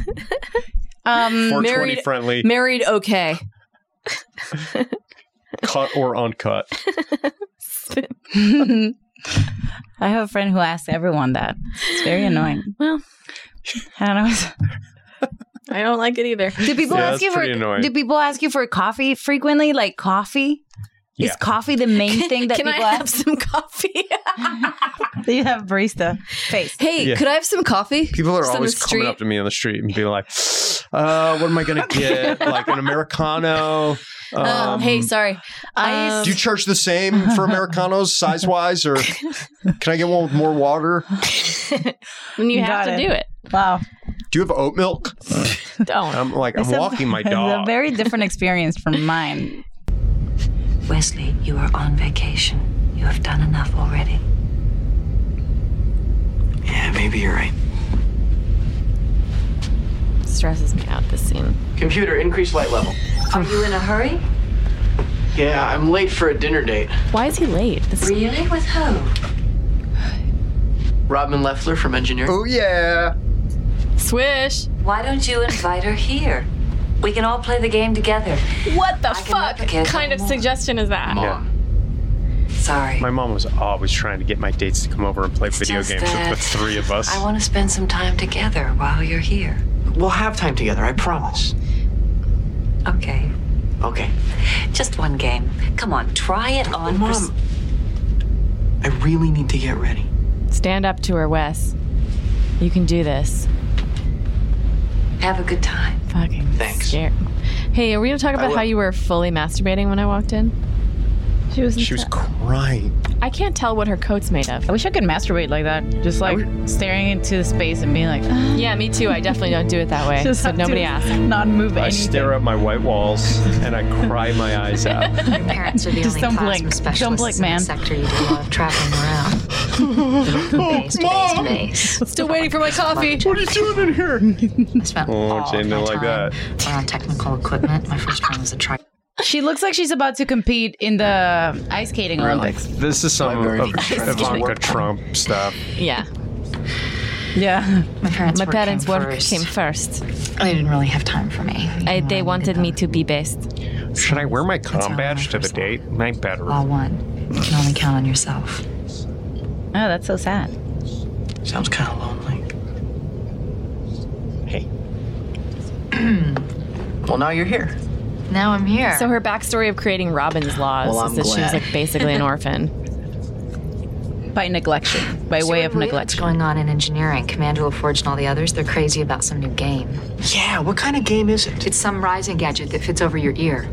Speaker 2: Um,
Speaker 3: 420 friendly.
Speaker 1: Married, okay.
Speaker 3: Cut or uncut.
Speaker 2: (laughs) I have a friend who asks everyone that.
Speaker 1: (laughs)
Speaker 2: It's very annoying.
Speaker 1: Well,
Speaker 2: I don't know.
Speaker 1: I don't like it either.
Speaker 2: Do people
Speaker 3: Yeah,
Speaker 2: ask
Speaker 3: that's
Speaker 2: you for?
Speaker 3: pretty annoying.
Speaker 2: Do people ask you for coffee frequently? Like coffee?
Speaker 3: Yeah.
Speaker 2: Is coffee the main thing that
Speaker 1: Can I
Speaker 2: people
Speaker 1: have
Speaker 2: ask?
Speaker 1: some coffee?
Speaker 2: (laughs) you have barista face.
Speaker 1: Hey,
Speaker 3: Yeah.
Speaker 1: could I have some coffee?
Speaker 3: People are
Speaker 1: Just on the
Speaker 3: always coming
Speaker 1: street.
Speaker 3: up to me on the street and being like, uh, "What am I gonna
Speaker 1: (laughs)
Speaker 3: get? like an americano?"
Speaker 1: Oh,
Speaker 3: um,
Speaker 1: hey, sorry. I
Speaker 3: Do you charge the same for Americanos size
Speaker 1: (laughs)
Speaker 3: wise, or can I get one with more water?
Speaker 1: when you have
Speaker 2: Got
Speaker 1: to
Speaker 2: it.
Speaker 1: do it.
Speaker 2: Wow.
Speaker 3: Do you have oat milk?
Speaker 1: Don't.
Speaker 3: I'm like, I'm walking my
Speaker 2: (laughs) It's a
Speaker 3: dog.
Speaker 2: very different experience from mine.
Speaker 18: Wesley, you are on vacation. You have done enough already.
Speaker 10: Yeah, maybe you're right.
Speaker 1: um, Stresses me out this scene.
Speaker 10: Computer, increase light level.
Speaker 18: Are you in a hurry?
Speaker 10: Yeah, I'm late for a dinner date.
Speaker 1: Why is he late? This
Speaker 18: Really? With who?
Speaker 10: Robin Leffler from engineering.
Speaker 3: Oh yeah.
Speaker 1: Swish.
Speaker 18: Why don't you invite her here? We can all play the game together.
Speaker 1: What the fuck kind of suggestion is that?
Speaker 3: Yeah.
Speaker 18: Sorry.
Speaker 3: My mom was always trying to get my dates to come over and play video
Speaker 18: just
Speaker 3: games with the
Speaker 18: that
Speaker 3: three of us.
Speaker 18: I want to spend some time together while you're here.
Speaker 10: We'll have time together, I promise.
Speaker 18: Okay.
Speaker 10: Okay.
Speaker 18: Just one game. Come on, try it on.
Speaker 10: Mom.
Speaker 18: pers-
Speaker 10: I really need to get ready.
Speaker 1: Stand up to her, Wes. You can do this.
Speaker 18: Have a good time.
Speaker 1: Fucking Thanks. Hey, are we gonna talk
Speaker 18: I
Speaker 1: about
Speaker 18: will.
Speaker 1: how you were fully masturbating when I walked in?
Speaker 2: She was.
Speaker 3: She was crying.
Speaker 2: I can't tell what her coat's made of. I wish I could masturbate like that, just like staring into space and being like.
Speaker 1: Yeah, me too. I definitely don't do it
Speaker 2: (laughs)
Speaker 1: that way.
Speaker 2: Just
Speaker 1: so
Speaker 2: have to
Speaker 1: nobody asked.
Speaker 2: Not move
Speaker 3: I
Speaker 2: anything.
Speaker 3: stare at my white walls and I cry my eyes out.
Speaker 6: (laughs) Your parents are the
Speaker 2: (laughs) Just
Speaker 6: only
Speaker 2: don't
Speaker 6: plasma
Speaker 2: blink.
Speaker 6: specialists
Speaker 2: Don't blink,
Speaker 6: in the
Speaker 2: man.
Speaker 6: sector you do a lot of traveling
Speaker 10: (laughs) Oh,
Speaker 6: around. Base to base to base.
Speaker 1: Still waiting for my coffee. What
Speaker 3: are you doing in here?
Speaker 6: I spent
Speaker 3: Oh,
Speaker 6: all
Speaker 3: Jane
Speaker 6: of my
Speaker 3: didn't like
Speaker 6: time around technical equipment. My first one was a tri.
Speaker 2: She looks like she's about to compete in the ice skating Olympics.
Speaker 3: This is some of
Speaker 2: Excuse
Speaker 3: Ivanka
Speaker 2: me.
Speaker 3: Trump stuff.
Speaker 1: Yeah.
Speaker 2: Yeah.
Speaker 1: (laughs)
Speaker 6: My parents.
Speaker 1: My
Speaker 6: work
Speaker 1: parents'
Speaker 6: came
Speaker 1: work
Speaker 6: first.
Speaker 1: came first.
Speaker 6: They didn't really have time for me.
Speaker 1: I, they wanted me to be based.
Speaker 3: Should I wear my com badge to the date? I better.
Speaker 6: All one. You can only count on yourself.
Speaker 2: Oh, that's so sad.
Speaker 10: Sounds kind of lonely.
Speaker 3: Hey.
Speaker 10: (clears throat) well, now you're here.
Speaker 6: Now I'm here.
Speaker 1: So her backstory of creating Robin's Laws
Speaker 10: Well,
Speaker 1: is
Speaker 10: I'm
Speaker 1: that she was
Speaker 10: glad.
Speaker 1: like
Speaker 6: (laughs)
Speaker 1: basically an orphan.
Speaker 2: By neglection. By
Speaker 6: way of neglect. What's going on in engineering? Commando Forge and all the others, they're crazy about some new game.
Speaker 10: Yeah, what kind of game is it?
Speaker 6: It's some rising gadget that fits over your ear.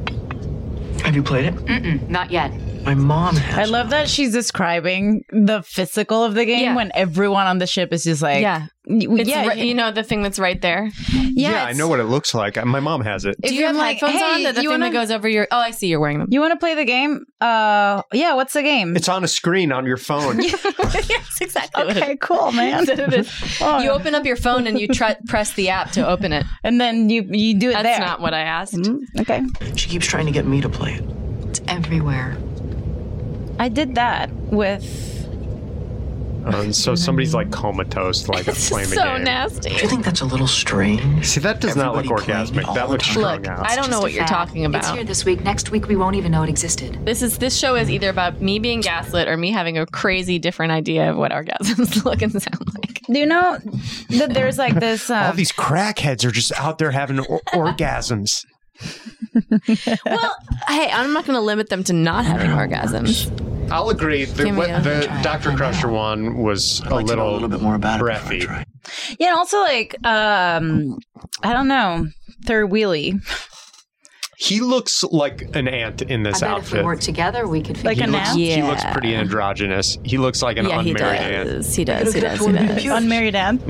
Speaker 10: Have you played it?
Speaker 6: Mm-mm, not yet.
Speaker 10: My mom has.
Speaker 2: I love that she's describing the physical of the game when everyone on the ship is just like,
Speaker 1: Yeah.
Speaker 2: "Y-
Speaker 1: It's
Speaker 2: yeah,
Speaker 1: ri- you know the thing that's right there.
Speaker 3: Yeah, I know what it looks like. My mom has it.
Speaker 1: Do you have headphones on? The- the thing that goes over your. Oh, I see. You're wearing them.
Speaker 2: You want to play the game? Uh, yeah. What's the game?
Speaker 3: It's on a screen on your
Speaker 2: (laughs)
Speaker 1: (laughs)
Speaker 3: phone.
Speaker 1: yes, exactly. what it
Speaker 2: Okay,
Speaker 1: is.
Speaker 2: cool, man.
Speaker 1: That's what (laughs) it is. You open up your phone and you try, press the app to open it.
Speaker 2: And then you you do it
Speaker 1: That's
Speaker 2: there.
Speaker 1: not what I asked.
Speaker 2: Okay.
Speaker 10: She keeps trying to get me to play it.
Speaker 6: It's everywhere.
Speaker 2: I did that with.
Speaker 3: Uh, And so somebody's like comatose, like I'm playing the game.
Speaker 1: nasty.
Speaker 10: Do you think that's a little strange?
Speaker 3: See, that does not look orgasmic. That looks strung
Speaker 1: Look,
Speaker 3: out.
Speaker 1: I don't know
Speaker 6: Just
Speaker 1: what
Speaker 6: a
Speaker 1: you're
Speaker 6: fad.
Speaker 1: talking
Speaker 6: It's
Speaker 1: about.
Speaker 6: here this week. Next week, we won't even know it existed.
Speaker 1: This is this show is either about me being gaslit or me having a crazy different idea of what orgasms (laughs) look and sound like.
Speaker 2: Do you know that there's like this?
Speaker 3: All
Speaker 2: Um,
Speaker 3: these crackheads are just out there having or- (laughs) orgasms.
Speaker 1: Hey, I'm not going to limit them to not having orgasms.
Speaker 3: I'll agree. The,
Speaker 1: Give me
Speaker 3: what,
Speaker 1: a-
Speaker 3: the Dr. Crusher one was a little, a little bit more about breathy.
Speaker 2: yeah, and also like um, I don't know, third wheelie,
Speaker 3: He looks like an ant in this
Speaker 6: I bet if we
Speaker 3: outfit.
Speaker 6: work together, we could
Speaker 2: Like
Speaker 3: he,
Speaker 6: figure it
Speaker 3: looks,
Speaker 6: out.
Speaker 3: he looks pretty androgynous. He looks like an
Speaker 1: Yeah, he
Speaker 3: unmarried
Speaker 1: does.
Speaker 3: ant.
Speaker 1: He does. He does. He does.
Speaker 2: unmarried aunt.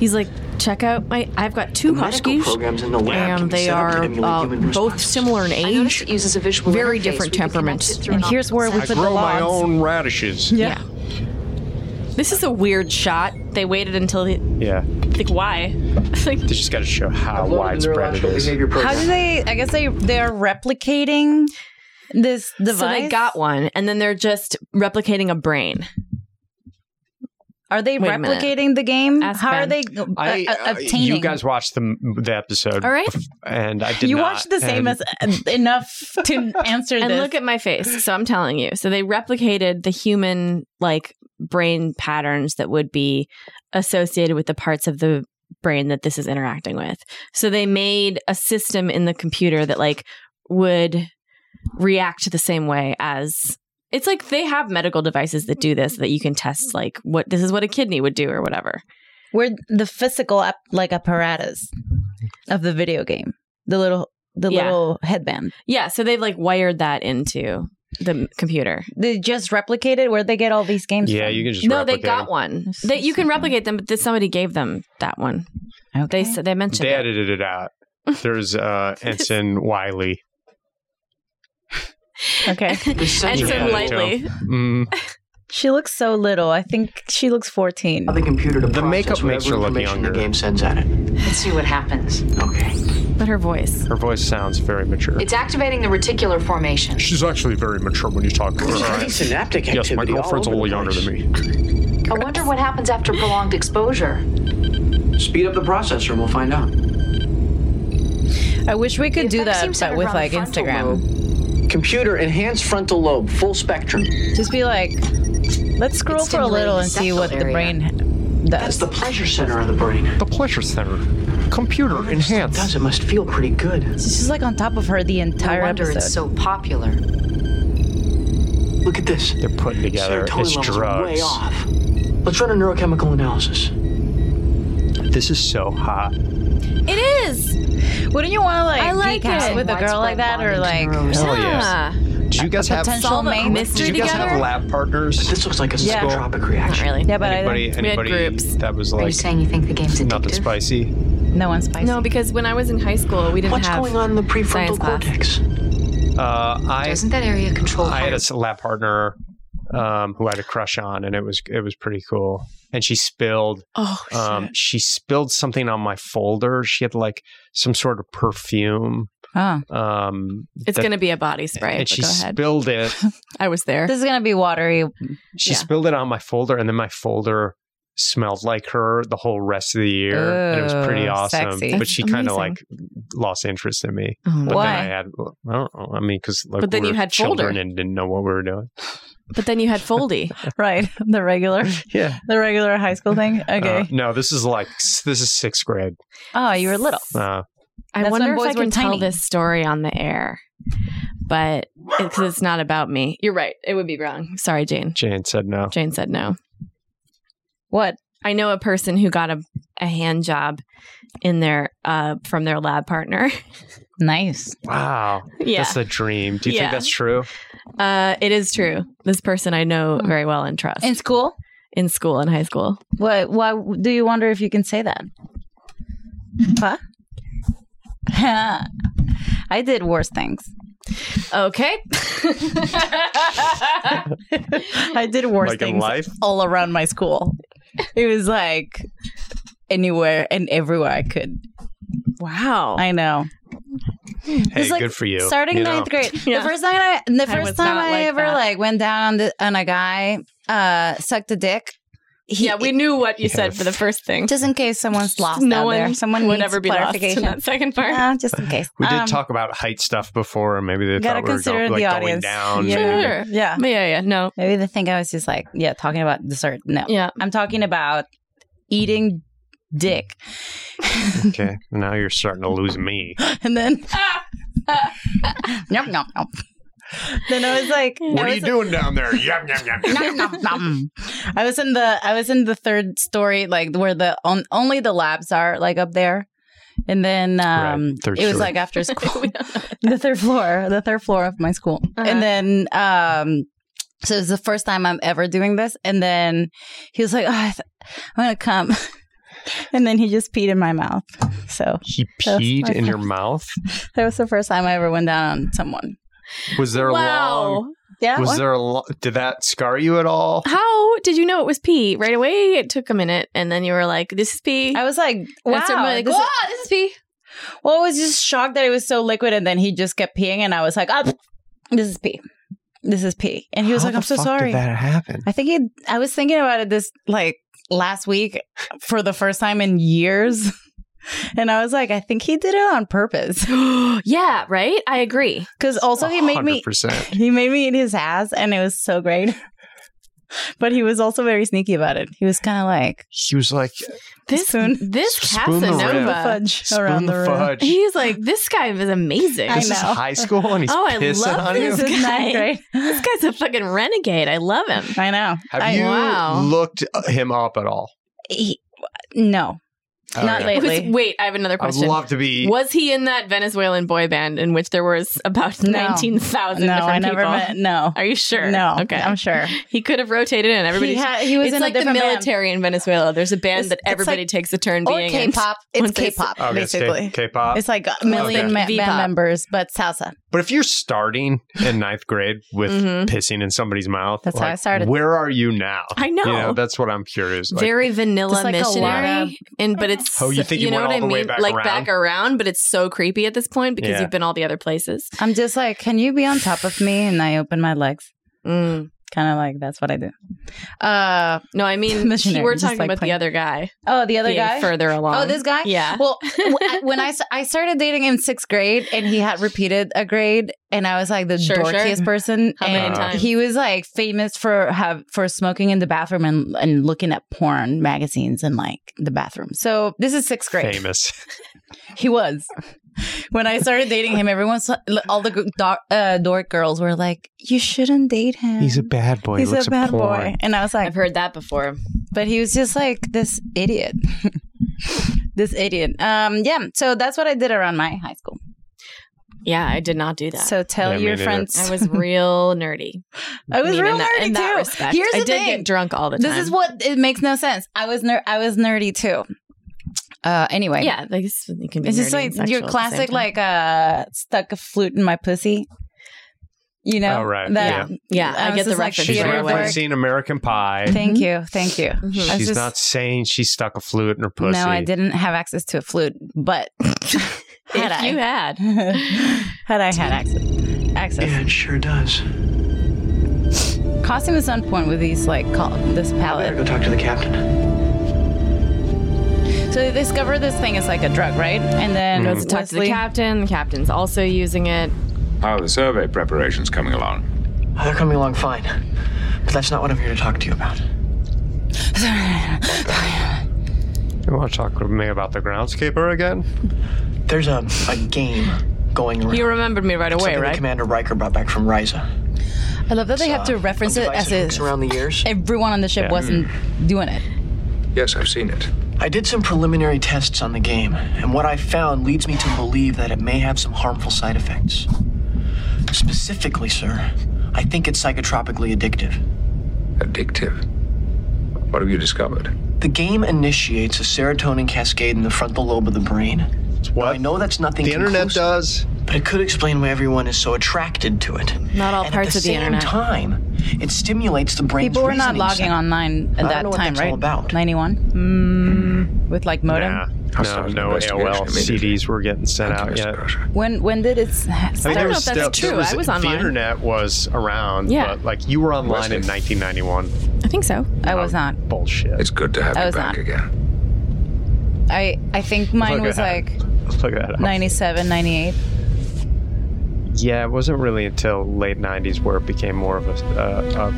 Speaker 1: He's like, check out my. I've got two
Speaker 10: medical
Speaker 1: huskies,
Speaker 10: programs in the lab can
Speaker 1: and
Speaker 10: be
Speaker 1: they
Speaker 10: set up to
Speaker 1: are
Speaker 10: emulate
Speaker 1: uh,
Speaker 10: human
Speaker 1: both similar in age.
Speaker 6: It uses a visual
Speaker 1: Very
Speaker 6: interface.
Speaker 1: different
Speaker 6: We could connect
Speaker 1: temperaments.
Speaker 6: it through an
Speaker 1: And here's
Speaker 6: optical
Speaker 1: where we
Speaker 3: I
Speaker 6: sensor.
Speaker 3: grow my own radishes.
Speaker 1: Yeah. This is a weird shot. They waited until the,
Speaker 3: Yeah.
Speaker 1: like why? (laughs) Like,
Speaker 3: They just got to show how widespread it is.
Speaker 2: How do they? I guess they they are replicating this device.
Speaker 1: So they got one, and then they're just replicating a brain.
Speaker 2: are they
Speaker 1: Wait a minute.
Speaker 2: replicating the game?
Speaker 1: Ask
Speaker 2: How are
Speaker 1: Ben.
Speaker 2: they uh,
Speaker 3: I,
Speaker 2: uh,
Speaker 3: uh,
Speaker 2: obtaining?
Speaker 3: you guys watched the, the episode.
Speaker 1: All right.
Speaker 3: And I did
Speaker 2: You
Speaker 3: not,
Speaker 2: watched the same
Speaker 3: and-
Speaker 2: as enough to answer
Speaker 1: And
Speaker 2: this.
Speaker 1: look at my face. So I'm telling you. So they replicated the human like brain patterns that would be associated with the parts of the brain that this is interacting with. So they made a system in the computer that like would react the same way as it's like they have medical devices that do this that you can test like what this is what a kidney would do or whatever.
Speaker 2: We're the physical app, like apparatus of the video game. The little the
Speaker 1: Yeah.
Speaker 2: little headband.
Speaker 1: Yeah, so they've like wired that into the m- computer.
Speaker 2: They just replicated where they get all these games.
Speaker 3: Yeah, you can just
Speaker 1: no, they
Speaker 3: replicate
Speaker 1: got
Speaker 3: them.
Speaker 1: one. That you can replicate them, but that somebody gave them that one. They said they mentioned
Speaker 3: They
Speaker 1: it.
Speaker 3: edited it out. There's uh,
Speaker 1: (laughs)
Speaker 3: Ensign Wiley.
Speaker 2: (laughs) Okay.
Speaker 1: And so lightly.
Speaker 3: Mm.
Speaker 2: She looks so little. I think she looks 14.
Speaker 10: The computer to
Speaker 3: The makeup
Speaker 10: process
Speaker 3: makes her
Speaker 10: whatever
Speaker 3: look
Speaker 10: information
Speaker 3: younger.
Speaker 10: The game sends at it.
Speaker 6: Let's see what happens.
Speaker 1: But her voice.
Speaker 3: Her voice sounds very mature.
Speaker 6: It's activating the reticular formation.
Speaker 3: She's actually very mature when you talk to her.
Speaker 10: Pretty synaptic
Speaker 3: Yes, my
Speaker 10: activity all
Speaker 3: girlfriend's a
Speaker 10: over
Speaker 3: little
Speaker 10: the
Speaker 3: younger
Speaker 10: place.
Speaker 3: than me.
Speaker 6: I wonder what happens after prolonged exposure.
Speaker 10: Speed up the processor and we'll find out.
Speaker 2: I wish we could do that,
Speaker 6: seems
Speaker 2: but
Speaker 6: centered
Speaker 2: with
Speaker 6: around the
Speaker 2: like
Speaker 6: frontal
Speaker 2: Instagram.
Speaker 10: Computer enhanced frontal lobe, full spectrum.
Speaker 2: Just be like, let's scroll
Speaker 6: It's
Speaker 2: for a little and see
Speaker 6: stimulating
Speaker 2: what the
Speaker 6: septal
Speaker 2: brain
Speaker 6: area.
Speaker 10: That's the pleasure center of the brain.
Speaker 3: The pleasure center. Computer enhanced.
Speaker 10: Does it must feel pretty good.
Speaker 2: She's just like on top of her the
Speaker 6: No
Speaker 2: entire
Speaker 6: wonder
Speaker 2: episode.
Speaker 6: it's so popular.
Speaker 10: Look at this.
Speaker 3: They're putting together
Speaker 10: Serotonin
Speaker 3: it's
Speaker 10: levels are way
Speaker 3: drugs.
Speaker 10: off. Let's run a neurochemical analysis.
Speaker 3: This is so hot.
Speaker 1: It is.
Speaker 2: Wouldn't you want to like,
Speaker 1: I
Speaker 2: geek
Speaker 1: like
Speaker 2: out
Speaker 1: it.
Speaker 2: with a girl like that or like
Speaker 3: Hell yes. Did you guys have
Speaker 2: potential mate
Speaker 3: Did you guys have lab partners? This
Speaker 14: looks like a
Speaker 2: Yeah.
Speaker 3: psychotropic
Speaker 2: reaction. Not really. Yeah, but I
Speaker 3: anybody,
Speaker 2: think- We had
Speaker 3: anybody
Speaker 2: groups.
Speaker 3: that was like
Speaker 6: you think the game's
Speaker 3: nothing spicy?
Speaker 2: No one's spicy.
Speaker 1: No, because when I was in high school, we didn't
Speaker 14: What's
Speaker 1: have.
Speaker 14: going on in the
Speaker 1: science
Speaker 14: prefrontal
Speaker 1: class.
Speaker 14: cortex?
Speaker 3: Uh, I
Speaker 6: Doesn't that area control?
Speaker 3: I had a s- lab partner um, who I had a crush on, and it was it was pretty cool. And she spilled.
Speaker 6: Oh,
Speaker 3: um, she spilled something on my folder. She had like some sort of perfume.
Speaker 2: Oh.
Speaker 3: Um,
Speaker 1: It's
Speaker 3: that-
Speaker 1: going to be a body spray.
Speaker 3: and
Speaker 1: but
Speaker 3: she
Speaker 1: go ahead.
Speaker 3: spilled it.
Speaker 1: (laughs) I was there.
Speaker 2: This is gonna be watery.
Speaker 3: She spilled it on my folder, and then my folder smelled like her the whole rest of the year, and it was pretty
Speaker 2: Ooh,
Speaker 3: awesome.
Speaker 2: sexy.
Speaker 3: But
Speaker 2: That's
Speaker 3: she kind of
Speaker 2: amazing.
Speaker 3: like lost interest in me.
Speaker 2: Oh,
Speaker 3: but
Speaker 2: Why?
Speaker 3: then I had, I don't know. I mean, because like
Speaker 1: But then
Speaker 3: we
Speaker 1: you
Speaker 3: were
Speaker 1: had folder.
Speaker 3: children and didn't know what we were doing.
Speaker 1: But then you had Foldy.
Speaker 2: (laughs) right. The regular.
Speaker 3: Yeah.
Speaker 2: The regular high school thing. Okay.
Speaker 3: Uh, no, this is like s- this is sixth grade.
Speaker 1: Ah,
Speaker 2: oh, you were little.
Speaker 3: Uh,
Speaker 1: I
Speaker 2: That's
Speaker 1: wonder
Speaker 2: when
Speaker 1: if I
Speaker 2: boys were
Speaker 1: can tell
Speaker 2: tiny.
Speaker 1: this story on the air, but because it's not about me. You're right. It would be wrong. Sorry, Jane.
Speaker 3: Jane said no.
Speaker 1: Jane said no.
Speaker 2: What?
Speaker 1: I know a person who got a, a hand job in their uh, from their lab partner.
Speaker 2: Nice.
Speaker 3: Wow,
Speaker 1: Yeah.
Speaker 3: that's a dream. Do you
Speaker 1: Yeah.
Speaker 3: think that's true?
Speaker 1: Uh, it is true. This person I know very well and trust. In
Speaker 2: Hmm. school?
Speaker 1: In school, in high school.
Speaker 2: What? Why do you wonder if you can say that? Huh? (laughs) I did worse things.
Speaker 1: Okay.
Speaker 2: (laughs) I did worse
Speaker 3: Like in
Speaker 2: things
Speaker 3: life?
Speaker 2: all around my school. It was like anywhere and everywhere I could.
Speaker 1: Wow.
Speaker 2: I know.
Speaker 3: Hey,
Speaker 2: It's like
Speaker 3: good for you.
Speaker 2: Starting
Speaker 3: you know.
Speaker 2: ninth grade.
Speaker 1: Yeah.
Speaker 2: The first time I the
Speaker 1: I
Speaker 2: first
Speaker 1: was
Speaker 2: time
Speaker 1: not
Speaker 2: I
Speaker 1: like
Speaker 2: ever
Speaker 1: that.
Speaker 2: like went down on the on a guy, uh sucked a dick.
Speaker 1: yeah, we knew what you said for the first thing.
Speaker 2: Just in case someone's lost
Speaker 1: No
Speaker 2: out
Speaker 1: one
Speaker 2: there. Someone
Speaker 1: would
Speaker 2: needs
Speaker 1: ever be lost in
Speaker 2: clarification.
Speaker 1: that second part.
Speaker 2: Yeah, just in case.
Speaker 3: We did
Speaker 2: Um,
Speaker 3: talk about height stuff before, and maybe they
Speaker 2: gotta
Speaker 3: thought we were
Speaker 2: consider
Speaker 3: going,
Speaker 2: the
Speaker 3: like, going
Speaker 2: audience.
Speaker 3: down.
Speaker 2: Sure.
Speaker 3: maybe.
Speaker 2: Sure. Yeah.
Speaker 1: Yeah, yeah, no.
Speaker 2: Maybe they think I was just like, yeah, talking about dessert. No.
Speaker 1: Yeah.
Speaker 2: I'm talking about eating dick. (gasps)
Speaker 3: Okay, now you're starting to lose me.
Speaker 2: And then (laughs) Yum, yum, yum. Then I was like,
Speaker 3: What
Speaker 2: I
Speaker 3: are
Speaker 2: was
Speaker 3: you doing down there?
Speaker 2: (laughs)
Speaker 3: Yum yum yum. yum.
Speaker 2: I was in the I was in the third story, like where the on, only the labs are, like up there. And then um,
Speaker 3: third
Speaker 2: it was
Speaker 3: story.
Speaker 1: (laughs)
Speaker 2: like after school, the third floor, the third floor of my school. (laughs) And then um, so it was the first time I'm ever doing this. And then he was like, oh, I th- "I'm gonna come," (laughs) and then he just peed in my mouth. So
Speaker 3: He
Speaker 2: (laughs) that was
Speaker 3: peed
Speaker 2: my
Speaker 3: in your
Speaker 2: first-
Speaker 3: mouth.
Speaker 2: That was the first time I ever went down on someone.
Speaker 3: Was there a
Speaker 1: Wow.
Speaker 3: long?
Speaker 2: Yeah.
Speaker 3: Oh. Was there a? Lo- did that scar you at all?
Speaker 1: How did you know it was pee right away? It took a minute, and then you were like, "This is pee." I
Speaker 2: was like, wow,
Speaker 1: like,
Speaker 2: this is-
Speaker 1: "Wow, this is pee."
Speaker 2: Well, I was just shocked that it was so liquid, and then he just kept peeing, and I was like, "Oh, this is pee, this is pee," and he was
Speaker 3: How
Speaker 2: like,
Speaker 3: the
Speaker 2: "I'm so
Speaker 3: fuck
Speaker 2: sorry."
Speaker 3: Did that happen?
Speaker 2: I think he. I was thinking about it this like last week for the first time in years, (laughs) and I was like, "I think he did it on purpose."
Speaker 1: (gasps)
Speaker 2: (gasps)
Speaker 1: yeah, right. I agree.
Speaker 2: Because also he made me.
Speaker 3: 100%.
Speaker 2: He made me eat his ass, and it was so great. (laughs) but he was also very sneaky about it. He was kind of like
Speaker 3: He was like,
Speaker 1: This
Speaker 2: spoon,
Speaker 1: this
Speaker 3: Spoon the rib.
Speaker 1: Casanova
Speaker 2: fudge
Speaker 3: Spoon
Speaker 2: around
Speaker 3: the
Speaker 2: the, room.
Speaker 3: fudge.
Speaker 1: He's like, this guy is amazing.
Speaker 3: This is high school,
Speaker 1: (laughs)
Speaker 2: (laughs)
Speaker 3: and he's
Speaker 1: oh, I
Speaker 3: pissing
Speaker 1: love
Speaker 3: on
Speaker 1: this
Speaker 3: you.
Speaker 1: guy.
Speaker 2: ninth grade.
Speaker 1: This guy's a fucking renegade. I love him.
Speaker 2: I know.
Speaker 3: Have you looked uh, him up at all?
Speaker 2: He- no, not
Speaker 3: Okay.
Speaker 2: lately.
Speaker 1: Was- wait, I have another
Speaker 3: I would
Speaker 1: question.
Speaker 3: love to be-
Speaker 1: Was he in that Venezuelan boy band in which there was about
Speaker 2: No.
Speaker 1: nineteen thousand?
Speaker 2: No,
Speaker 1: different
Speaker 2: I never
Speaker 1: people?
Speaker 2: met- no.
Speaker 1: Are you sure?
Speaker 2: No,
Speaker 1: Okay,
Speaker 2: I'm sure.
Speaker 1: He could have rotated in. Everybody.
Speaker 2: He had- he was
Speaker 1: it's
Speaker 2: in a
Speaker 1: like the
Speaker 2: different band.
Speaker 1: military in Venezuela. There's a band
Speaker 2: It's-
Speaker 1: that
Speaker 2: it's
Speaker 1: everybody
Speaker 2: like-
Speaker 1: takes a turn
Speaker 2: or
Speaker 1: being
Speaker 2: K-pop.
Speaker 1: in.
Speaker 2: It's
Speaker 1: Once they-
Speaker 2: K-pop,
Speaker 3: Okay, it's K-
Speaker 2: basically.
Speaker 3: K-pop.
Speaker 2: It's like a million
Speaker 3: Okay.
Speaker 2: ma-
Speaker 1: V-pop.
Speaker 2: band members, but salsa.
Speaker 3: But if you're starting
Speaker 2: (laughs)
Speaker 3: in ninth grade with
Speaker 2: Mhm.
Speaker 3: pissing in somebody's mouth,
Speaker 2: That's how I started.
Speaker 3: Where are you now?
Speaker 1: I know.
Speaker 3: You know that's what I'm curious. Like,
Speaker 1: very vanilla
Speaker 2: Just like a lot of-
Speaker 1: missionary, and but it's
Speaker 3: Oh, you think you
Speaker 1: know
Speaker 3: went
Speaker 1: what
Speaker 3: all
Speaker 1: I
Speaker 3: the
Speaker 1: mean,
Speaker 3: way back
Speaker 1: like
Speaker 3: around?
Speaker 1: back around, but it's so creepy at this point because
Speaker 2: Yeah.
Speaker 1: you've been all the other places.
Speaker 2: I'm just like, can you be on top of me? And I open my legs.
Speaker 1: Mm.
Speaker 2: Kind of like that's what I do. Uh,
Speaker 1: no, I
Speaker 2: (laughs)
Speaker 1: mean,
Speaker 2: Missionary,
Speaker 1: we're
Speaker 2: just
Speaker 1: talking
Speaker 2: like
Speaker 1: about
Speaker 2: playing-
Speaker 1: the other guy.
Speaker 2: Oh, the other
Speaker 1: Being
Speaker 2: guy
Speaker 1: further along.
Speaker 2: Oh, this guy.
Speaker 1: Yeah. (laughs)
Speaker 2: Well, w- I- when I, s- I started dating in sixth grade, and he had repeated a grade, and I was like the
Speaker 1: Sure, sure.
Speaker 2: dorkiest person.
Speaker 1: How many
Speaker 2: and
Speaker 1: times?
Speaker 2: he was like famous for have for smoking in the bathroom and and looking at porn magazines in like the bathroom. So this is sixth grade. (laughs)
Speaker 3: famous.
Speaker 2: He was. (laughs) When I started dating him, everyone's all the g- dor- uh, dork girls were like, "You shouldn't date him.
Speaker 3: He's a bad boy.
Speaker 2: He's
Speaker 3: he looks
Speaker 2: a bad
Speaker 3: at porn.
Speaker 2: boy." And I was like,
Speaker 1: "I've heard that before."
Speaker 2: But he was just like this idiot. (laughs) this idiot. Um, yeah. So that's what I did around my high school.
Speaker 1: Yeah, I did not do that.
Speaker 2: So tell Yeah, me your neither. friends.
Speaker 1: I was real nerdy.
Speaker 2: (laughs) I was
Speaker 1: mean,
Speaker 2: real
Speaker 1: in that,
Speaker 2: nerdy
Speaker 1: in that
Speaker 2: too.
Speaker 1: respect.
Speaker 2: Here's
Speaker 1: I
Speaker 2: the
Speaker 1: did
Speaker 2: thing.
Speaker 1: get drunk all the time.
Speaker 2: This is what it makes no sense. I was ner- I was nerdy too. Uh, anyway,
Speaker 1: Yeah, like it's, you can be
Speaker 2: it's just
Speaker 1: nerdy and
Speaker 2: like your
Speaker 1: sexual at the same
Speaker 2: classic
Speaker 1: time.
Speaker 2: like uh stuck a flute in my pussy. You know,
Speaker 3: Oh, right. Yeah.
Speaker 1: Yeah, I
Speaker 2: was
Speaker 1: get the
Speaker 2: just like,
Speaker 1: reference
Speaker 3: She's
Speaker 2: theater work.
Speaker 3: referencing American Pie.
Speaker 2: Thank you, thank you. I was
Speaker 3: She's
Speaker 2: just-
Speaker 3: not saying she stuck a flute in her pussy.
Speaker 2: No, I didn't have access to a flute, but (laughs) had I, you
Speaker 1: had,
Speaker 2: (laughs) had I had access, access,
Speaker 10: Yeah, it sure does.
Speaker 2: Costume is on point with these like col this palette.
Speaker 10: Go talk to the captain.
Speaker 2: So they discover this thing is like a drug, right? And then
Speaker 3: Mm-hmm.
Speaker 1: Goes to talk to the captain. The captain's also using it.
Speaker 10: How are the survey preparations coming along? They're coming along fine. But that's not what I'm here to talk to you about.
Speaker 3: You want to talk to me about the groundskeeper again?
Speaker 10: There's a, a game going around.
Speaker 1: You remembered me right
Speaker 10: Something
Speaker 1: away,
Speaker 10: that
Speaker 1: right?
Speaker 10: Commander Riker brought back from Ryza.
Speaker 2: I love that they have to reference it as if
Speaker 10: around the years.
Speaker 2: everyone on the ship
Speaker 10: Yeah.
Speaker 2: wasn't doing it.
Speaker 10: Yes, I've seen it. Hmm. I did some preliminary tests on the game, and what I found leads me to believe that it may have some harmful side effects. Specifically, sir, I think it's psychotropically addictive.
Speaker 9: Addictive. What have you discovered?
Speaker 10: The game initiates a serotonin cascade in the frontal lobe of the brain. What? I know that's nothing.
Speaker 3: The internet
Speaker 10: does, but it could explain why everyone is so attracted to it.
Speaker 1: Not all
Speaker 10: and
Speaker 1: parts
Speaker 10: at the
Speaker 1: of the
Speaker 10: same
Speaker 1: internet.
Speaker 10: time, it stimulates the brain's
Speaker 2: People were not
Speaker 10: reasoning
Speaker 2: logging
Speaker 10: center.
Speaker 2: online
Speaker 10: I
Speaker 2: at
Speaker 10: don't
Speaker 2: that
Speaker 10: know what
Speaker 2: time,
Speaker 10: that's all
Speaker 2: right?
Speaker 10: about.
Speaker 2: Ninety-one, mm, with like modem.
Speaker 3: Nah, no, no AOL CDs were getting sent out yet.
Speaker 2: When when did it? s-
Speaker 3: I
Speaker 2: start?
Speaker 3: mean, there was still, there was- The internet was around,
Speaker 2: Yeah.
Speaker 3: but like you were online in 1991.
Speaker 2: I think so. I was not.
Speaker 3: Bullshit. It's
Speaker 9: good to have
Speaker 2: I
Speaker 9: you
Speaker 2: was
Speaker 9: back
Speaker 2: not.
Speaker 9: again.
Speaker 2: I I think mine
Speaker 3: Look
Speaker 2: was
Speaker 3: ahead.
Speaker 2: like
Speaker 3: Look at that.
Speaker 2: 97, 98.
Speaker 3: Yeah, it wasn't really until late 90s where it became more of a, uh,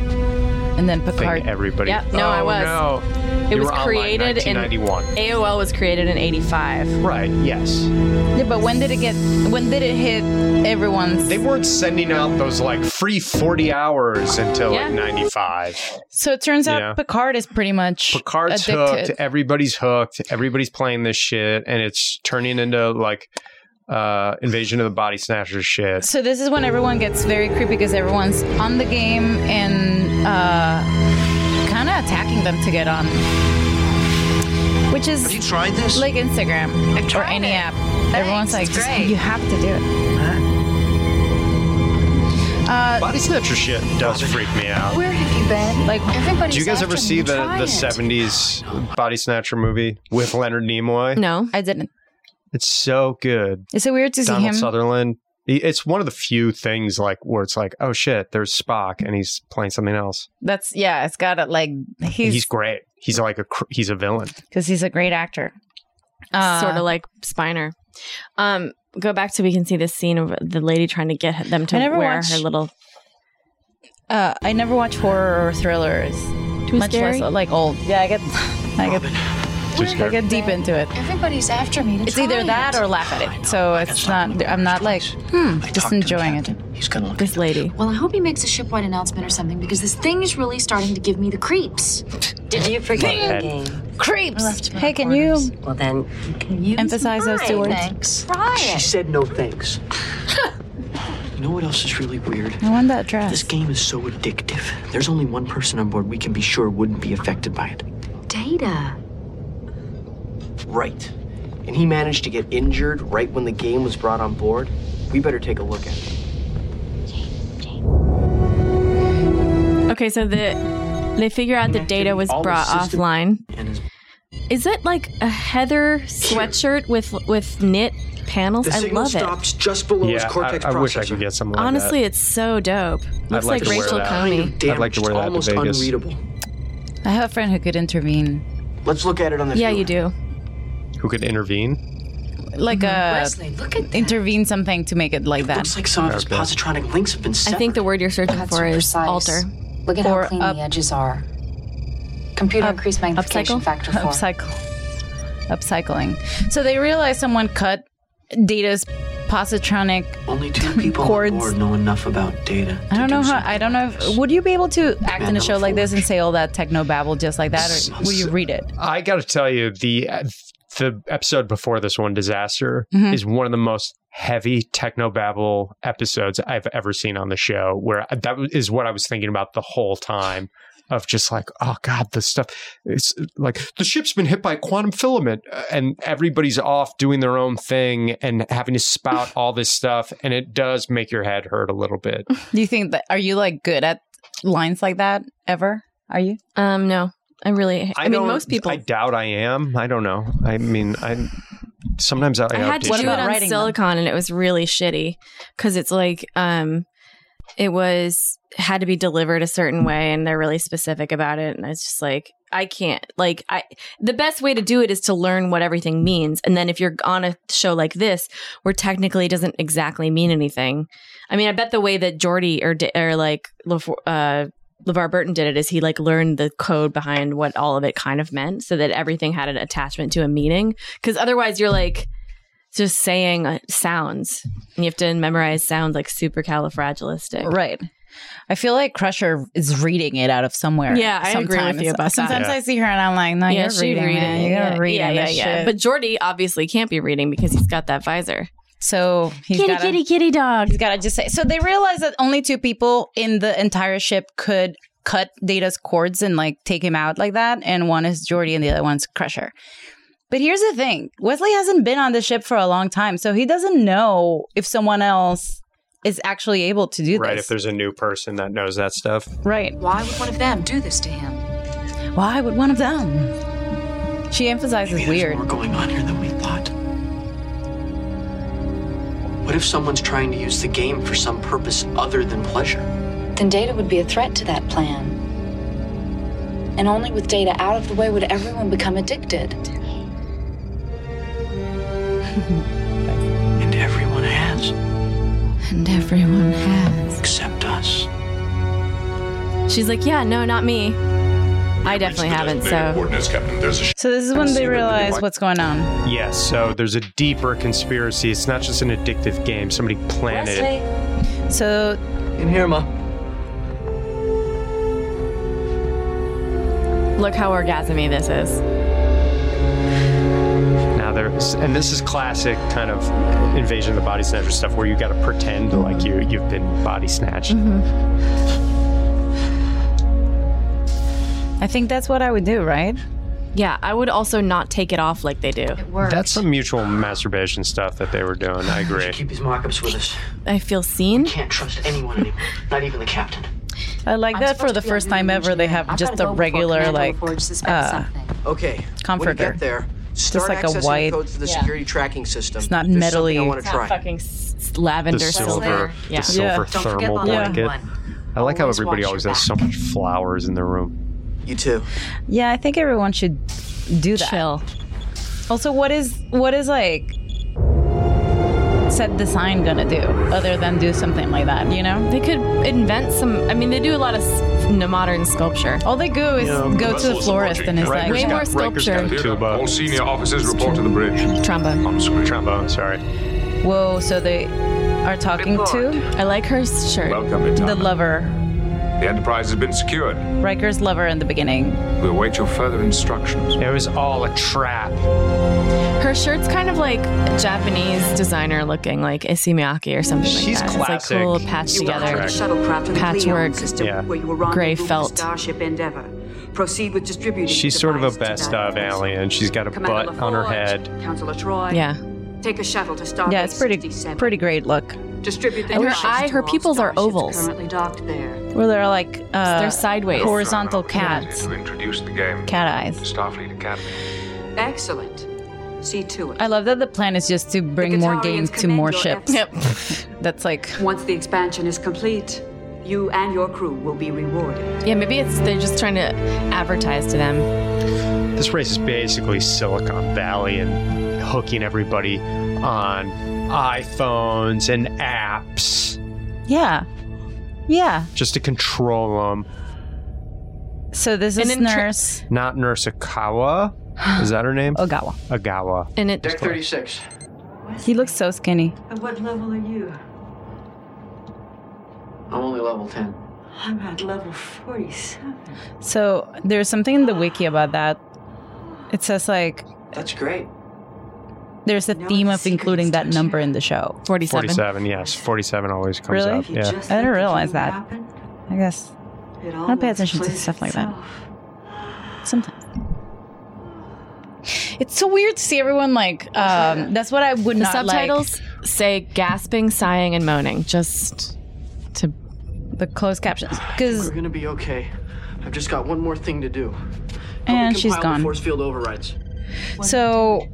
Speaker 2: and then
Speaker 3: a
Speaker 2: Picard.
Speaker 3: thing everybody.
Speaker 1: Yep. No, I
Speaker 3: Oh,
Speaker 1: was.
Speaker 3: No.
Speaker 1: It
Speaker 3: You
Speaker 1: was
Speaker 3: were online
Speaker 1: created in
Speaker 3: 1991.
Speaker 1: AOL was created in '85.
Speaker 3: Right. Yes.
Speaker 2: Yeah, but when did it get? When did it hit everyone's?
Speaker 3: They weren't sending out those like free 40 hours until
Speaker 2: Yeah.
Speaker 3: like 95.
Speaker 2: So it turns out
Speaker 3: Yeah.
Speaker 2: Picard is pretty much
Speaker 3: Picard's
Speaker 2: addicted.
Speaker 3: hooked. Everybody's hooked. Everybody's playing this shit, and it's turning into like uh invasion of the body snatchers shit.
Speaker 2: So this is when everyone gets very creepy because everyone's on the game and uh, kind of attacking them to get on, which is Have you
Speaker 10: tried this?
Speaker 2: like Instagram or any app. everyone's like, just, you have to do it. Uh,
Speaker 3: body snatcher shit does freak me out.
Speaker 2: Where have you been? Like everybody.
Speaker 3: Do you guys ever see the the seventies body snatcher movie with Leonard Nimoy?
Speaker 2: No, I didn't.
Speaker 3: It's so good.
Speaker 2: Is it weird to see
Speaker 3: Donald
Speaker 2: him?
Speaker 3: Sutherland. He- It's one of the few things like where it's like, oh shit, there's Spock, and he's playing something else.
Speaker 2: That's yeah. It's got it like
Speaker 3: He's,
Speaker 2: he's
Speaker 3: great. He's like a cr- he's a villain.
Speaker 2: because he's a great actor. Uh,
Speaker 1: sort of like Spiner. Um, go back to we can see this scene of the lady trying to get them to
Speaker 2: I never
Speaker 1: wear
Speaker 2: watched-
Speaker 1: her little.
Speaker 2: Uh, I never watch horror or thrillers.
Speaker 1: Too
Speaker 2: much
Speaker 1: scary?
Speaker 2: less uh, like old. Yeah, I get, I get, I get deep into it.
Speaker 6: Everybody's after me. to
Speaker 2: It's either
Speaker 6: try
Speaker 2: that
Speaker 6: it.
Speaker 2: or laugh at it. So it's not. I'm not like hmm, just enjoying it.
Speaker 10: He's gonna
Speaker 2: this lady.
Speaker 6: Well, I hope he makes a shipwide announcement or something because this thing is really starting to give me the creeps. Did you
Speaker 2: forget
Speaker 6: game?
Speaker 2: Creeps. Hey, can you?
Speaker 10: Well then,
Speaker 2: emphasize those two words.
Speaker 10: She said no (laughs) thanks. you know what else is really weird?
Speaker 2: I want that dress.
Speaker 10: This game is so addictive. There's only one person on board we can be sure wouldn't be affected by it.
Speaker 6: Data.
Speaker 10: Right. And he managed to get injured right when the game was brought on board. We better take a look at it.
Speaker 1: Okay, so the they figure out the data was
Speaker 10: all the
Speaker 1: brought
Speaker 10: system-
Speaker 1: offline.
Speaker 10: And his
Speaker 1: Is it like a heather sweatshirt with with knit panels?
Speaker 10: The
Speaker 1: I
Speaker 10: signal
Speaker 1: love it.
Speaker 10: stops just below his
Speaker 3: Yeah,
Speaker 10: cortex
Speaker 3: I, I
Speaker 10: processor.
Speaker 3: wish I could get something.
Speaker 1: Honestly,
Speaker 3: like
Speaker 1: it's so dope.
Speaker 3: that.
Speaker 1: Looks like,
Speaker 3: to wear
Speaker 1: Rachel
Speaker 3: that.
Speaker 1: Coney.
Speaker 3: I'd like to wear that
Speaker 10: almost
Speaker 3: to Vegas.
Speaker 10: unreadable.
Speaker 2: I have a friend who could intervene.
Speaker 10: Let's look at it on the
Speaker 2: Yeah, you do.
Speaker 3: Who could intervene?
Speaker 2: Like a
Speaker 10: Wesley,
Speaker 2: look at intervene something to make it like that.
Speaker 10: Looks like some of his positronic links have been
Speaker 1: I
Speaker 10: severed.
Speaker 1: think the word you're searching for is alter.
Speaker 6: Look at
Speaker 1: Or
Speaker 6: how clean
Speaker 1: up-
Speaker 6: the edges are. Computer increased magnification
Speaker 2: upcycle?
Speaker 6: factor four.
Speaker 2: Upcycle. Upcycling. So they realize someone cut Data's positronic.
Speaker 10: Only two people
Speaker 2: Chords.
Speaker 10: on board know enough about data.
Speaker 2: I don't know how. I don't know. If, would you be able to act in a
Speaker 3: Mandela
Speaker 2: show like this and say all that techno babble just like that, or would you read it?
Speaker 3: I got to tell you, the uh, the episode before this one, Disaster,
Speaker 1: Mm-hmm.
Speaker 24: Mhm.
Speaker 3: is one of the most heavy technobabble episodes I've ever seen on the show, where I- that is what I was thinking about the whole time of just like, oh God, the stuff. It's like the ship's been hit by a quantum filament uh, and everybody's off doing their own thing and having to spout all this stuff. And it does make your head hurt a little bit.
Speaker 2: Do you think that are you like good at lines like that ever? Are you?
Speaker 1: Um, no, I really. I, mean,
Speaker 3: don't-
Speaker 1: most people.
Speaker 3: I doubt I am. I don't know. I mean, I sometimes I,
Speaker 1: I had to
Speaker 3: audition.
Speaker 1: do it on silicon, and it was really shitty because it's like um, it was had to be delivered a certain way, and they're really specific about it, and it's just like I can't like I. The best way to do it is to learn what everything means, and then if you're on a show like this, where technically it doesn't exactly mean anything, I mean, I bet the way that Jordy or di- or like Lefo- uh, LeVar Burton did it is he like learned the code behind what all of it kind of meant so that everything had an attachment to a meaning. Because otherwise, you're like just saying uh, sounds and you have to memorize sounds like supercalifragilistic.
Speaker 2: Right. I feel like Crusher is reading it out of somewhere.
Speaker 1: Yeah, I agree with
Speaker 2: sometimes.
Speaker 1: you about that.
Speaker 2: Sometimes
Speaker 1: Yeah.
Speaker 2: I see her and I'm like, no, you're
Speaker 1: she
Speaker 2: reading, man. You're
Speaker 1: yeah,
Speaker 2: gonna read
Speaker 1: yeah,
Speaker 2: yeah,
Speaker 1: yeah, yeah. But Jordy obviously can't be reading because he's got that visor.
Speaker 2: So he's
Speaker 1: kitty,
Speaker 2: gotta-
Speaker 1: kitty, kitty dog.
Speaker 2: He's got to just say. So they realized that only two people in the entire ship could cut Data's cords and like take him out like that, and one is Jordy and the other one's Crusher. But here's the thing: Wesley hasn't been on the ship for a long time, so he doesn't know if someone else is actually able to do
Speaker 3: right
Speaker 2: this.
Speaker 3: if there's a new person that knows that stuff.
Speaker 2: right.
Speaker 25: Why would one of them do this to him?
Speaker 2: Why would one of them? She emphasizes weird.
Speaker 10: going on here than we thought. What if someone's trying to use the game for some purpose other than
Speaker 2: (laughs)
Speaker 10: pleasure?
Speaker 25: Then Data would be a threat to that plan. And only with Data out of the way would everyone become addicted.
Speaker 10: And everyone has,
Speaker 1: And everyone has.
Speaker 10: except us.
Speaker 1: She's like, yeah, no, not me. I definitely haven't. So
Speaker 9: Ordnance, Captain. There's a sh-
Speaker 2: So this is when they realize what's going on.
Speaker 3: Yes, so there's a deeper conspiracy. It's not just an addictive game. Somebody planned it.
Speaker 2: So
Speaker 10: in here, ma.
Speaker 1: look how orgasmy this is.
Speaker 3: Now there's, and this is classic kind of invasion of the body snatcher stuff, where you got to pretend like you you've been body snatched.
Speaker 2: I think that's what I would do, right?
Speaker 1: Yeah, I would also not take it off like they do. It
Speaker 25: works.
Speaker 3: That's some mutual masturbation stuff that they were doing. I agree. Keep
Speaker 10: these mock-ups with us.
Speaker 1: I feel seen.
Speaker 10: Can't trust anyone
Speaker 2: (laughs)
Speaker 10: anymore, not even the captain.
Speaker 2: I like that for the first time ever. They have just a regular like uh,
Speaker 10: Okay. When
Speaker 2: comforter.
Speaker 10: you get there,
Speaker 2: Just
Speaker 10: start
Speaker 2: like a
Speaker 10: accessing the
Speaker 2: white-
Speaker 10: codes to the
Speaker 2: Yeah.
Speaker 10: security tracking system.
Speaker 2: It's not
Speaker 10: There's something
Speaker 2: metally.
Speaker 10: I want to
Speaker 1: It's not
Speaker 10: try.
Speaker 1: fucking s- s- lavender
Speaker 3: the silver, the silver thermal blanket. I like how everybody always has so much flowers in their room.
Speaker 10: You too.
Speaker 2: Yeah, I think everyone should do that. Chill. Also, what is what is like set design gonna do other than do something like that? You know,
Speaker 1: they could invent some. I mean, they do a lot of s- n- modern sculpture.
Speaker 2: All they go is
Speaker 1: Yeah, um,
Speaker 2: go to the
Speaker 1: Russell's
Speaker 2: florist
Speaker 1: watching.
Speaker 2: and it's like
Speaker 1: Riker's Way got- more Riker's got sculpture.
Speaker 9: All senior officers report to the bridge.
Speaker 1: Trombone.
Speaker 9: I'm sorry.
Speaker 3: Trombone, sorry.
Speaker 2: Whoa, so they are talking to.
Speaker 1: I like her shirt.
Speaker 9: Welcome,
Speaker 2: The
Speaker 9: Itana.
Speaker 2: lover,
Speaker 9: The Enterprise has been secured.
Speaker 2: Riker's lover in the beginning.
Speaker 9: We await your further instructions.
Speaker 3: It was all a trap.
Speaker 1: Her shirt's kind of like Japanese designer looking, like Issey Miyake or something like
Speaker 3: She's
Speaker 1: that. It's
Speaker 3: classic
Speaker 1: like cool, patched
Speaker 3: Star
Speaker 1: together,
Speaker 3: Trek. Shuttlecraft
Speaker 6: to the
Speaker 1: patchwork,
Speaker 6: Cleon system
Speaker 3: Yeah.
Speaker 6: where you will rendezvous
Speaker 1: gray
Speaker 6: with
Speaker 1: felt.
Speaker 6: Starship Endeavor. Proceed with distributing.
Speaker 3: She's sort of a best of alien. She's got a butt on her head.
Speaker 6: Counselor Troy.
Speaker 3: Yeah.
Speaker 6: Take a shuttle to Starbase.
Speaker 2: Yeah, it's pretty
Speaker 6: 67.
Speaker 2: pretty great look.
Speaker 6: Distribute the
Speaker 1: And her
Speaker 6: device
Speaker 1: eye,
Speaker 6: to
Speaker 1: her
Speaker 6: all
Speaker 1: pupils are
Speaker 6: starships
Speaker 1: ovals.
Speaker 6: Currently docked there.
Speaker 2: Where they're like uh,
Speaker 1: They're sideways.
Speaker 2: horizontal cats.
Speaker 6: To introduce the game.
Speaker 2: Cat eyes.
Speaker 6: Starfleet Academy. Excellent. See to it.
Speaker 2: I love that the plan is just to bring more games to more ships. That's like
Speaker 6: once the expansion is complete, you and your crew will be rewarded.
Speaker 1: Yeah, maybe it's they're just trying to advertise to them.
Speaker 3: This race is basically Silicon Valley and hooking everybody on iPhones and apps
Speaker 2: (laughs) Yeah. Yeah.
Speaker 3: just to control them.
Speaker 2: So this is
Speaker 1: And in tra-
Speaker 2: nurse.
Speaker 3: Not Nurse Akawa. Is that her name?
Speaker 2: Ogawa.
Speaker 3: Agawa.
Speaker 1: And it
Speaker 2: Deck
Speaker 10: 36.
Speaker 2: He looks so skinny.
Speaker 6: At what level are you?
Speaker 10: I'm only level 10.
Speaker 6: I'm at level 47.
Speaker 2: So there's something in the wiki about that. It says like
Speaker 10: That's great.
Speaker 2: there's a theme of including that number in the show.
Speaker 3: 47, yes. 47 always comes
Speaker 2: Really?
Speaker 3: up. Yeah.
Speaker 2: I didn't realize that. I guess I don't pay attention to stuff like that. Sometimes.
Speaker 4: It's so weird to see everyone like. Um, that's what I would
Speaker 1: the
Speaker 4: not
Speaker 1: subtitles say gasping, sighing, and moaning. Just to
Speaker 2: the closed captions.
Speaker 10: we're gonna be okay. I've just got one more thing to do.
Speaker 2: And
Speaker 10: Recompile
Speaker 2: she's
Speaker 10: the
Speaker 2: gone.
Speaker 10: Force field overrides.
Speaker 2: So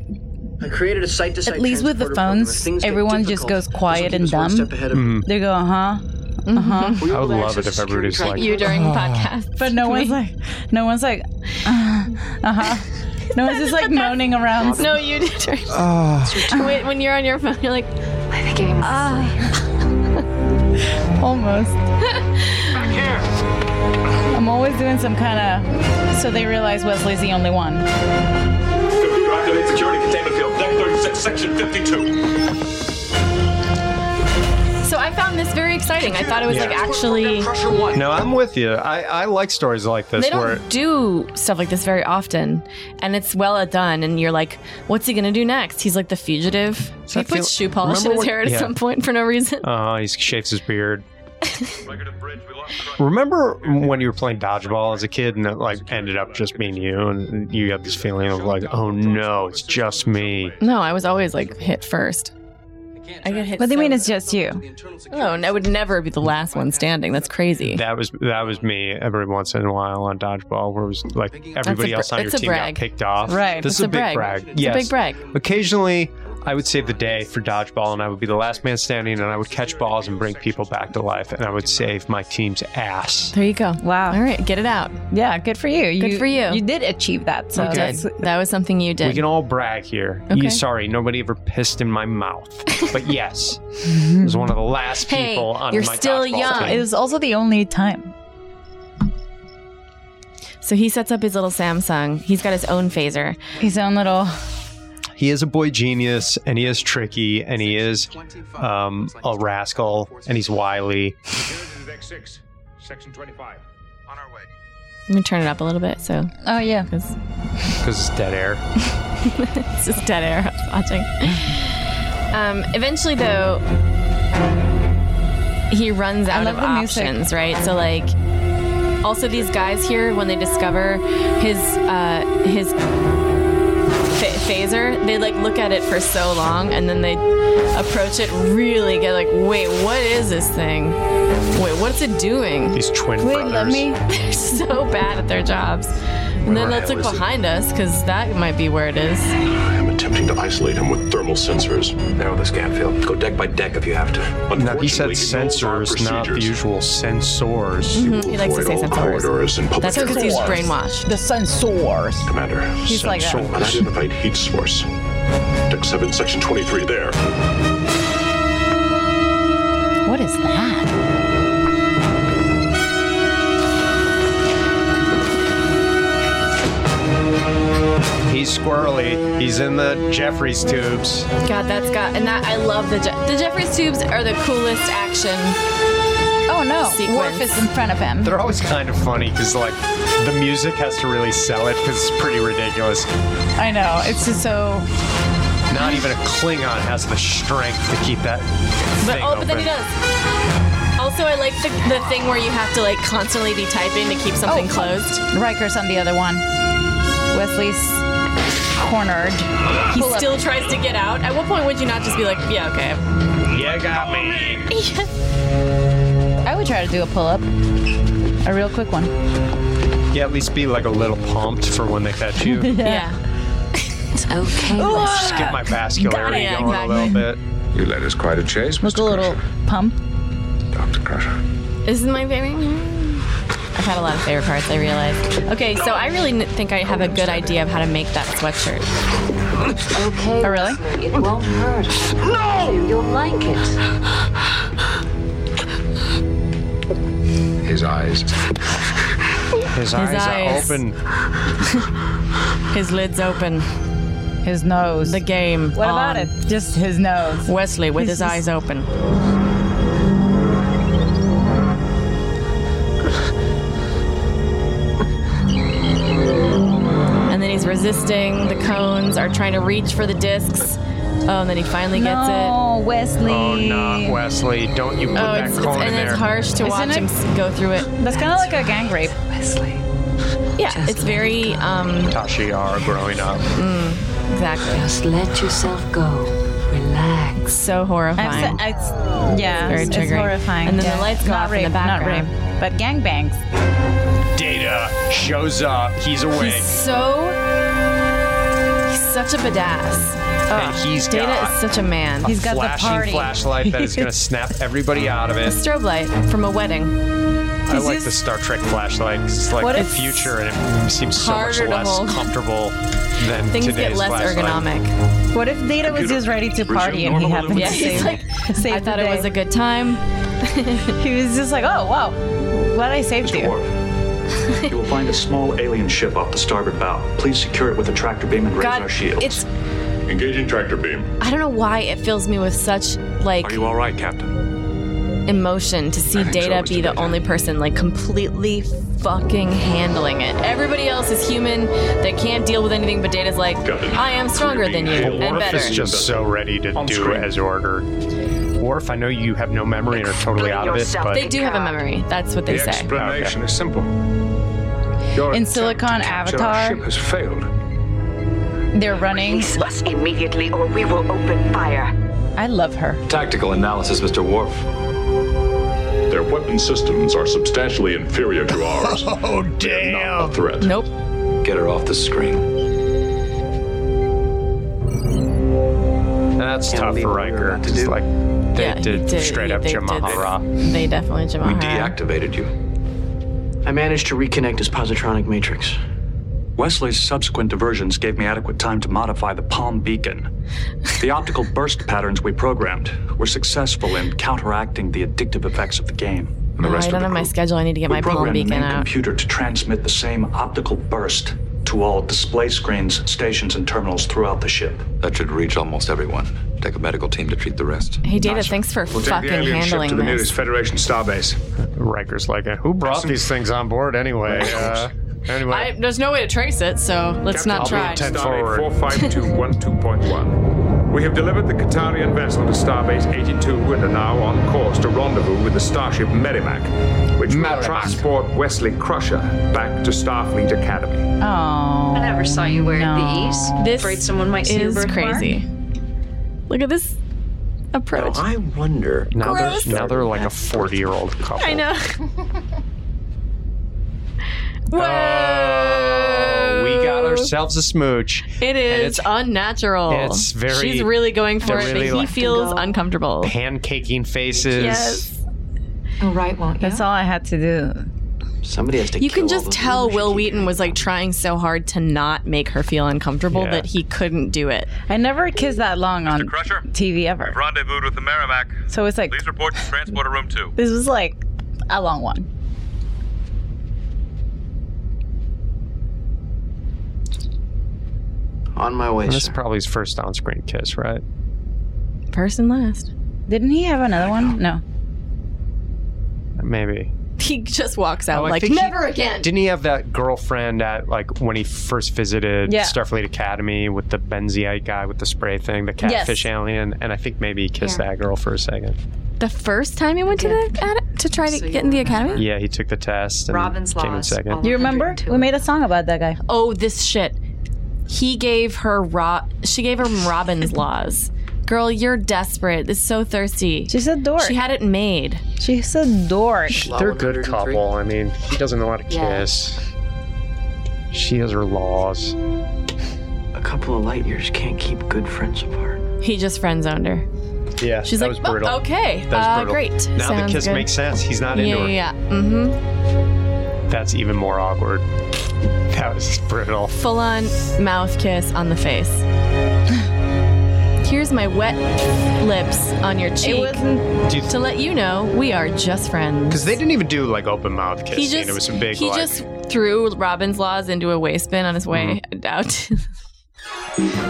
Speaker 10: I created a site to
Speaker 2: at least with the phones, everyone just goes quiet and dumb.
Speaker 3: Mm-hmm.
Speaker 2: They go, uh huh, uh
Speaker 10: (laughs)
Speaker 2: huh. (laughs)
Speaker 3: I would love it if everybody's like, "Oh,
Speaker 2: podcast, but no one's like, no one's like, uh (laughs) huh. No one's just like moaning around. (laughs)
Speaker 1: No, you did.
Speaker 3: Ah.
Speaker 4: (sighs)
Speaker 1: when, when you're on your phone, you're like, I think I'm
Speaker 2: Ah. (laughs) Almost. I'm always doing some kind of. So they realize Wesley's the only one.
Speaker 12: Computer activate security containment field, deck 36, section 52.
Speaker 1: So I found this very exciting. I thought it was like
Speaker 3: Yeah.
Speaker 1: actually.
Speaker 3: No, I'm with you. I, I like stories like this
Speaker 1: They
Speaker 3: where
Speaker 1: don't do stuff like this very often, and it's well done. And you're like, what's he gonna do next? He's like the fugitive.
Speaker 3: Does
Speaker 1: He
Speaker 3: that
Speaker 1: puts
Speaker 3: feel-
Speaker 1: shoe polish in
Speaker 3: Remember
Speaker 1: his
Speaker 3: when-
Speaker 1: hair at
Speaker 3: yeah.
Speaker 1: some point for no reason.
Speaker 3: uh, he shaves his beard. Remember when you were playing dodgeball as a kid and it like ended up just being you and you had this feeling of like, oh no, it's just me.
Speaker 1: No, I was always like hit first. I get hit. What do you mean it's just you? No, and I would never be the last one standing. That's crazy.
Speaker 3: That was that was me every once in a while on dodgeball, where it was like everybody
Speaker 1: bra-
Speaker 3: else on your
Speaker 1: it's a
Speaker 3: team got
Speaker 1: brag.
Speaker 3: kicked off.
Speaker 1: Right.
Speaker 3: this
Speaker 1: It's
Speaker 3: is a
Speaker 1: a
Speaker 3: big brag.
Speaker 1: brag. It's a
Speaker 3: Yes.
Speaker 1: big brag.
Speaker 3: Occasionally, I would save the day for dodgeball, and I would be the last man standing, and I would catch balls and bring people back to life, and I would save my team's ass.
Speaker 1: There you go. Wow. All right, get it out.
Speaker 2: Yeah, good for you.
Speaker 1: Good
Speaker 2: You-
Speaker 1: for you.
Speaker 2: you did achieve that.
Speaker 3: so
Speaker 1: you did.
Speaker 3: that's-
Speaker 1: That was something you
Speaker 3: We
Speaker 1: did.
Speaker 3: can all brag here.
Speaker 1: Okay.
Speaker 3: You sorry, nobody ever pissed in my
Speaker 1: (laughs)
Speaker 3: mouth, but yes, I was one of the last people
Speaker 2: Hey,
Speaker 3: on
Speaker 2: you're
Speaker 3: my
Speaker 2: still
Speaker 3: dodgeball
Speaker 2: young.
Speaker 3: team.
Speaker 2: It was also the only time.
Speaker 1: So he sets up his little Samsung. He's got his own phaser.
Speaker 2: His own little.
Speaker 3: he is a boy genius and he is tricky and he is um, a rascal and he's wily
Speaker 12: To deck 6, section 25. On our way.
Speaker 1: Let me turn it up a little bit. So.
Speaker 2: Oh yeah.
Speaker 3: because it's dead air.
Speaker 1: it's just dead air. I was watching. Um, eventually, though, he runs out
Speaker 2: love
Speaker 1: of
Speaker 2: the music.
Speaker 1: options, right? So, like, also these guys here, when they discover his uh, his ph- phaser, they like look at it for so long, and then they approach it really get like, wait, what is this thing? Wait, what's it doing? (laughs)
Speaker 3: These twin
Speaker 1: Wait,
Speaker 3: brothers.
Speaker 1: let me. They're so bad at their jobs. And then let's look behind us because that might be where it is.
Speaker 19: I am attempting to isolate him with thermal sensors. Narrow the scan field. Go deck by deck if you have to.
Speaker 3: Now he said
Speaker 19: Unfortunately,
Speaker 3: censors, not the usual censors.
Speaker 1: Mhm, he likes to say
Speaker 19: avoid all
Speaker 1: censors.
Speaker 19: corridors and public
Speaker 1: That's because he's
Speaker 19: transport.
Speaker 1: brainwashed.
Speaker 2: The sensors.
Speaker 19: Commander,
Speaker 1: He's like that.
Speaker 19: sensors. Unidentified heat source. Deck 7, section 23 there.
Speaker 2: What is that?
Speaker 3: He's squirrely. He's in the Jeffrey's tubes.
Speaker 1: God, that's got and that I love the Je- the Jeffrey's tubes are the coolest action.
Speaker 2: Oh no,
Speaker 1: sequence.
Speaker 2: Worf is in front of him.
Speaker 3: They're always kind of funny because like the music has to really sell it because it's pretty ridiculous.
Speaker 2: I know. It's just (laughs) so.
Speaker 3: Not even a Klingon has the strength to keep that
Speaker 1: But
Speaker 3: thing
Speaker 1: oh,
Speaker 3: open.
Speaker 1: but then he does. Also, I like the, the thing where you have to like constantly be typing to keep something closed.
Speaker 2: Oh. Riker's on the other one. Wesley's cornered.
Speaker 1: He
Speaker 2: Pull up.
Speaker 1: still tries to get out. At what point would you not just be like, yeah, okay?
Speaker 3: You got me.
Speaker 2: I would try to do a pull up, a real quick one. (laughs)
Speaker 3: Yeah, at least be like a little pumped for when they catch you.
Speaker 1: (laughs)
Speaker 2: it's (laughs) okay.
Speaker 3: Just get my vascularity
Speaker 2: Yeah,
Speaker 3: going a little bit.
Speaker 16: You led us quite a chase,
Speaker 2: Look a little pump.
Speaker 16: Dr. Crusher.
Speaker 1: This is my favorite. I've had a lot of favorite parts. I realize. Okay, so I really n- think I have a good idea of how to make that sweatshirt.
Speaker 18: Okay. Oh, really? It won't hurt. No! You'll like it.
Speaker 16: His
Speaker 1: (laughs)
Speaker 16: eyes.
Speaker 3: His,
Speaker 1: eyes are eyes. open. (laughs) His lid's open.
Speaker 2: His nose.
Speaker 1: The game. Um,
Speaker 2: What about it? Just his nose.
Speaker 1: Wesley with
Speaker 2: He's
Speaker 1: his eyes
Speaker 2: just-
Speaker 1: open. And then he's resisting. The cones are trying to reach for the discs. Oh, and then he finally gets it.
Speaker 26: Oh, Wesley.
Speaker 3: Oh, nah, Wesley, don't you put
Speaker 1: Oh,
Speaker 3: that
Speaker 1: it's, it's,
Speaker 3: cone in
Speaker 1: and
Speaker 3: there.
Speaker 1: it's harsh to
Speaker 3: Isn't
Speaker 1: watch him s- go through it. That's kind of like a gang rape.
Speaker 27: Wesley.
Speaker 1: Yeah, it's very um.
Speaker 3: Tasha are growing up.
Speaker 1: Mm, exactly. Just let yourself go. Relax. So horrifying.
Speaker 2: I've se- it's- yeah,
Speaker 1: Very
Speaker 2: it's,
Speaker 1: triggering.
Speaker 2: horrifying.
Speaker 1: And then the
Speaker 2: yeah.
Speaker 1: lights go
Speaker 2: Not
Speaker 1: off
Speaker 2: rape,
Speaker 1: in the background.
Speaker 2: Not rape, but gangbangs.
Speaker 3: Data shows up. He's awake.
Speaker 1: He's so. He's such a badass.
Speaker 3: And
Speaker 1: Ugh,
Speaker 3: he's
Speaker 1: Data
Speaker 3: got
Speaker 1: is such a man.
Speaker 3: a flashing flashlight that
Speaker 1: (laughs)
Speaker 3: is going to snap everybody out of
Speaker 1: a
Speaker 3: it.
Speaker 1: strobe light from a wedding.
Speaker 3: I like the Star Trek flashlight 'cause it's like
Speaker 1: What
Speaker 3: the
Speaker 1: if-
Speaker 3: future and it seems so much
Speaker 1: Harder to
Speaker 3: less
Speaker 1: hold.
Speaker 3: comfortable than
Speaker 1: Things get
Speaker 3: today's
Speaker 1: less
Speaker 3: flashlight.
Speaker 1: ergonomic.
Speaker 2: What if Data was just ready to party and he happened to
Speaker 1: He's
Speaker 2: save,
Speaker 1: like,
Speaker 2: (laughs) save
Speaker 1: I
Speaker 2: the
Speaker 1: thought it
Speaker 2: day.
Speaker 1: was a good time.
Speaker 2: (laughs) he was just like, oh, wow, glad I saved you.
Speaker 7: You will find a small alien ship off the starboard bow. Please secure it with a tractor beam and raise
Speaker 1: God,
Speaker 7: our shields.
Speaker 1: it's-
Speaker 7: Engaging tractor beam.
Speaker 1: I don't know why it fills me with such like
Speaker 7: Are you all right, Captain?
Speaker 1: emotion to
Speaker 3: (laughs)
Speaker 1: see Data be the only person like completely fucking handling it. Everybody else is human. They can't deal with anything, but Data's like, I am stronger than you and
Speaker 3: Worf
Speaker 1: better.
Speaker 3: is just so ready to do
Speaker 7: screen.
Speaker 3: as ordered. Worf, I know you have no memory and are totally out of it, but
Speaker 1: they do have a memory. That's what they
Speaker 3: The
Speaker 1: say.
Speaker 3: explanation
Speaker 9: is simple. Your
Speaker 2: (laughs) In Silicon
Speaker 9: capture our
Speaker 2: Avatar,
Speaker 9: ship has failed.
Speaker 2: they're running.
Speaker 6: Release us immediately or we will open fire.
Speaker 2: I love her.
Speaker 19: Tactical analysis, Mr. Worf. Their weapon systems are substantially inferior to ours.
Speaker 3: (laughs)
Speaker 19: oh, damn. Not a threat.
Speaker 1: Nope.
Speaker 19: Get her off the screen.
Speaker 3: that's tough for Riker. Just like they
Speaker 1: Yeah, he
Speaker 3: did,
Speaker 1: did-
Speaker 3: straight
Speaker 1: he-
Speaker 3: up
Speaker 1: they did-
Speaker 3: Jamahara.
Speaker 1: They definitely Jamahara.
Speaker 28: Deactivated you.
Speaker 7: I managed to reconnect his positronic matrix. Wesley's subsequent diversions gave me adequate time to modify the palm beacon. The optical burst patterns we programmed were successful in counteracting the addictive effects of the game.
Speaker 1: Oh, I don't have my schedule. I need to get
Speaker 7: we
Speaker 1: my palm
Speaker 7: programmed the
Speaker 1: beacon
Speaker 7: main
Speaker 1: out.
Speaker 7: computer to transmit the same optical burst to all display screens, stations, and terminals throughout the ship.
Speaker 29: That should reach almost everyone. Take a medical team to treat the rest.
Speaker 1: Hey, Data, thanks for
Speaker 29: We'll take the
Speaker 1: fucking
Speaker 29: alien ship to
Speaker 1: handling
Speaker 29: the
Speaker 1: this.
Speaker 29: nearest
Speaker 3: Federation starbase. Riker's like, who brought these things on board anyway? Uh, anyway,
Speaker 1: I, there's no way to trace it, so let's not try.
Speaker 9: Starbase
Speaker 1: (laughs)
Speaker 9: 45212.1. we have delivered the Qatarian vessel to Starbase 82 and are now on course to rendezvous with the starship Merrimac, which will transport Wesley Crusher back to Starfleet Academy.
Speaker 2: Oh. I
Speaker 6: never saw you wear these.
Speaker 1: This
Speaker 6: Afraid someone might see your
Speaker 1: is
Speaker 6: birthmark?
Speaker 1: crazy. Look at this approach.
Speaker 3: I wonder. Now
Speaker 1: Gross.
Speaker 3: they're now they're like a forty year old couple.
Speaker 1: (laughs) I know.
Speaker 3: Oh, we got ourselves a smooch.
Speaker 1: It is unnatural.
Speaker 3: it's very-
Speaker 1: She's really going for
Speaker 3: they're
Speaker 1: it,
Speaker 3: really
Speaker 1: but he
Speaker 3: like-
Speaker 1: feels uncomfortable.
Speaker 3: Pancaking faces.
Speaker 1: Yes.
Speaker 6: All right, won't you?
Speaker 2: That's all I had to do.
Speaker 10: Somebody has to
Speaker 1: You can
Speaker 10: kill all
Speaker 1: just
Speaker 10: those
Speaker 1: tell Will Wheaton was like trying so hard to not make her feel uncomfortable
Speaker 10: Yeah.
Speaker 1: that he couldn't do it.
Speaker 2: I never kissed that long on
Speaker 30: Crusher?
Speaker 2: TV ever.
Speaker 30: Rendezvous with the Merrimac.
Speaker 2: So it's like
Speaker 30: Please report to transporter room two.
Speaker 2: this was like a long one.
Speaker 3: On my way. This is probably his first on screen kiss, right?
Speaker 1: First and last.
Speaker 2: Didn't he have another one? No.
Speaker 3: Maybe.
Speaker 1: He just walks out
Speaker 3: Oh, I
Speaker 1: like
Speaker 3: think he-
Speaker 1: never again.
Speaker 3: Didn't he have that girlfriend at like when he first visited
Speaker 1: Yeah.
Speaker 3: Starfleet Academy with the benzeite guy with the spray thing, the
Speaker 1: Yes.
Speaker 3: catfish alien, and I think maybe he kissed that girl for a second.
Speaker 1: The first time he went to the acad- to try to get in the academy.
Speaker 3: Yeah, he took the test and came in second.
Speaker 2: You remember? We made a song about that guy.
Speaker 1: Oh, this shit. He gave her Rob. She gave him
Speaker 2: (laughs)
Speaker 1: Robin's laws. Girl, you're desperate. It's so thirsty. She's
Speaker 2: a dork.
Speaker 1: She had it made.
Speaker 2: She's a dork.
Speaker 3: They're a good couple. I mean, he doesn't know how to
Speaker 1: Yeah.
Speaker 3: kiss. She has her laws.
Speaker 10: A couple of light years can't keep good friends apart.
Speaker 1: He just friend zoned her.
Speaker 3: Yeah,
Speaker 1: She's
Speaker 3: that
Speaker 1: like,
Speaker 3: was
Speaker 1: "Oh,
Speaker 3: brutal.
Speaker 1: okay.
Speaker 3: That was
Speaker 1: Uh,
Speaker 3: brutal.
Speaker 1: great.
Speaker 3: Now
Speaker 1: Sounds
Speaker 3: the kiss
Speaker 1: good."
Speaker 3: makes sense. He's not
Speaker 1: yeah,
Speaker 3: into her.
Speaker 1: yeah, yeah. Mm-hmm.
Speaker 3: That's even more awkward. That was brutal.
Speaker 1: Full on mouth kiss on the face. Here's my wet lips on your cheek to let you know we are just friends.
Speaker 3: Because they didn't even do like open mouth kissing.
Speaker 1: He just
Speaker 3: it was some big.
Speaker 1: he
Speaker 3: like,
Speaker 1: just threw Robin's laws into a waste bin on his way (laughs)
Speaker 3: Mm-hmm.
Speaker 1: out.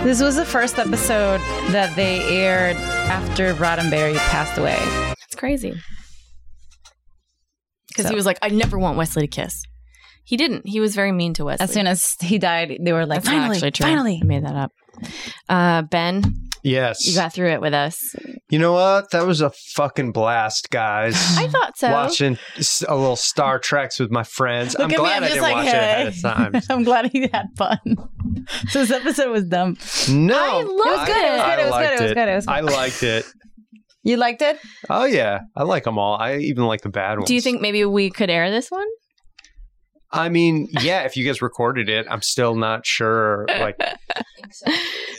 Speaker 2: This was the first episode that they aired after Roddenberry passed away.
Speaker 1: It's crazy. Because
Speaker 2: So-
Speaker 1: he was like, I never want Wesley to kiss. He didn't. He was very mean to Wesley.
Speaker 2: As soon as he died, they were like,
Speaker 1: That's not
Speaker 2: finally,
Speaker 1: actually true.
Speaker 2: finally.
Speaker 1: I made that up. Uh, ben,
Speaker 3: Yes.
Speaker 1: You got through it with us.
Speaker 3: You know what? That was a fucking blast, guys.
Speaker 1: I thought so.
Speaker 3: Watching s- a little Star Treks with my friends.
Speaker 4: Look
Speaker 3: I'm
Speaker 4: at
Speaker 3: glad
Speaker 4: me, I'm
Speaker 3: I didn't
Speaker 4: just like,
Speaker 3: watch it ahead of time.
Speaker 4: hey. (laughs) I'm glad he had fun. (laughs) so this episode was dumb. (laughs)
Speaker 3: No,
Speaker 4: loved
Speaker 3: I-
Speaker 4: it. It was good, it was
Speaker 3: I
Speaker 4: good, it was good, it was good.
Speaker 3: I liked it.
Speaker 4: You liked it?
Speaker 3: Oh yeah, I like them all. I even like the bad ones.
Speaker 1: Do you think maybe we could air this one?
Speaker 3: I mean, yeah. If you guys recorded it, I'm still not sure.
Speaker 4: (laughs)
Speaker 3: Like,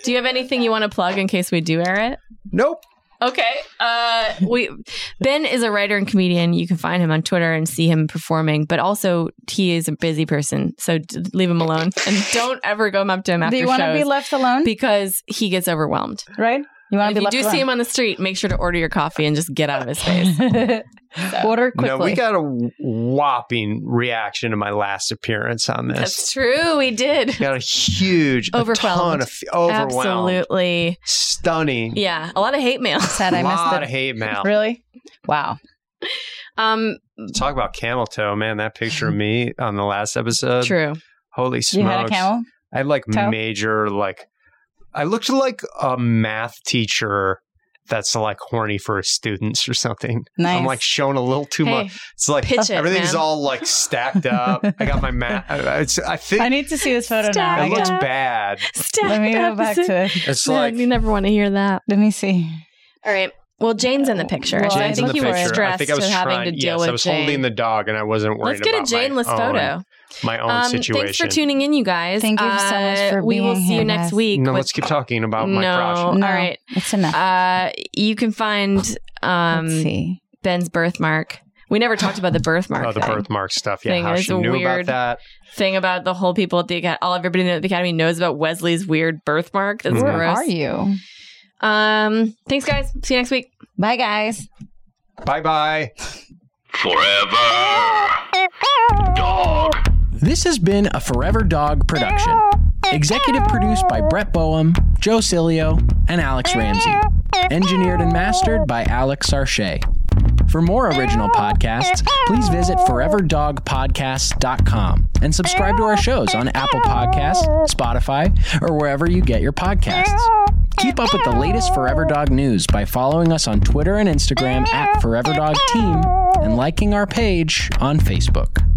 Speaker 1: Do you have anything you want to plug in case we do air it?
Speaker 3: Nope.
Speaker 1: Okay. Uh, we Ben is a writer and comedian. You can find him on Twitter and see him performing, but also he is a busy person, so d- leave him alone and don't ever go up to him after
Speaker 4: Do you want to be
Speaker 1: shows
Speaker 4: left alone?
Speaker 1: because he gets overwhelmed.
Speaker 4: Right? You want to
Speaker 1: If
Speaker 4: be
Speaker 1: you
Speaker 4: left
Speaker 1: do
Speaker 4: alone?
Speaker 1: see him on the street, make sure to order your coffee and just get out of his
Speaker 4: (laughs)
Speaker 1: face.
Speaker 4: Order quickly.
Speaker 3: no, we got a whopping reaction to my last appearance on this.
Speaker 1: That's true. We did.
Speaker 3: got a huge a ton
Speaker 1: Overwhelmed.
Speaker 3: of overwhelmed,
Speaker 1: Absolutely.
Speaker 3: stunning.
Speaker 1: Yeah, a lot of hate mail. Sad
Speaker 3: I missed Lot it. of hate mail.
Speaker 4: Really? Wow.
Speaker 1: Um,
Speaker 3: Talk about camel toe, man. That picture
Speaker 4: (laughs)
Speaker 3: of me on the last episode.
Speaker 1: True.
Speaker 3: Holy smokes.
Speaker 4: You had a camel
Speaker 3: I had like
Speaker 4: toe?
Speaker 3: major, like, I looked like a math teacher that's like horny for his students or something.
Speaker 4: Nice.
Speaker 3: I'm like showing a little too
Speaker 4: Hey,
Speaker 3: much. It's like
Speaker 4: pitch it,
Speaker 3: everything's
Speaker 4: man.
Speaker 3: all like
Speaker 4: (laughs)
Speaker 3: stacked up. I got my math. I, I- it's, I think
Speaker 4: I need to see this photo now. I
Speaker 3: it looks
Speaker 4: gotta-
Speaker 3: bad.
Speaker 4: Let me go back to it.
Speaker 3: It's like-
Speaker 1: you never want to hear that.
Speaker 4: Let me see.
Speaker 1: All right. Well, Jane's in the picture. so I
Speaker 3: Oh, Jane's in
Speaker 1: think he
Speaker 3: the
Speaker 1: was
Speaker 3: picture.
Speaker 1: stressed
Speaker 3: I think I was
Speaker 1: to having to
Speaker 3: trying-
Speaker 1: deal
Speaker 3: yes,
Speaker 1: with
Speaker 3: I was
Speaker 1: Jane.
Speaker 3: holding the dog, and I wasn't worried
Speaker 1: Let's get a
Speaker 3: about my
Speaker 1: Janeless
Speaker 3: own-
Speaker 1: photo.
Speaker 3: My own
Speaker 1: Um,
Speaker 3: situation.
Speaker 1: Thanks for tuning in, you guys.
Speaker 4: Thank you so much
Speaker 1: Uh,
Speaker 4: for
Speaker 1: We will
Speaker 4: being
Speaker 1: see
Speaker 4: here,
Speaker 1: you next
Speaker 4: guys.
Speaker 1: week.
Speaker 3: No,
Speaker 1: with-
Speaker 3: let's keep talking about
Speaker 1: no,
Speaker 3: my crotch.
Speaker 1: All right.
Speaker 4: It's enough.
Speaker 1: Uh, you can find um, Ben's birthmark. We never talked about the birthmark.
Speaker 3: Oh, the
Speaker 1: thing.
Speaker 3: birthmark stuff. Yeah,
Speaker 1: thing.
Speaker 3: how
Speaker 1: There's
Speaker 3: she
Speaker 1: a
Speaker 3: knew
Speaker 1: weird
Speaker 3: about that.
Speaker 1: thing about the whole people at the academy. All everybody at the academy knows about Wesley's weird birthmark. That's
Speaker 4: Where
Speaker 1: gross.
Speaker 4: are you?
Speaker 1: Um, thanks, guys. See you next week.
Speaker 4: Bye, guys.
Speaker 3: Bye bye.
Speaker 13: Forever. Dog. This has been a Forever Dog production. Executive produced by Brett Boehm, Joe Cilio, and Alex Ramsey. Engineered and mastered by Alex Sarche. For more original podcasts, please visit foreverdogpodcasts.com and subscribe to our shows on Apple Podcasts, Spotify, or wherever you get your podcasts. Keep up with the latest Forever Dog news by following us on Twitter and Instagram at Forever Dog Team and liking our page on Facebook.